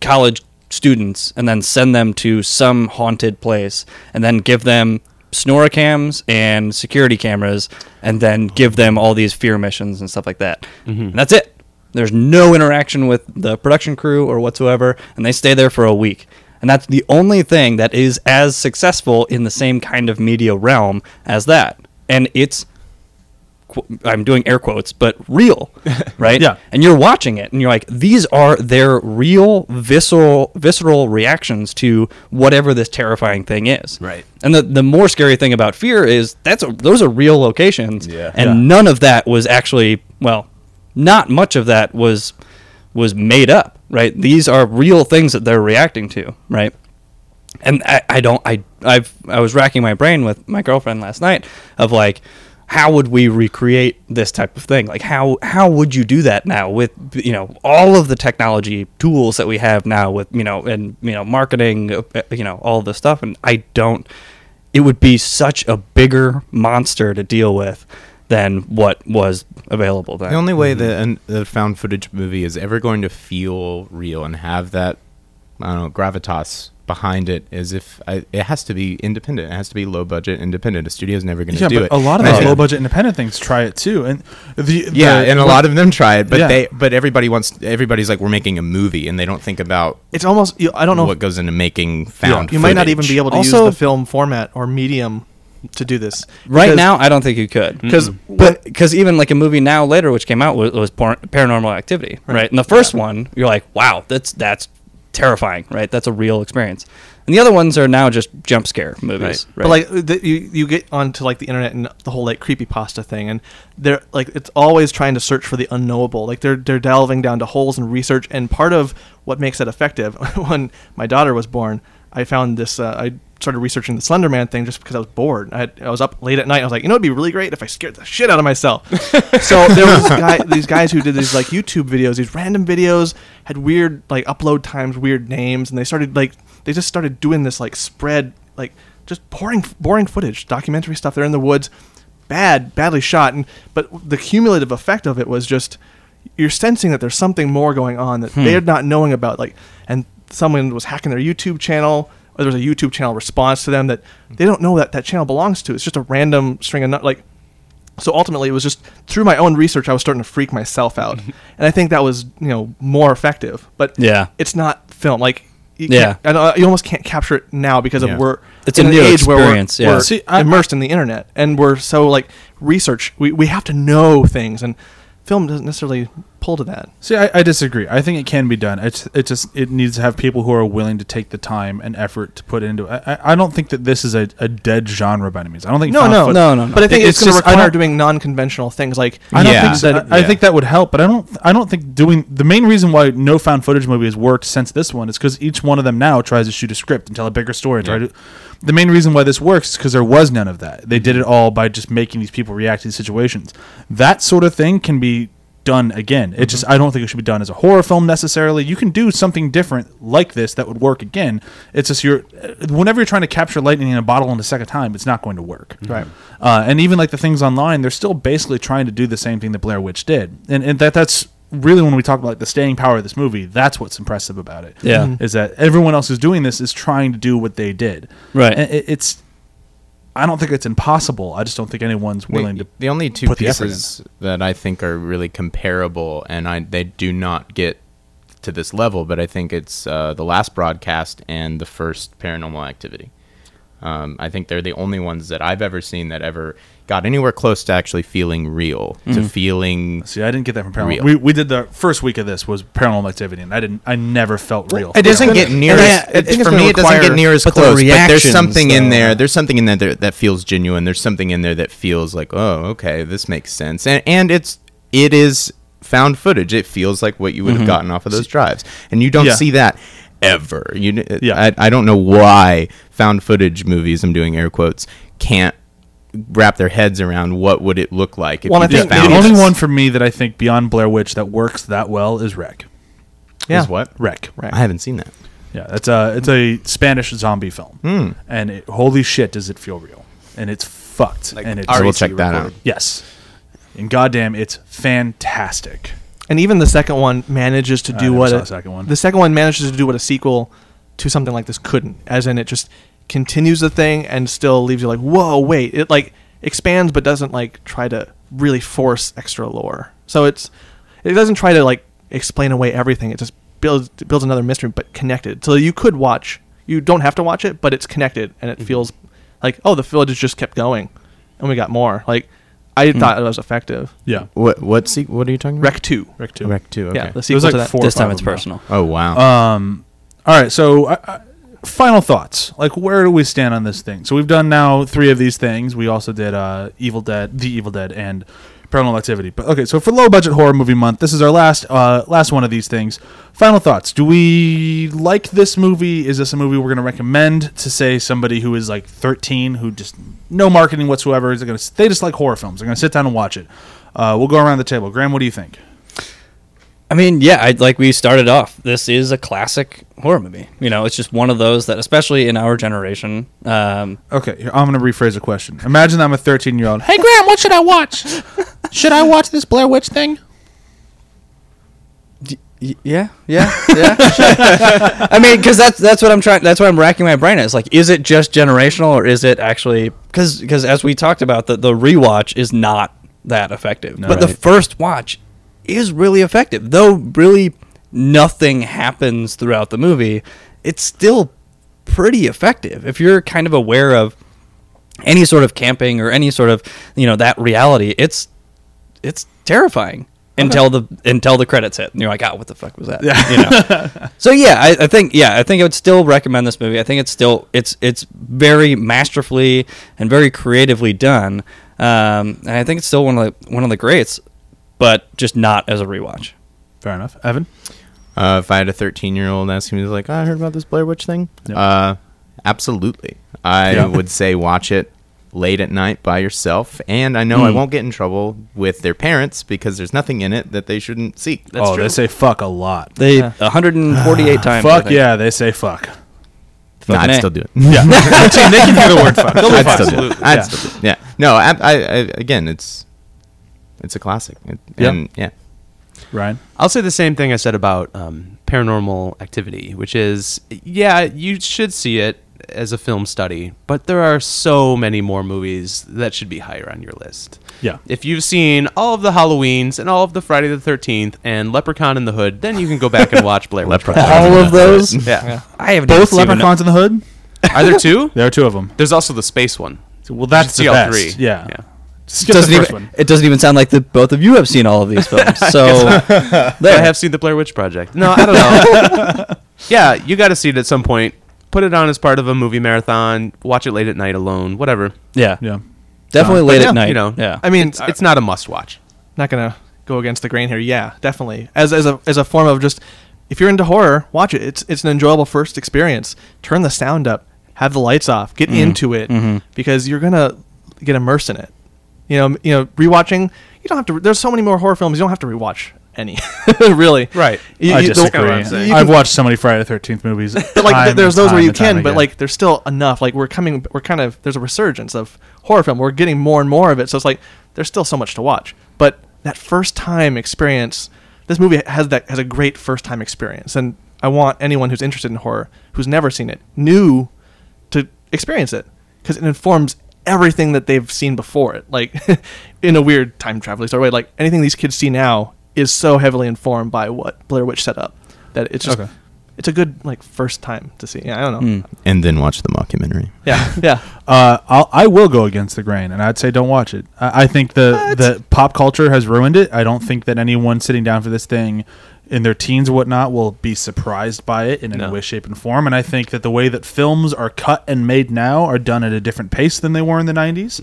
[SPEAKER 4] college students and then send them to some haunted place and then give them snorocams and security cameras and then give them all these fear missions and stuff like that. And that's it. There's no interaction with the production crew or whatsoever, and they stay there for a week. And that's the only thing that is as successful in the same kind of media realm as that. And it's qu- I'm doing air quotes, but real, right?
[SPEAKER 2] Yeah.
[SPEAKER 4] And you're watching it, and you're like, these are their real visceral visceral reactions to whatever this terrifying thing is.
[SPEAKER 6] Right.
[SPEAKER 4] And the the more scary thing about fear is that's a, those are real locations,
[SPEAKER 5] Yeah.
[SPEAKER 4] and
[SPEAKER 2] Yeah.
[SPEAKER 4] none of that was actually well, not much of that was was made up, right? These are real things that they're reacting to, right? and I, I don't I I've I was racking my brain with my girlfriend last night of like how would we recreate this type of thing like how how would you do that now with you know all of the technology tools that we have now with you know and you know marketing uh, you know all this stuff and I don't it would be such a bigger monster to deal with than what was available then
[SPEAKER 5] The only way that an, the found footage movie is ever going to feel real and have that, I don't know, gravitas behind it is if I, it has to be independent. It has to be low budget, independent. A studio's never going to
[SPEAKER 2] yeah.
[SPEAKER 5] do
[SPEAKER 2] But
[SPEAKER 5] it.
[SPEAKER 2] a lot of
[SPEAKER 5] And I
[SPEAKER 2] those
[SPEAKER 5] think-
[SPEAKER 2] low budget independent things try it too, and the
[SPEAKER 5] Yeah,
[SPEAKER 2] the-
[SPEAKER 5] and a lot of them try it, but
[SPEAKER 2] Yeah.
[SPEAKER 5] they, but everybody wants, everybody's like, we're making a movie, and they don't think about
[SPEAKER 3] It's almost you, I don't know.
[SPEAKER 5] what goes into making found.
[SPEAKER 3] you might not even
[SPEAKER 5] footage.
[SPEAKER 3] be able to
[SPEAKER 4] Also-
[SPEAKER 3] use the film format or medium to do this
[SPEAKER 4] Right
[SPEAKER 3] Because-
[SPEAKER 4] now, I don't think you could because because even like a movie now later, which came out was, was Par- Paranormal Activity, right? And the first one, you're like, wow, that's that's terrifying, right? That's a real experience. And the other ones are now just jump scare movies, right?
[SPEAKER 3] But like the, you, you get onto like the internet and the whole like creepy pasta thing, and they're like it's always trying to search for the unknowable. Like they're they're delving down to holes in research, and part of what makes it effective. <laughs> when my daughter was born, I found this. Uh, I started researching the Slender Man thing just because I was bored. I, had, I was up late at night. I was like, you know, it'd be really great if I scared the shit out of myself. so there was this guy, these guys who did these like YouTube videos, these random videos had weird like upload times, weird names, and they started like they just started doing this like spread like just boring boring footage documentary stuff they're in the woods bad badly shot and but the cumulative effect of it was just you're sensing that there's something more going on that
[SPEAKER 4] Hmm.
[SPEAKER 3] they're not knowing about like and someone was hacking their youtube channel or there was a youtube channel response to them that they don't know that that channel belongs to it's just a random string of nu- like so ultimately it was just through my own research i was starting to freak myself
[SPEAKER 4] <laughs>
[SPEAKER 3] out and i think that was you know more effective but
[SPEAKER 4] Yeah.
[SPEAKER 3] it's not film like you
[SPEAKER 4] Yeah.
[SPEAKER 3] can't- I know- you almost can't capture it now because of
[SPEAKER 5] Yeah.
[SPEAKER 3] we're
[SPEAKER 4] It's a new
[SPEAKER 3] we're-
[SPEAKER 4] experience,
[SPEAKER 3] we're,
[SPEAKER 4] yeah.
[SPEAKER 2] See, I-
[SPEAKER 3] immersed in the internet and we're so like research we, we have to know things and film doesn't necessarily pull to that
[SPEAKER 2] See, I, I disagree. I think it can be done. It's it just it needs to have people who are willing to take the time and effort to put into it. I, I- I don't think that this is a, a dead genre by any means. I don't think
[SPEAKER 3] no
[SPEAKER 2] found
[SPEAKER 3] no,
[SPEAKER 2] foot-
[SPEAKER 4] No, no, no.
[SPEAKER 3] Uh, but i think
[SPEAKER 2] It-
[SPEAKER 3] it's,
[SPEAKER 2] it's
[SPEAKER 3] going
[SPEAKER 2] just-
[SPEAKER 3] to
[SPEAKER 2] I
[SPEAKER 3] require
[SPEAKER 2] don't-
[SPEAKER 3] doing non-conventional things like
[SPEAKER 2] I don't
[SPEAKER 5] Yeah.
[SPEAKER 2] think so.
[SPEAKER 5] That-
[SPEAKER 2] I, I
[SPEAKER 5] yeah.
[SPEAKER 2] think that would help, but I don't. I don't think doing the main reason why no found footage movie has worked since this one is because each one of them now tries to shoot a script and tell a bigger story. and Try to, the main reason why this works is because there was none of that. They did it all by just making these people react to these situations. That sort of thing can be done again. It just I don't think it should be done as a horror film necessarily. You can do something different like this that would work again. It's just you're whenever you're trying to capture lightning in a bottle in a second time, it's not going to work.
[SPEAKER 3] Right.
[SPEAKER 2] Uh, and even like the things online, they're still basically trying to do the same thing that Blair Witch did. And, and that that's really when we talk about like, the staying power of this movie, that's what's impressive about it.
[SPEAKER 4] Yeah. Mhm.
[SPEAKER 2] Is that everyone else who's doing this is trying to do what they did.
[SPEAKER 4] Right.
[SPEAKER 2] And it, it's I don't think it's impossible. I just don't think anyone's willing
[SPEAKER 5] the,
[SPEAKER 2] to
[SPEAKER 5] the only two
[SPEAKER 2] put the effort in.
[SPEAKER 5] pieces that I think are really comparable, and I they do not get to this level, but I think it's uh, the last broadcast and the first Paranormal Activity. Um, I think they're the only ones that I've ever seen that ever got anywhere close to actually feeling real,
[SPEAKER 2] Mm-hmm.
[SPEAKER 5] to feeling
[SPEAKER 2] See, I didn't get that from Paranormal.
[SPEAKER 5] Real.
[SPEAKER 2] We, we did the first week of this was Paranormal Activity, and I didn't. I never felt real.
[SPEAKER 5] It doesn't
[SPEAKER 6] gonna-
[SPEAKER 5] get near
[SPEAKER 6] and I-
[SPEAKER 5] as
[SPEAKER 6] I think
[SPEAKER 5] it-
[SPEAKER 6] it's
[SPEAKER 5] for
[SPEAKER 6] gonna
[SPEAKER 5] me. It doesn't
[SPEAKER 6] require-
[SPEAKER 5] get near as
[SPEAKER 4] but the
[SPEAKER 5] close. But there's
[SPEAKER 4] reactions,
[SPEAKER 5] something in
[SPEAKER 4] though.
[SPEAKER 5] there. There's something in there that feels genuine. There's something in there that feels like, oh, okay, this makes sense. And and it's it is found footage. It feels like what you would have gotten off of those drives, and you don't
[SPEAKER 2] Yeah.
[SPEAKER 5] see that ever. You,
[SPEAKER 2] Yeah.
[SPEAKER 5] yeah. I, I don't know why found footage movies. I'm doing air quotes. Can't wrap their heads around what would it look like if
[SPEAKER 3] Well,
[SPEAKER 5] you
[SPEAKER 3] I
[SPEAKER 5] just
[SPEAKER 3] think
[SPEAKER 2] the
[SPEAKER 5] found
[SPEAKER 2] only
[SPEAKER 5] it.
[SPEAKER 2] one for me that I think beyond Blair Witch that works that well is Wreck.
[SPEAKER 3] yeah
[SPEAKER 5] is what?
[SPEAKER 2] Wreck.
[SPEAKER 3] Wreck.
[SPEAKER 5] I haven't seen that.
[SPEAKER 2] Yeah, it's a it's a Spanish zombie film,
[SPEAKER 5] Hmm.
[SPEAKER 2] and it, holy shit, does it feel real? And it's fucked. and it's
[SPEAKER 5] I will
[SPEAKER 6] REC
[SPEAKER 5] check that out.
[SPEAKER 6] recorded.
[SPEAKER 2] yes, and goddamn, it's fantastic.
[SPEAKER 3] and even the second one manages to do
[SPEAKER 2] never
[SPEAKER 3] what
[SPEAKER 2] saw
[SPEAKER 3] a-
[SPEAKER 2] the second one.
[SPEAKER 3] the second one manages to do what a sequel to something like this couldn't as in it just continues the thing and still leaves you like whoa wait it like expands but doesn't like try to really force extra lore so it's it doesn't try to like explain away everything it just builds builds another mystery but connected so you could watch you don't have to watch it but it's connected and
[SPEAKER 2] Mm-hmm.
[SPEAKER 3] it feels like oh the footage just kept going and we got more like i
[SPEAKER 2] Hmm.
[SPEAKER 3] thought it was effective
[SPEAKER 2] Yeah,
[SPEAKER 5] What what se- what are you talking about?
[SPEAKER 3] rec 2
[SPEAKER 2] Wreck two.
[SPEAKER 5] Wreck two. Okay.
[SPEAKER 3] yeah the
[SPEAKER 2] It
[SPEAKER 3] sequel
[SPEAKER 2] was like
[SPEAKER 3] to that
[SPEAKER 2] four. or
[SPEAKER 4] this
[SPEAKER 2] five
[SPEAKER 4] time it's
[SPEAKER 2] of them now.
[SPEAKER 4] personal.
[SPEAKER 5] Oh wow.
[SPEAKER 2] Uh, All right, so I, I, final thoughts. Like, where do we stand on this thing? So we've done now three of these things. We also did uh, Evil Dead, The Evil Dead, and Paranormal Activity. But okay, so for low budget horror movie month, this is our last uh, last one of these things. Final thoughts. Do we like this movie? Is this a movie we're going to recommend to say somebody who is like 13 who just no marketing whatsoever is going to they just like horror films. They're going to sit down and watch it. Uh, we'll go around the table. Graham, what do you think?
[SPEAKER 4] I mean, yeah, I, like we started off, this is a classic horror movie. You know, it's just one of those that, especially in our generation, um,
[SPEAKER 2] Okay, here, I'm going to rephrase the question. Imagine I'm a 13 year old.
[SPEAKER 8] Hey Graham, what should I watch? should I watch this Blair Witch thing?
[SPEAKER 4] Y- yeah, yeah, yeah. I mean, because that's that's what I'm trying. That's what I'm racking my brain at. It's like, is it just generational, or is it actually because because as we talked about, the the rewatch is not that effective, but the
[SPEAKER 2] Right.
[SPEAKER 4] first watch is really effective, though. Really, nothing happens throughout the movie. It's still pretty effective if you're kind of aware of any sort of camping or any sort of you know that reality. It's it's terrifying. until the until the credits hit, and you're like, oh, what the fuck was that? Yeah. so yeah, I, I think yeah, I think I would still recommend this movie. I think it's still it's it's very masterfully and very creatively done, um, and I think it's still one of the one of the greats, but just not as a rewatch.
[SPEAKER 2] Fair enough. Evan?
[SPEAKER 5] Uh, if I had a 13 year old asking me, like, "Oh, I heard about this Blair Witch thing, uh, absolutely. I
[SPEAKER 2] Yeah.
[SPEAKER 5] would say watch it late at night by yourself. And I know
[SPEAKER 2] Hmm.
[SPEAKER 5] I won't get in trouble with their parents because there's nothing in it that they shouldn't see.
[SPEAKER 2] oh, they say fuck a lot.
[SPEAKER 4] They 148 times. I
[SPEAKER 2] fuck
[SPEAKER 4] think.
[SPEAKER 2] yeah, they say fuck.
[SPEAKER 5] Nah,
[SPEAKER 4] fucking
[SPEAKER 5] I'd
[SPEAKER 4] A.
[SPEAKER 5] still do it.
[SPEAKER 2] <laughs>
[SPEAKER 5] <laughs>
[SPEAKER 2] Yeah. Actually, they can do the word fuck.
[SPEAKER 5] I'd still do it.
[SPEAKER 2] Absolutely.
[SPEAKER 5] I'd
[SPEAKER 2] Yeah.
[SPEAKER 5] still do it. Yeah. No, I, I, I, again, it's it's a classic. It,
[SPEAKER 2] Yeah.
[SPEAKER 5] And yeah.
[SPEAKER 2] Ryan?
[SPEAKER 6] I'll say the same thing I said about um, paranormal activity, which is, yeah, you should see it as a film study, but there are so many more movies that should be higher on your list.
[SPEAKER 2] Yeah.
[SPEAKER 6] If you've seen all of the Halloweens and all of the Friday the 13th and Leprechaun in the Hood, then you can go back and watch Blair Witch. Project.
[SPEAKER 7] All
[SPEAKER 5] uh,
[SPEAKER 7] of those.
[SPEAKER 6] Yeah.
[SPEAKER 4] I have
[SPEAKER 2] Both leprechauns in the hood?
[SPEAKER 6] Are
[SPEAKER 2] <laughs>
[SPEAKER 6] there two?
[SPEAKER 2] There are two of them.
[SPEAKER 6] There's also the space one.
[SPEAKER 2] Well, that's
[SPEAKER 6] See
[SPEAKER 2] the
[SPEAKER 6] all
[SPEAKER 2] best.
[SPEAKER 6] three.
[SPEAKER 2] Yeah.
[SPEAKER 6] Yeah.
[SPEAKER 2] Skip
[SPEAKER 4] Doesn't
[SPEAKER 2] the first
[SPEAKER 4] even,
[SPEAKER 2] one.
[SPEAKER 4] it doesn't even sound like the both of you have seen all of these films. So there.
[SPEAKER 6] I have seen the Blair Witch Project. No, I don't know.
[SPEAKER 2] <laughs>
[SPEAKER 6] yeah, you got to see it at some point. Put it on as part of a movie marathon. Watch it late at night alone. Whatever.
[SPEAKER 4] yeah,
[SPEAKER 2] Yeah.
[SPEAKER 4] definitely late
[SPEAKER 6] Yeah,
[SPEAKER 4] at night.
[SPEAKER 6] You know.
[SPEAKER 4] yeah,
[SPEAKER 6] I mean, it's, it's not a must watch.
[SPEAKER 3] not gonna go against the grain here. Yeah, definitely. As as a as a form of just if you're into horror, watch it. It's it's an enjoyable first experience. Turn the sound up, have the lights off,
[SPEAKER 2] Mm-hmm.
[SPEAKER 3] get into it because you're gonna get immersed in it. You know, m- you know, rewatching. You don't have to. There's so many more horror films. You don't have to rewatch any, <laughs> really.
[SPEAKER 6] Right.
[SPEAKER 3] You-
[SPEAKER 2] I
[SPEAKER 3] you- the-
[SPEAKER 2] disagree.
[SPEAKER 6] I'm saying.
[SPEAKER 2] I've watched so many Friday the Thirteenth movies.
[SPEAKER 3] <laughs> but like th- there's those where you can but like there's still enough like we're coming we're kind of there's a resurgence of horror film we're getting more and more of it so it's like there's still so much to watch but that first time experience this movie has that has a great first time experience and i want anyone who's interested in horror who's never seen it new to experience it because it informs everything that they've seen before it like <laughs> in a weird time traveling sort of way like anything these kids see now is so heavily informed by what blair witch set up that it's just
[SPEAKER 2] Okay.
[SPEAKER 3] it's a good like first time to see yeah i don't know
[SPEAKER 5] And then watch the mockumentary.
[SPEAKER 3] <laughs> yeah yeah
[SPEAKER 2] uh, I'll, I will go against the grain, and I'd say don't watch it. I, I think the the pop culture has ruined it. I don't think that anyone sitting down for this thing in their teens or whatnot will be surprised by it in any way, shape, and form. And I think that the way that films are cut and made now are done at a different pace than they were in the '90s.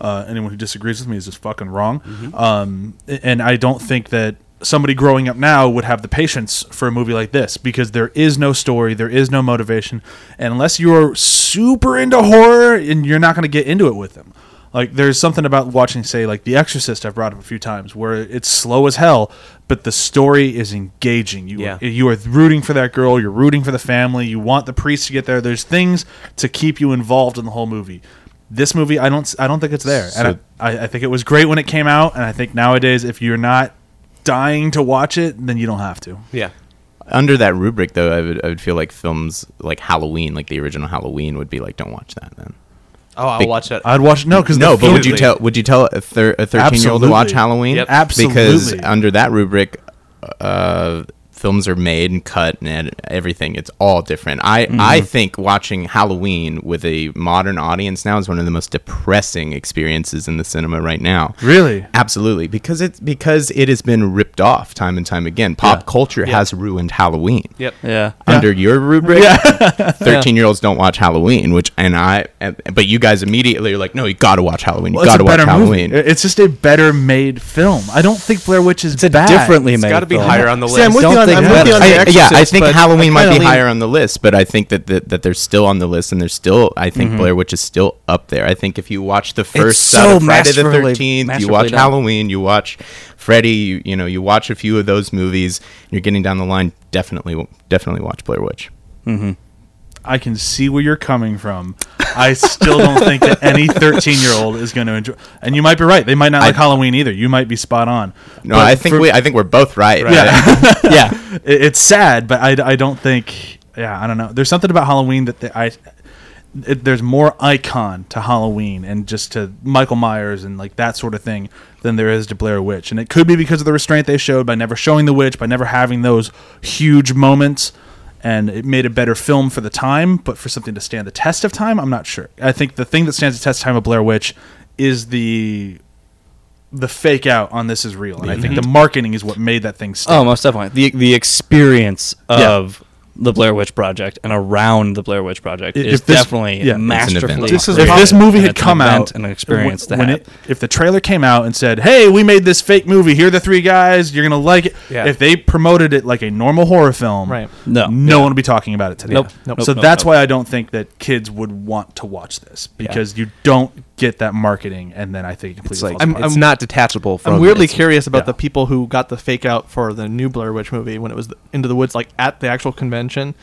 [SPEAKER 2] Uh, anyone who disagrees with me is just fucking wrong. Um, a- and I don't think that somebody growing up now would have the patience for a movie like this because there is no story, there is no motivation, and unless you're super into horror and you're not going to get into it with them. Like there's something about watching, say, like The Exorcist. I've brought up a few times where it's slow as hell, but the story is engaging. You
[SPEAKER 6] Yeah.
[SPEAKER 2] you are rooting for that girl. You're rooting for the family. You want the priest to get there. There's things to keep you involved in the whole movie. This movie, I don't, I don't think it's there,
[SPEAKER 5] So-
[SPEAKER 2] and I, I, I think it was great when it came out, and I think nowadays, if you're not dying to watch it, then you don't have to.
[SPEAKER 6] Yeah.
[SPEAKER 5] Under that rubric, though, I would, I would feel like films like Halloween, like the original Halloween, would be like, don't watch that then.
[SPEAKER 6] Oh, I'll
[SPEAKER 5] Big-
[SPEAKER 6] watch that.
[SPEAKER 2] I'd watch no, because
[SPEAKER 5] No, but would you
[SPEAKER 6] Absolutely.
[SPEAKER 5] tell would you tell a thirteen year old to watch
[SPEAKER 2] Absolutely.
[SPEAKER 5] Halloween?
[SPEAKER 6] Yep.
[SPEAKER 5] because
[SPEAKER 2] Absolutely.
[SPEAKER 5] under that rubric, uh, films are made and cut and everything. It's all different. I
[SPEAKER 2] Mm-hmm.
[SPEAKER 5] I think watching Halloween with a modern audience now is one of the most depressing experiences in the cinema right now.
[SPEAKER 2] really,
[SPEAKER 5] Absolutely, because it's because it has been ripped off time and time again. Pop culture has ruined Halloween
[SPEAKER 6] yep.
[SPEAKER 4] yeah.
[SPEAKER 5] under your rubric. <laughs> Thirteen year olds don't watch Halloween, which and I, and- but you guys immediately are like, no, you got to watch Halloween. You
[SPEAKER 2] Well,
[SPEAKER 5] got to watch
[SPEAKER 2] better movie.
[SPEAKER 5] Halloween.
[SPEAKER 2] It- It's just a better made film. I don't think Blair Witch is
[SPEAKER 4] It's a
[SPEAKER 2] bad.
[SPEAKER 4] differently
[SPEAKER 6] It's
[SPEAKER 4] made.
[SPEAKER 6] got to be
[SPEAKER 4] film.
[SPEAKER 6] higher on the
[SPEAKER 7] Sam,
[SPEAKER 6] list.
[SPEAKER 7] with
[SPEAKER 4] Don't
[SPEAKER 7] you on,
[SPEAKER 4] think
[SPEAKER 7] I'm with
[SPEAKER 4] better.
[SPEAKER 7] you on
[SPEAKER 5] I-
[SPEAKER 7] the
[SPEAKER 5] yeah,
[SPEAKER 7] Exorcist,
[SPEAKER 5] I think
[SPEAKER 7] but
[SPEAKER 5] Halloween might
[SPEAKER 7] kinda
[SPEAKER 5] be
[SPEAKER 7] lean-
[SPEAKER 5] higher on the list, but I think that that, that they're still on the list and they're still. I think Blair Witch is still up there. I think if you watch the first
[SPEAKER 4] so
[SPEAKER 5] side of Friday the
[SPEAKER 4] masterfully-
[SPEAKER 5] Thirteenth, you
[SPEAKER 4] masterfully
[SPEAKER 5] watch
[SPEAKER 4] done.
[SPEAKER 5] Halloween, you watch Freddy, you you know, you watch a few of those movies, you're getting down the line. Definitely, definitely watch Blair Witch.
[SPEAKER 2] I can see where you're coming from. I still
[SPEAKER 5] <laughs>
[SPEAKER 2] don't think that any 13 year old is going to enjoy. And you might be right. They might not like Halloween either. You might be spot on.
[SPEAKER 5] No,
[SPEAKER 2] But
[SPEAKER 5] I think
[SPEAKER 2] for-
[SPEAKER 5] we, I think we're both right. <laughs>
[SPEAKER 2] Yeah,
[SPEAKER 4] yeah,
[SPEAKER 2] It- it's sad, but I, I don't think. Yeah, I don't know. There's something about Halloween that the, I. It, there's more icon to Halloween and just to Michael Myers and like that sort of thing than there is to Blair Witch, and it could be because of the restraint they showed by never showing the witch, by never having those huge moments, and it made a better film for the time. But for something to stand the test of time, I'm not sure. I think the thing that stands the test of time of Blair Witch is the the fake out on this is real, and I think the marketing is what made that thing stick.
[SPEAKER 4] Oh, most definitely. The the experience of the Blair Witch Project and around the Blair Witch Project
[SPEAKER 2] If-
[SPEAKER 4] is
[SPEAKER 2] if this-
[SPEAKER 4] definitely
[SPEAKER 2] yeah. It's an
[SPEAKER 4] masterfully.
[SPEAKER 5] event. This
[SPEAKER 2] if
[SPEAKER 5] is
[SPEAKER 4] created,
[SPEAKER 2] this movie
[SPEAKER 4] and
[SPEAKER 2] had
[SPEAKER 4] it's an
[SPEAKER 2] come
[SPEAKER 4] event
[SPEAKER 2] out
[SPEAKER 4] and an experience
[SPEAKER 2] when,
[SPEAKER 4] to
[SPEAKER 2] when
[SPEAKER 4] have.
[SPEAKER 2] it, if the trailer came out and said, "Hey, we made this fake movie. Here are the three guys. You're gonna like it."
[SPEAKER 6] Yeah.
[SPEAKER 2] If they promoted it like a normal horror film,
[SPEAKER 3] Right.
[SPEAKER 4] No.
[SPEAKER 2] no one would be talking about it today.
[SPEAKER 4] Nope. Nope.
[SPEAKER 2] So
[SPEAKER 4] Nope.
[SPEAKER 2] that's
[SPEAKER 4] Nope.
[SPEAKER 2] why I don't think that kids would want to watch this because you don't get that marketing, and then I think it
[SPEAKER 6] It's
[SPEAKER 2] completely
[SPEAKER 6] like
[SPEAKER 2] falls
[SPEAKER 6] I'm,
[SPEAKER 2] apart.
[SPEAKER 6] it's not detachable from.
[SPEAKER 3] I'm weirdly
[SPEAKER 6] its-
[SPEAKER 3] curious about
[SPEAKER 2] yeah.
[SPEAKER 3] the people who got the fake out for the new Blair Witch movie when it was the, Into the Woods, like at the actual convention,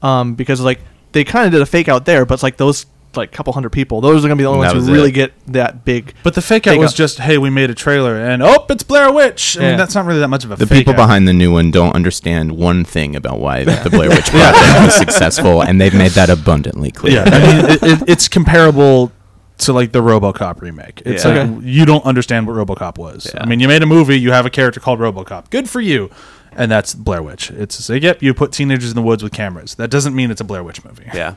[SPEAKER 3] um, because like they kind of did a fake out there, but it's like those like couple hundred people, those are gonna be the only
[SPEAKER 5] That
[SPEAKER 3] ones who
[SPEAKER 5] was
[SPEAKER 3] really
[SPEAKER 5] it.
[SPEAKER 3] get that big.
[SPEAKER 2] But the fake out
[SPEAKER 3] Fake
[SPEAKER 2] was
[SPEAKER 3] out.
[SPEAKER 2] just, hey, we made a trailer and oh, it's Blair Witch. I
[SPEAKER 3] Yeah.
[SPEAKER 2] mean, that's not really that much of a
[SPEAKER 5] The
[SPEAKER 2] fake
[SPEAKER 5] people
[SPEAKER 2] out.
[SPEAKER 5] behind the new one don't understand one thing about why the Blair Witch Project was successful, and they've made that abundantly clear.
[SPEAKER 2] Yeah, I mean, it, it, it's comparable to like the RoboCop remake. It's
[SPEAKER 6] Yeah.
[SPEAKER 2] like
[SPEAKER 3] Okay.
[SPEAKER 2] you don't understand what RoboCop was. I mean, you made a movie, you have a character called RoboCop. Good for you. And that's Blair Witch. It's just like, yep, you put teenagers in the woods with cameras. That doesn't mean it's a Blair Witch movie.
[SPEAKER 6] Yeah.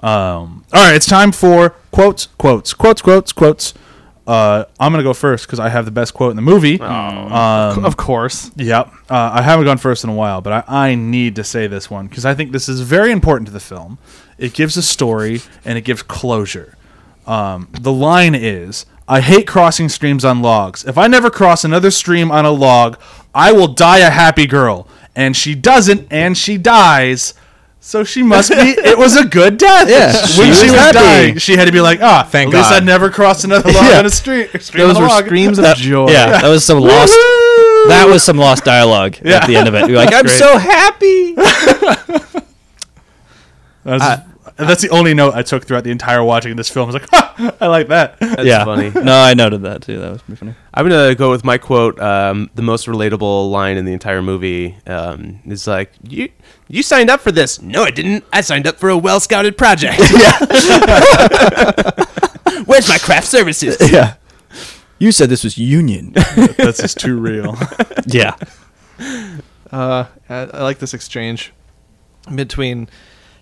[SPEAKER 2] Um, all right, it's time for quotes, quotes, quotes, quotes, quotes. Uh, I'm gonna go first because I have the best quote in the movie. Um,
[SPEAKER 3] of course,
[SPEAKER 2] Yep. Uh, I haven't gone first in a while, but I, I need to say this one because I think this is very important to the film. It gives a story and it gives closure. Um, the line is I hate crossing streams on logs. If I never cross another stream on a log, I will die a happy girl. And she doesn't, and she dies. So she must
[SPEAKER 4] <laughs>
[SPEAKER 2] be. It was a good death.
[SPEAKER 4] Yeah,
[SPEAKER 2] when
[SPEAKER 4] she
[SPEAKER 2] she was
[SPEAKER 4] was happy.
[SPEAKER 2] dying, she had to be like, "Ah,
[SPEAKER 5] Thank
[SPEAKER 2] at least
[SPEAKER 5] God.
[SPEAKER 2] I never crossed another log
[SPEAKER 4] Yeah.
[SPEAKER 2] on a stream. stream
[SPEAKER 3] those
[SPEAKER 2] on a
[SPEAKER 3] were
[SPEAKER 2] log.
[SPEAKER 3] screams of joy.
[SPEAKER 4] Yeah, that was some lost. That was some lost dialogue at the end of it. You're like, I'm
[SPEAKER 2] Great.
[SPEAKER 4] so happy.
[SPEAKER 2] That's, that's the only note I took throughout the entire watching of this film. I was like, <laughs> ha, I like that.
[SPEAKER 6] <laughs>
[SPEAKER 4] yeah,
[SPEAKER 6] funny.
[SPEAKER 4] No, I noted that too. That was pretty funny.
[SPEAKER 6] I'm gonna go with my quote. Um, the most relatable line in the entire movie um, is like, "You you signed up for this? No, I didn't. I signed up for a well scouted <laughs> project. Where's my craft services?
[SPEAKER 4] Yeah. You said this was union.
[SPEAKER 2] That's just too <laughs> real.
[SPEAKER 4] yeah.
[SPEAKER 3] Uh, I, I like this exchange between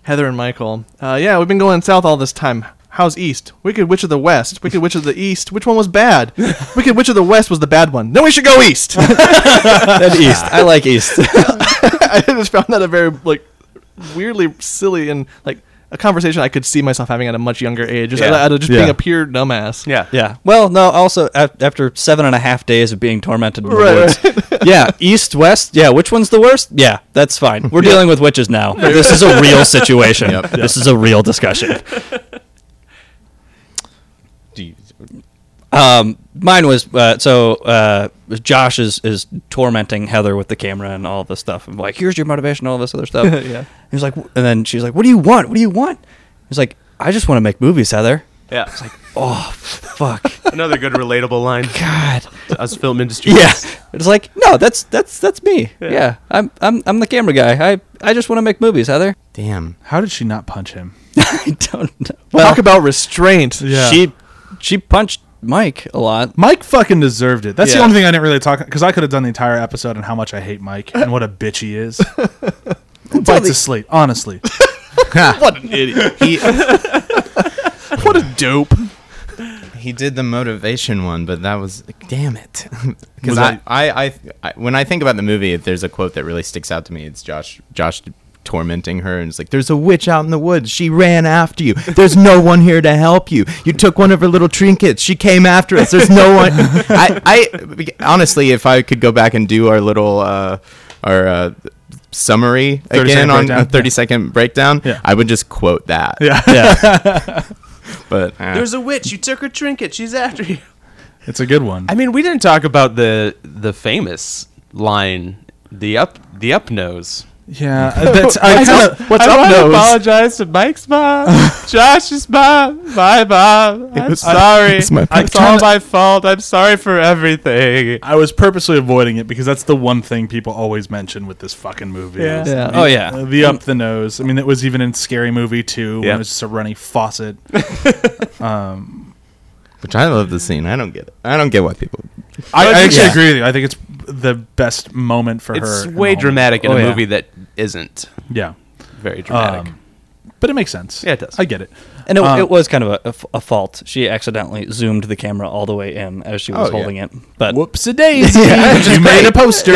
[SPEAKER 3] Heather and Michael. Uh, yeah, we've been going south all this time. How's east? Wicked Witch of the West. Wicked Witch of the East. Which one was bad? Wicked Witch of the West was the bad one. No, we should go east.
[SPEAKER 4] That's East. I like East.
[SPEAKER 3] <laughs> I just found that a very like weirdly silly and like a conversation I could see myself having at a much younger age. Just
[SPEAKER 6] Yeah.
[SPEAKER 3] out of just
[SPEAKER 2] Yeah.
[SPEAKER 3] being a pure dumbass.
[SPEAKER 6] <laughs> Yeah,
[SPEAKER 4] Yeah. Well, no. Also, af- after seven and a half days of being tormented in the
[SPEAKER 3] Right,
[SPEAKER 4] woods, yeah, east, west, yeah. Which one's the worst? Yeah, that's fine. We're dealing with witches now. This is a real situation. <laughs>
[SPEAKER 5] Yep.
[SPEAKER 4] This is a real discussion. Um, mine was uh, so uh, Josh is is tormenting Heather with the camera and all this stuff. I'm like, here's your motivation, all this other stuff.
[SPEAKER 3] Yeah.
[SPEAKER 4] He's like, and then she's like, what do you want? What do you want? He's like, I just want to make movies, Heather.
[SPEAKER 6] yeah. <laughs>
[SPEAKER 4] Oh, fuck.
[SPEAKER 6] Another good relatable <laughs> line.
[SPEAKER 4] God.
[SPEAKER 6] to Us film industry.
[SPEAKER 4] Yeah. It's like, no, that's that's that's me. Yeah. I'm I'm I'm the camera guy. I I just want to make movies, Heather. <laughs>
[SPEAKER 5] Damn.
[SPEAKER 2] How did she not punch him?
[SPEAKER 4] I don't know. Well,
[SPEAKER 3] Talk about restraint.
[SPEAKER 2] Yeah.
[SPEAKER 4] she she punched Mike a lot.
[SPEAKER 2] Mike fucking deserved it. That's the
[SPEAKER 6] Yeah.
[SPEAKER 2] only thing I didn't really talk because I could have done the entire episode on how much I hate Mike and what a bitch he is. Bites a slate, honestly.
[SPEAKER 3] What an idiot.
[SPEAKER 5] He,
[SPEAKER 3] What a dope.
[SPEAKER 5] he did the motivation one, but that was damn it. <laughs>
[SPEAKER 2] Was
[SPEAKER 5] Because I,
[SPEAKER 2] that-
[SPEAKER 5] I, I, I, when I think about the movie, if there's a quote that really sticks out to me, it's Josh, Josh tormenting her, and it's like, "There's a witch out in the woods. She ran after you. There's no one here to help you. You took one of her little trinkets. She came after us. There's no one." <laughs> I, I honestly, if I could go back and do our little, uh, our. Uh, summary
[SPEAKER 2] 30
[SPEAKER 5] again
[SPEAKER 2] second
[SPEAKER 5] on
[SPEAKER 2] breakdown.
[SPEAKER 5] a 30 second breakdown
[SPEAKER 2] Yeah.
[SPEAKER 5] i would just quote that
[SPEAKER 2] Yeah.
[SPEAKER 4] Yeah.
[SPEAKER 5] but eh.
[SPEAKER 6] There's a witch. You took her trinket. She's after you.
[SPEAKER 2] <laughs> It's a good one.
[SPEAKER 6] I mean, we didn't talk about the the famous line, the up the up nose.
[SPEAKER 2] yeah. uh, That's, I kinda,
[SPEAKER 3] What's up,
[SPEAKER 6] I
[SPEAKER 3] nose?
[SPEAKER 6] apologize to Mike's mom, Josh's mom, my mom. I'm
[SPEAKER 5] was-
[SPEAKER 6] sorry.
[SPEAKER 5] it's my
[SPEAKER 6] it's all my fault. I'm sorry for everything.
[SPEAKER 2] I was purposely avoiding it because that's the one thing people always mention with this fucking movie.
[SPEAKER 6] Yeah.
[SPEAKER 2] is
[SPEAKER 3] Yeah.
[SPEAKER 2] the-
[SPEAKER 4] Oh, yeah.
[SPEAKER 2] uh, The up the nose. I mean, that was even in Scary Movie 2 when
[SPEAKER 6] Yeah.
[SPEAKER 2] it was just a running faucet.
[SPEAKER 5] Which I love the scene. I don't get it. I don't get why people.
[SPEAKER 2] I, I actually
[SPEAKER 4] Yeah.
[SPEAKER 2] agree with you. I think it's the best moment for her.
[SPEAKER 6] It's
[SPEAKER 2] in the
[SPEAKER 6] way
[SPEAKER 2] whole
[SPEAKER 6] dramatic in
[SPEAKER 4] Oh,
[SPEAKER 6] a
[SPEAKER 4] yeah.
[SPEAKER 6] movie that isn't
[SPEAKER 2] movie. Yeah.
[SPEAKER 6] very dramatic.
[SPEAKER 2] Um, but it makes sense.
[SPEAKER 6] Yeah, it does.
[SPEAKER 2] I get it.
[SPEAKER 4] And it,
[SPEAKER 2] Um,
[SPEAKER 4] it was kind of a- a, f- a fault. She accidentally zoomed the camera all the way in as she was
[SPEAKER 5] Oh, yeah.
[SPEAKER 4] holding it. But
[SPEAKER 2] Whoops a
[SPEAKER 4] <laughs>
[SPEAKER 2] daisy. <laughs> you made a <laughs> poster. <laughs>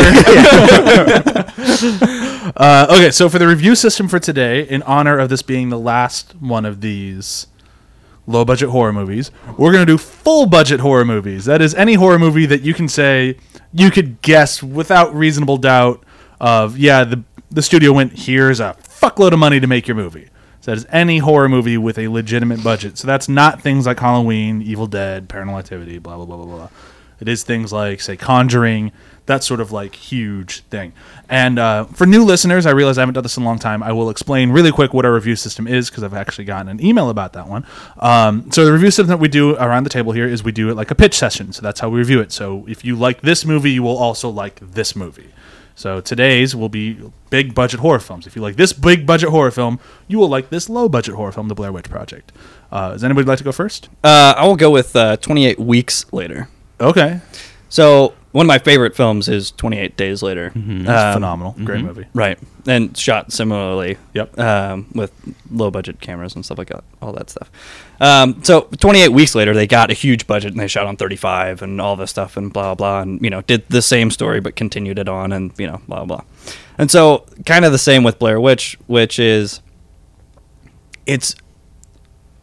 [SPEAKER 2] uh, okay, so for the review system for today, in honor of this being the last one of these low budget horror movies, we're going to do full budget horror movies. That is any horror movie that you can say you could guess without reasonable doubt of yeah, the the studio went here's a fuckload of money to make your movie. So that is any horror movie with a legitimate budget. So that's not things like Halloween, Evil Dead, Paranormal Activity, blah blah blah blah blah. It is things like, say, Conjuring, that sort of like huge thing. And uh, for new listeners, I realize I haven't done this in a long time. I will explain really quick what our review system is because I've actually gotten an email about that one. Um, so the review system that we do around the table here is we do it like a pitch session. So that's how we review it. So if you like this movie, you will also like this movie. So today's will be big budget horror films. If you like this big budget horror film, you will like this low budget horror film, The Blair Witch Project. Uh, does anybody like to go first?
[SPEAKER 4] uh, I will go with uh, 28 weeks later.
[SPEAKER 2] Okay,
[SPEAKER 4] So one of my favorite films is 28 Days Later.
[SPEAKER 2] Mm-hmm. that's
[SPEAKER 4] Um,
[SPEAKER 2] phenomenal, great movie.
[SPEAKER 4] Right, and shot similarly.
[SPEAKER 2] Yep.
[SPEAKER 4] Um, with low budget cameras and stuff like that, all that stuff. Um, so 28 weeks later, they got a huge budget and they shot on 35 and all this stuff and blah blah, and you know did the same story but continued it on and you know blah blah. And so kind of the same with Blair Witch, which is it's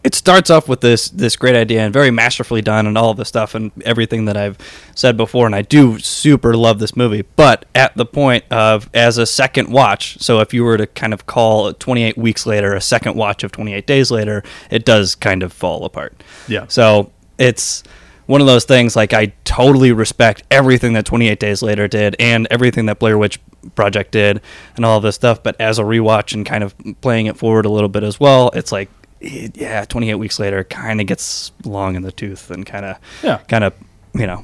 [SPEAKER 4] it starts off with this this great idea and very masterfully done and all of this stuff and everything that I've said before and I do super love this movie but at the point of as a second watch so if you were to kind of call 28 weeks later a second watch of 28 days later it does kind of fall apart
[SPEAKER 2] Yeah.
[SPEAKER 4] so it's one of those things like I totally respect everything that 28 Days Later did and everything that Blair Witch Project did and all this stuff. But as a rewatch and kind of playing it forward a little bit as well, it's like, eh, yeah, 28 weeks later kind of gets long in the tooth and kind of,
[SPEAKER 2] Yeah.
[SPEAKER 4] kind of, you know,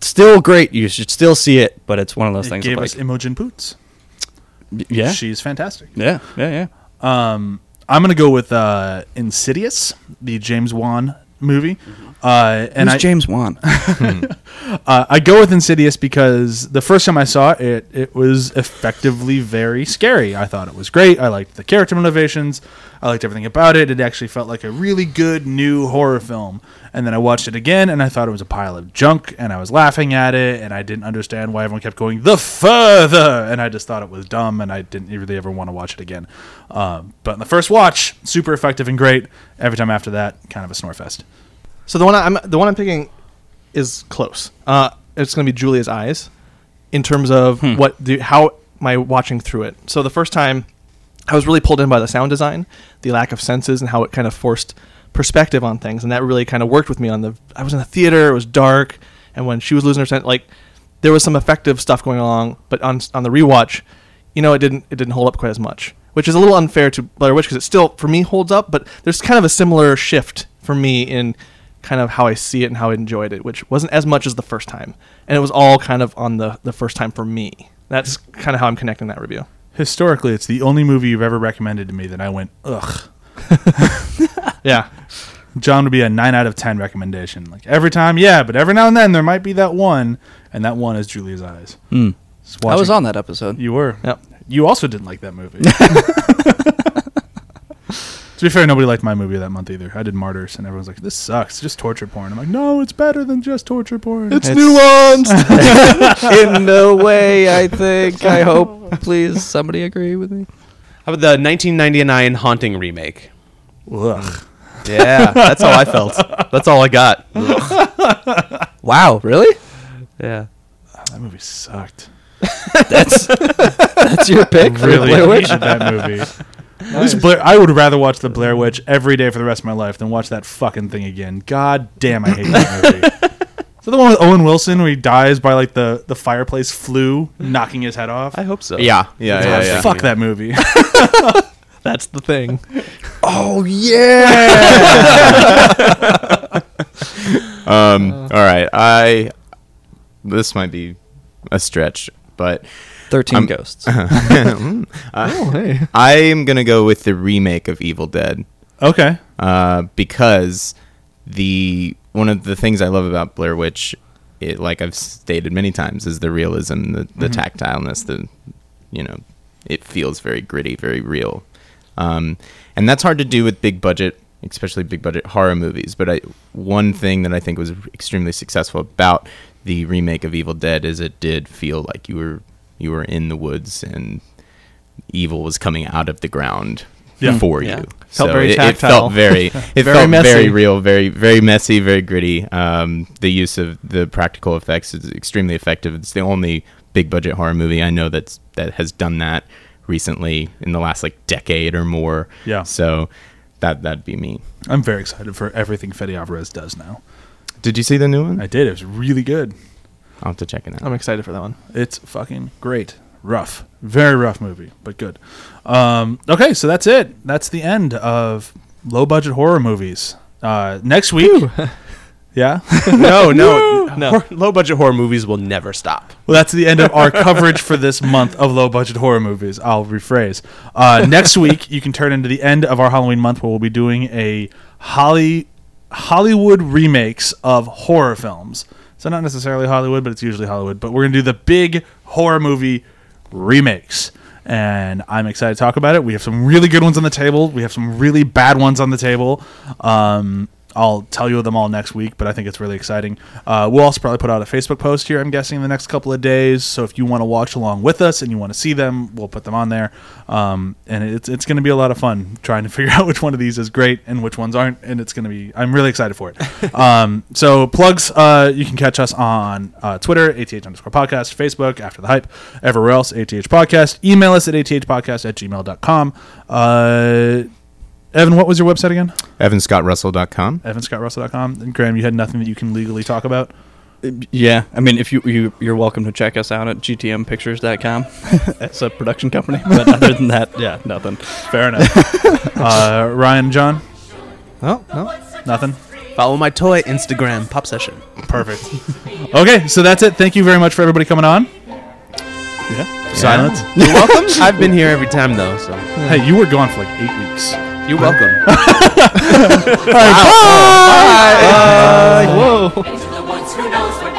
[SPEAKER 4] still great. You should still see it, but it's one of those
[SPEAKER 2] It
[SPEAKER 4] things.
[SPEAKER 2] gave
[SPEAKER 4] of
[SPEAKER 2] us
[SPEAKER 4] like,
[SPEAKER 2] Imogen Poots.
[SPEAKER 4] yeah,
[SPEAKER 2] She's fantastic.
[SPEAKER 4] yeah, yeah, yeah.
[SPEAKER 2] Um, I'm gonna go with uh, Insidious, the James Wan movie. Uh, and
[SPEAKER 4] Mm-hmm. Who's
[SPEAKER 2] I,
[SPEAKER 4] James <laughs> Wan?
[SPEAKER 2] uh, I go with Insidious because the first time I saw it, it, it was effectively very scary. I thought it was great. I liked the character motivations. I liked everything about it. It actually felt like a really good new horror film. And then I watched it again, and I thought it was a pile of junk, and I was laughing at it, and I didn't understand why everyone kept going the further, and I just thought it was dumb, and I didn't really ever want to watch it again. Um, but in the first watch, super effective and great. Every time after that, kind of a snore fest.
[SPEAKER 3] So the one I'm the one I'm picking is close. Uh, it's going to be Julia's eyes, in terms of what the how my watching through it. So the first time, I was really pulled in by the sound design, the lack of senses, and how it kind of forced perspective on things, and that really kind of worked with me. On the I was in a theater, it was dark, and when she was losing her scent, like there was some effective stuff going along, but on on the rewatch, you know, it didn't it didn't hold up quite as much, which is a little unfair to Blair Witch because it still for me holds up, but there's kind of a similar shift for me in kind of how I see it and how I enjoyed it, which wasn't as much as the first time, and it was all kind of on the the first time for me. That's kind of how I'm connecting that review.
[SPEAKER 2] Historically, it's the only movie you've ever recommended to me that I went, ugh.
[SPEAKER 3] Yeah,
[SPEAKER 2] John would be a nine out of ten recommendation. Like every time, yeah, but every now and then there might be that one, and that one is Julia's eyes. Just
[SPEAKER 4] Hmm. I was
[SPEAKER 2] watching-
[SPEAKER 4] on that episode.
[SPEAKER 2] You were.
[SPEAKER 3] Yep.
[SPEAKER 2] You also didn't like that
[SPEAKER 4] <laughs>
[SPEAKER 2] movie. to be fair, nobody liked my movie that month either. I did Martyrs, and everyone's like, "This sucks. It's just torture porn." I'm like, "No, it's better than just torture porn."
[SPEAKER 3] it's, nuanced.
[SPEAKER 4] <laughs> In no way, <laughs> I think. I hope. Please, somebody agree with me.
[SPEAKER 6] How about the 1999 Haunting remake?
[SPEAKER 2] Ugh.
[SPEAKER 6] Yeah, <laughs> that's how I felt. That's all I got.
[SPEAKER 4] Wow, really?
[SPEAKER 6] yeah.
[SPEAKER 2] That movie sucked.
[SPEAKER 4] That's that's <laughs> your pick for
[SPEAKER 2] Really
[SPEAKER 4] Blair Witch.
[SPEAKER 2] hated that
[SPEAKER 5] <laughs>
[SPEAKER 2] movie. At least Blair, I would rather watch the Blair Witch every day for the rest of my life than watch that fucking thing again. God damn, I hate that <laughs> movie. Is that the one with Owen Wilson where he dies by like the, the fireplace flu knocking his head off?
[SPEAKER 3] I hope so.
[SPEAKER 5] Yeah, yeah, yeah. yeah.
[SPEAKER 2] Fuck that <laughs> movie.
[SPEAKER 3] that's the thing.
[SPEAKER 4] Oh yeah.
[SPEAKER 5] <laughs> Um, all right, I. This might be a stretch, but
[SPEAKER 4] 13
[SPEAKER 5] I'm-
[SPEAKER 4] Ghosts.
[SPEAKER 3] <laughs> Oh hey,
[SPEAKER 5] I am gonna go with the remake of Evil Dead.
[SPEAKER 2] okay.
[SPEAKER 5] uh, because the one of the things I love about Blair Witch, it, like I've stated many times, is the
[SPEAKER 3] Mm-hmm.
[SPEAKER 5] realism, the, the tactileness, the you know, it feels very gritty, very real. Um, and that's hard to do with big budget, especially big budget horror movies. But I, one thing that I think was extremely successful about the remake of Evil Dead is it did feel like you were you were in the woods and evil was coming out of the ground
[SPEAKER 2] Yeah.
[SPEAKER 5] for
[SPEAKER 3] Yeah.
[SPEAKER 5] you.
[SPEAKER 3] Felt
[SPEAKER 5] so
[SPEAKER 3] very
[SPEAKER 5] it, it
[SPEAKER 3] tactile.
[SPEAKER 5] felt <laughs> very it
[SPEAKER 3] Very
[SPEAKER 5] felt
[SPEAKER 3] messy.
[SPEAKER 5] very real, very very messy, very gritty. Um, the use of the practical effects is extremely effective. It's the only big budget horror movie I know that's that has done that recently in the last like decade or more.
[SPEAKER 2] Yeah.
[SPEAKER 5] So that that'd be me.
[SPEAKER 2] I'm very excited for everything Fede Alvarez does now.
[SPEAKER 5] Did you see the new one?
[SPEAKER 2] I did. It was really good.
[SPEAKER 5] I'll have to check it out.
[SPEAKER 3] I'm excited for that one.
[SPEAKER 2] It's fucking great. Rough. Very rough movie, but good. Um, okay, so that's it. That's the end of low budget horror movies. Uh, next week. yeah. <laughs>
[SPEAKER 6] No, no,
[SPEAKER 3] No.
[SPEAKER 6] no. Low budget horror movies will never stop.
[SPEAKER 2] Well, that's the end of our coverage for this month of low budget horror movies. I'll rephrase. Uh, next week, you can turn into the end of our Halloween month where we'll be doing a Holly, Hollywood remakes of horror films. So, not necessarily Hollywood, but it's usually Hollywood. But we're going to do the big horror movie remakes. And I'm excited to talk about it. We have some really good ones on the table, we have some really bad ones on the table. Um, I'll tell you them all next week, but I think it's really exciting. Uh, we'll also probably put out a Facebook post here, I'm guessing, in the next couple of days. So if you want to watch along with us and you want to see them, we'll put them on there. Um, and it's, it's going to be a lot of fun trying to <laughs> figure out which one of these is great and which ones aren't. And it's going to be, I'm really excited for it. um, so plugs, uh, you can catch us on uh, Twitter, ATH underscore podcast, Facebook, After the Hype, everywhere else, ATH podcast. Email us at athpodcast at gmail.com. Uh, Evan, what was your website again?
[SPEAKER 5] EvanScottRussell.com.
[SPEAKER 2] evanscottrussell.com. And Graham, you had nothing that you can legally talk about.
[SPEAKER 4] Yeah, I mean, if you, you you're welcome to check us out at gtmpictures.com. <laughs> it's a production company, but other than that, yeah, nothing.
[SPEAKER 2] Fair enough. uh, Ryan, John,
[SPEAKER 3] Oh, no.
[SPEAKER 2] nothing.
[SPEAKER 6] Follow my toy Instagram pop session.
[SPEAKER 2] Perfect. Okay, so that's it. Thank you very much for everybody coming on. Yeah. Silence.
[SPEAKER 6] You're welcome. I've been here every time though, so
[SPEAKER 2] Hey, you were gone for like eight weeks.
[SPEAKER 6] you're welcome.
[SPEAKER 1] Into the woods, who knows where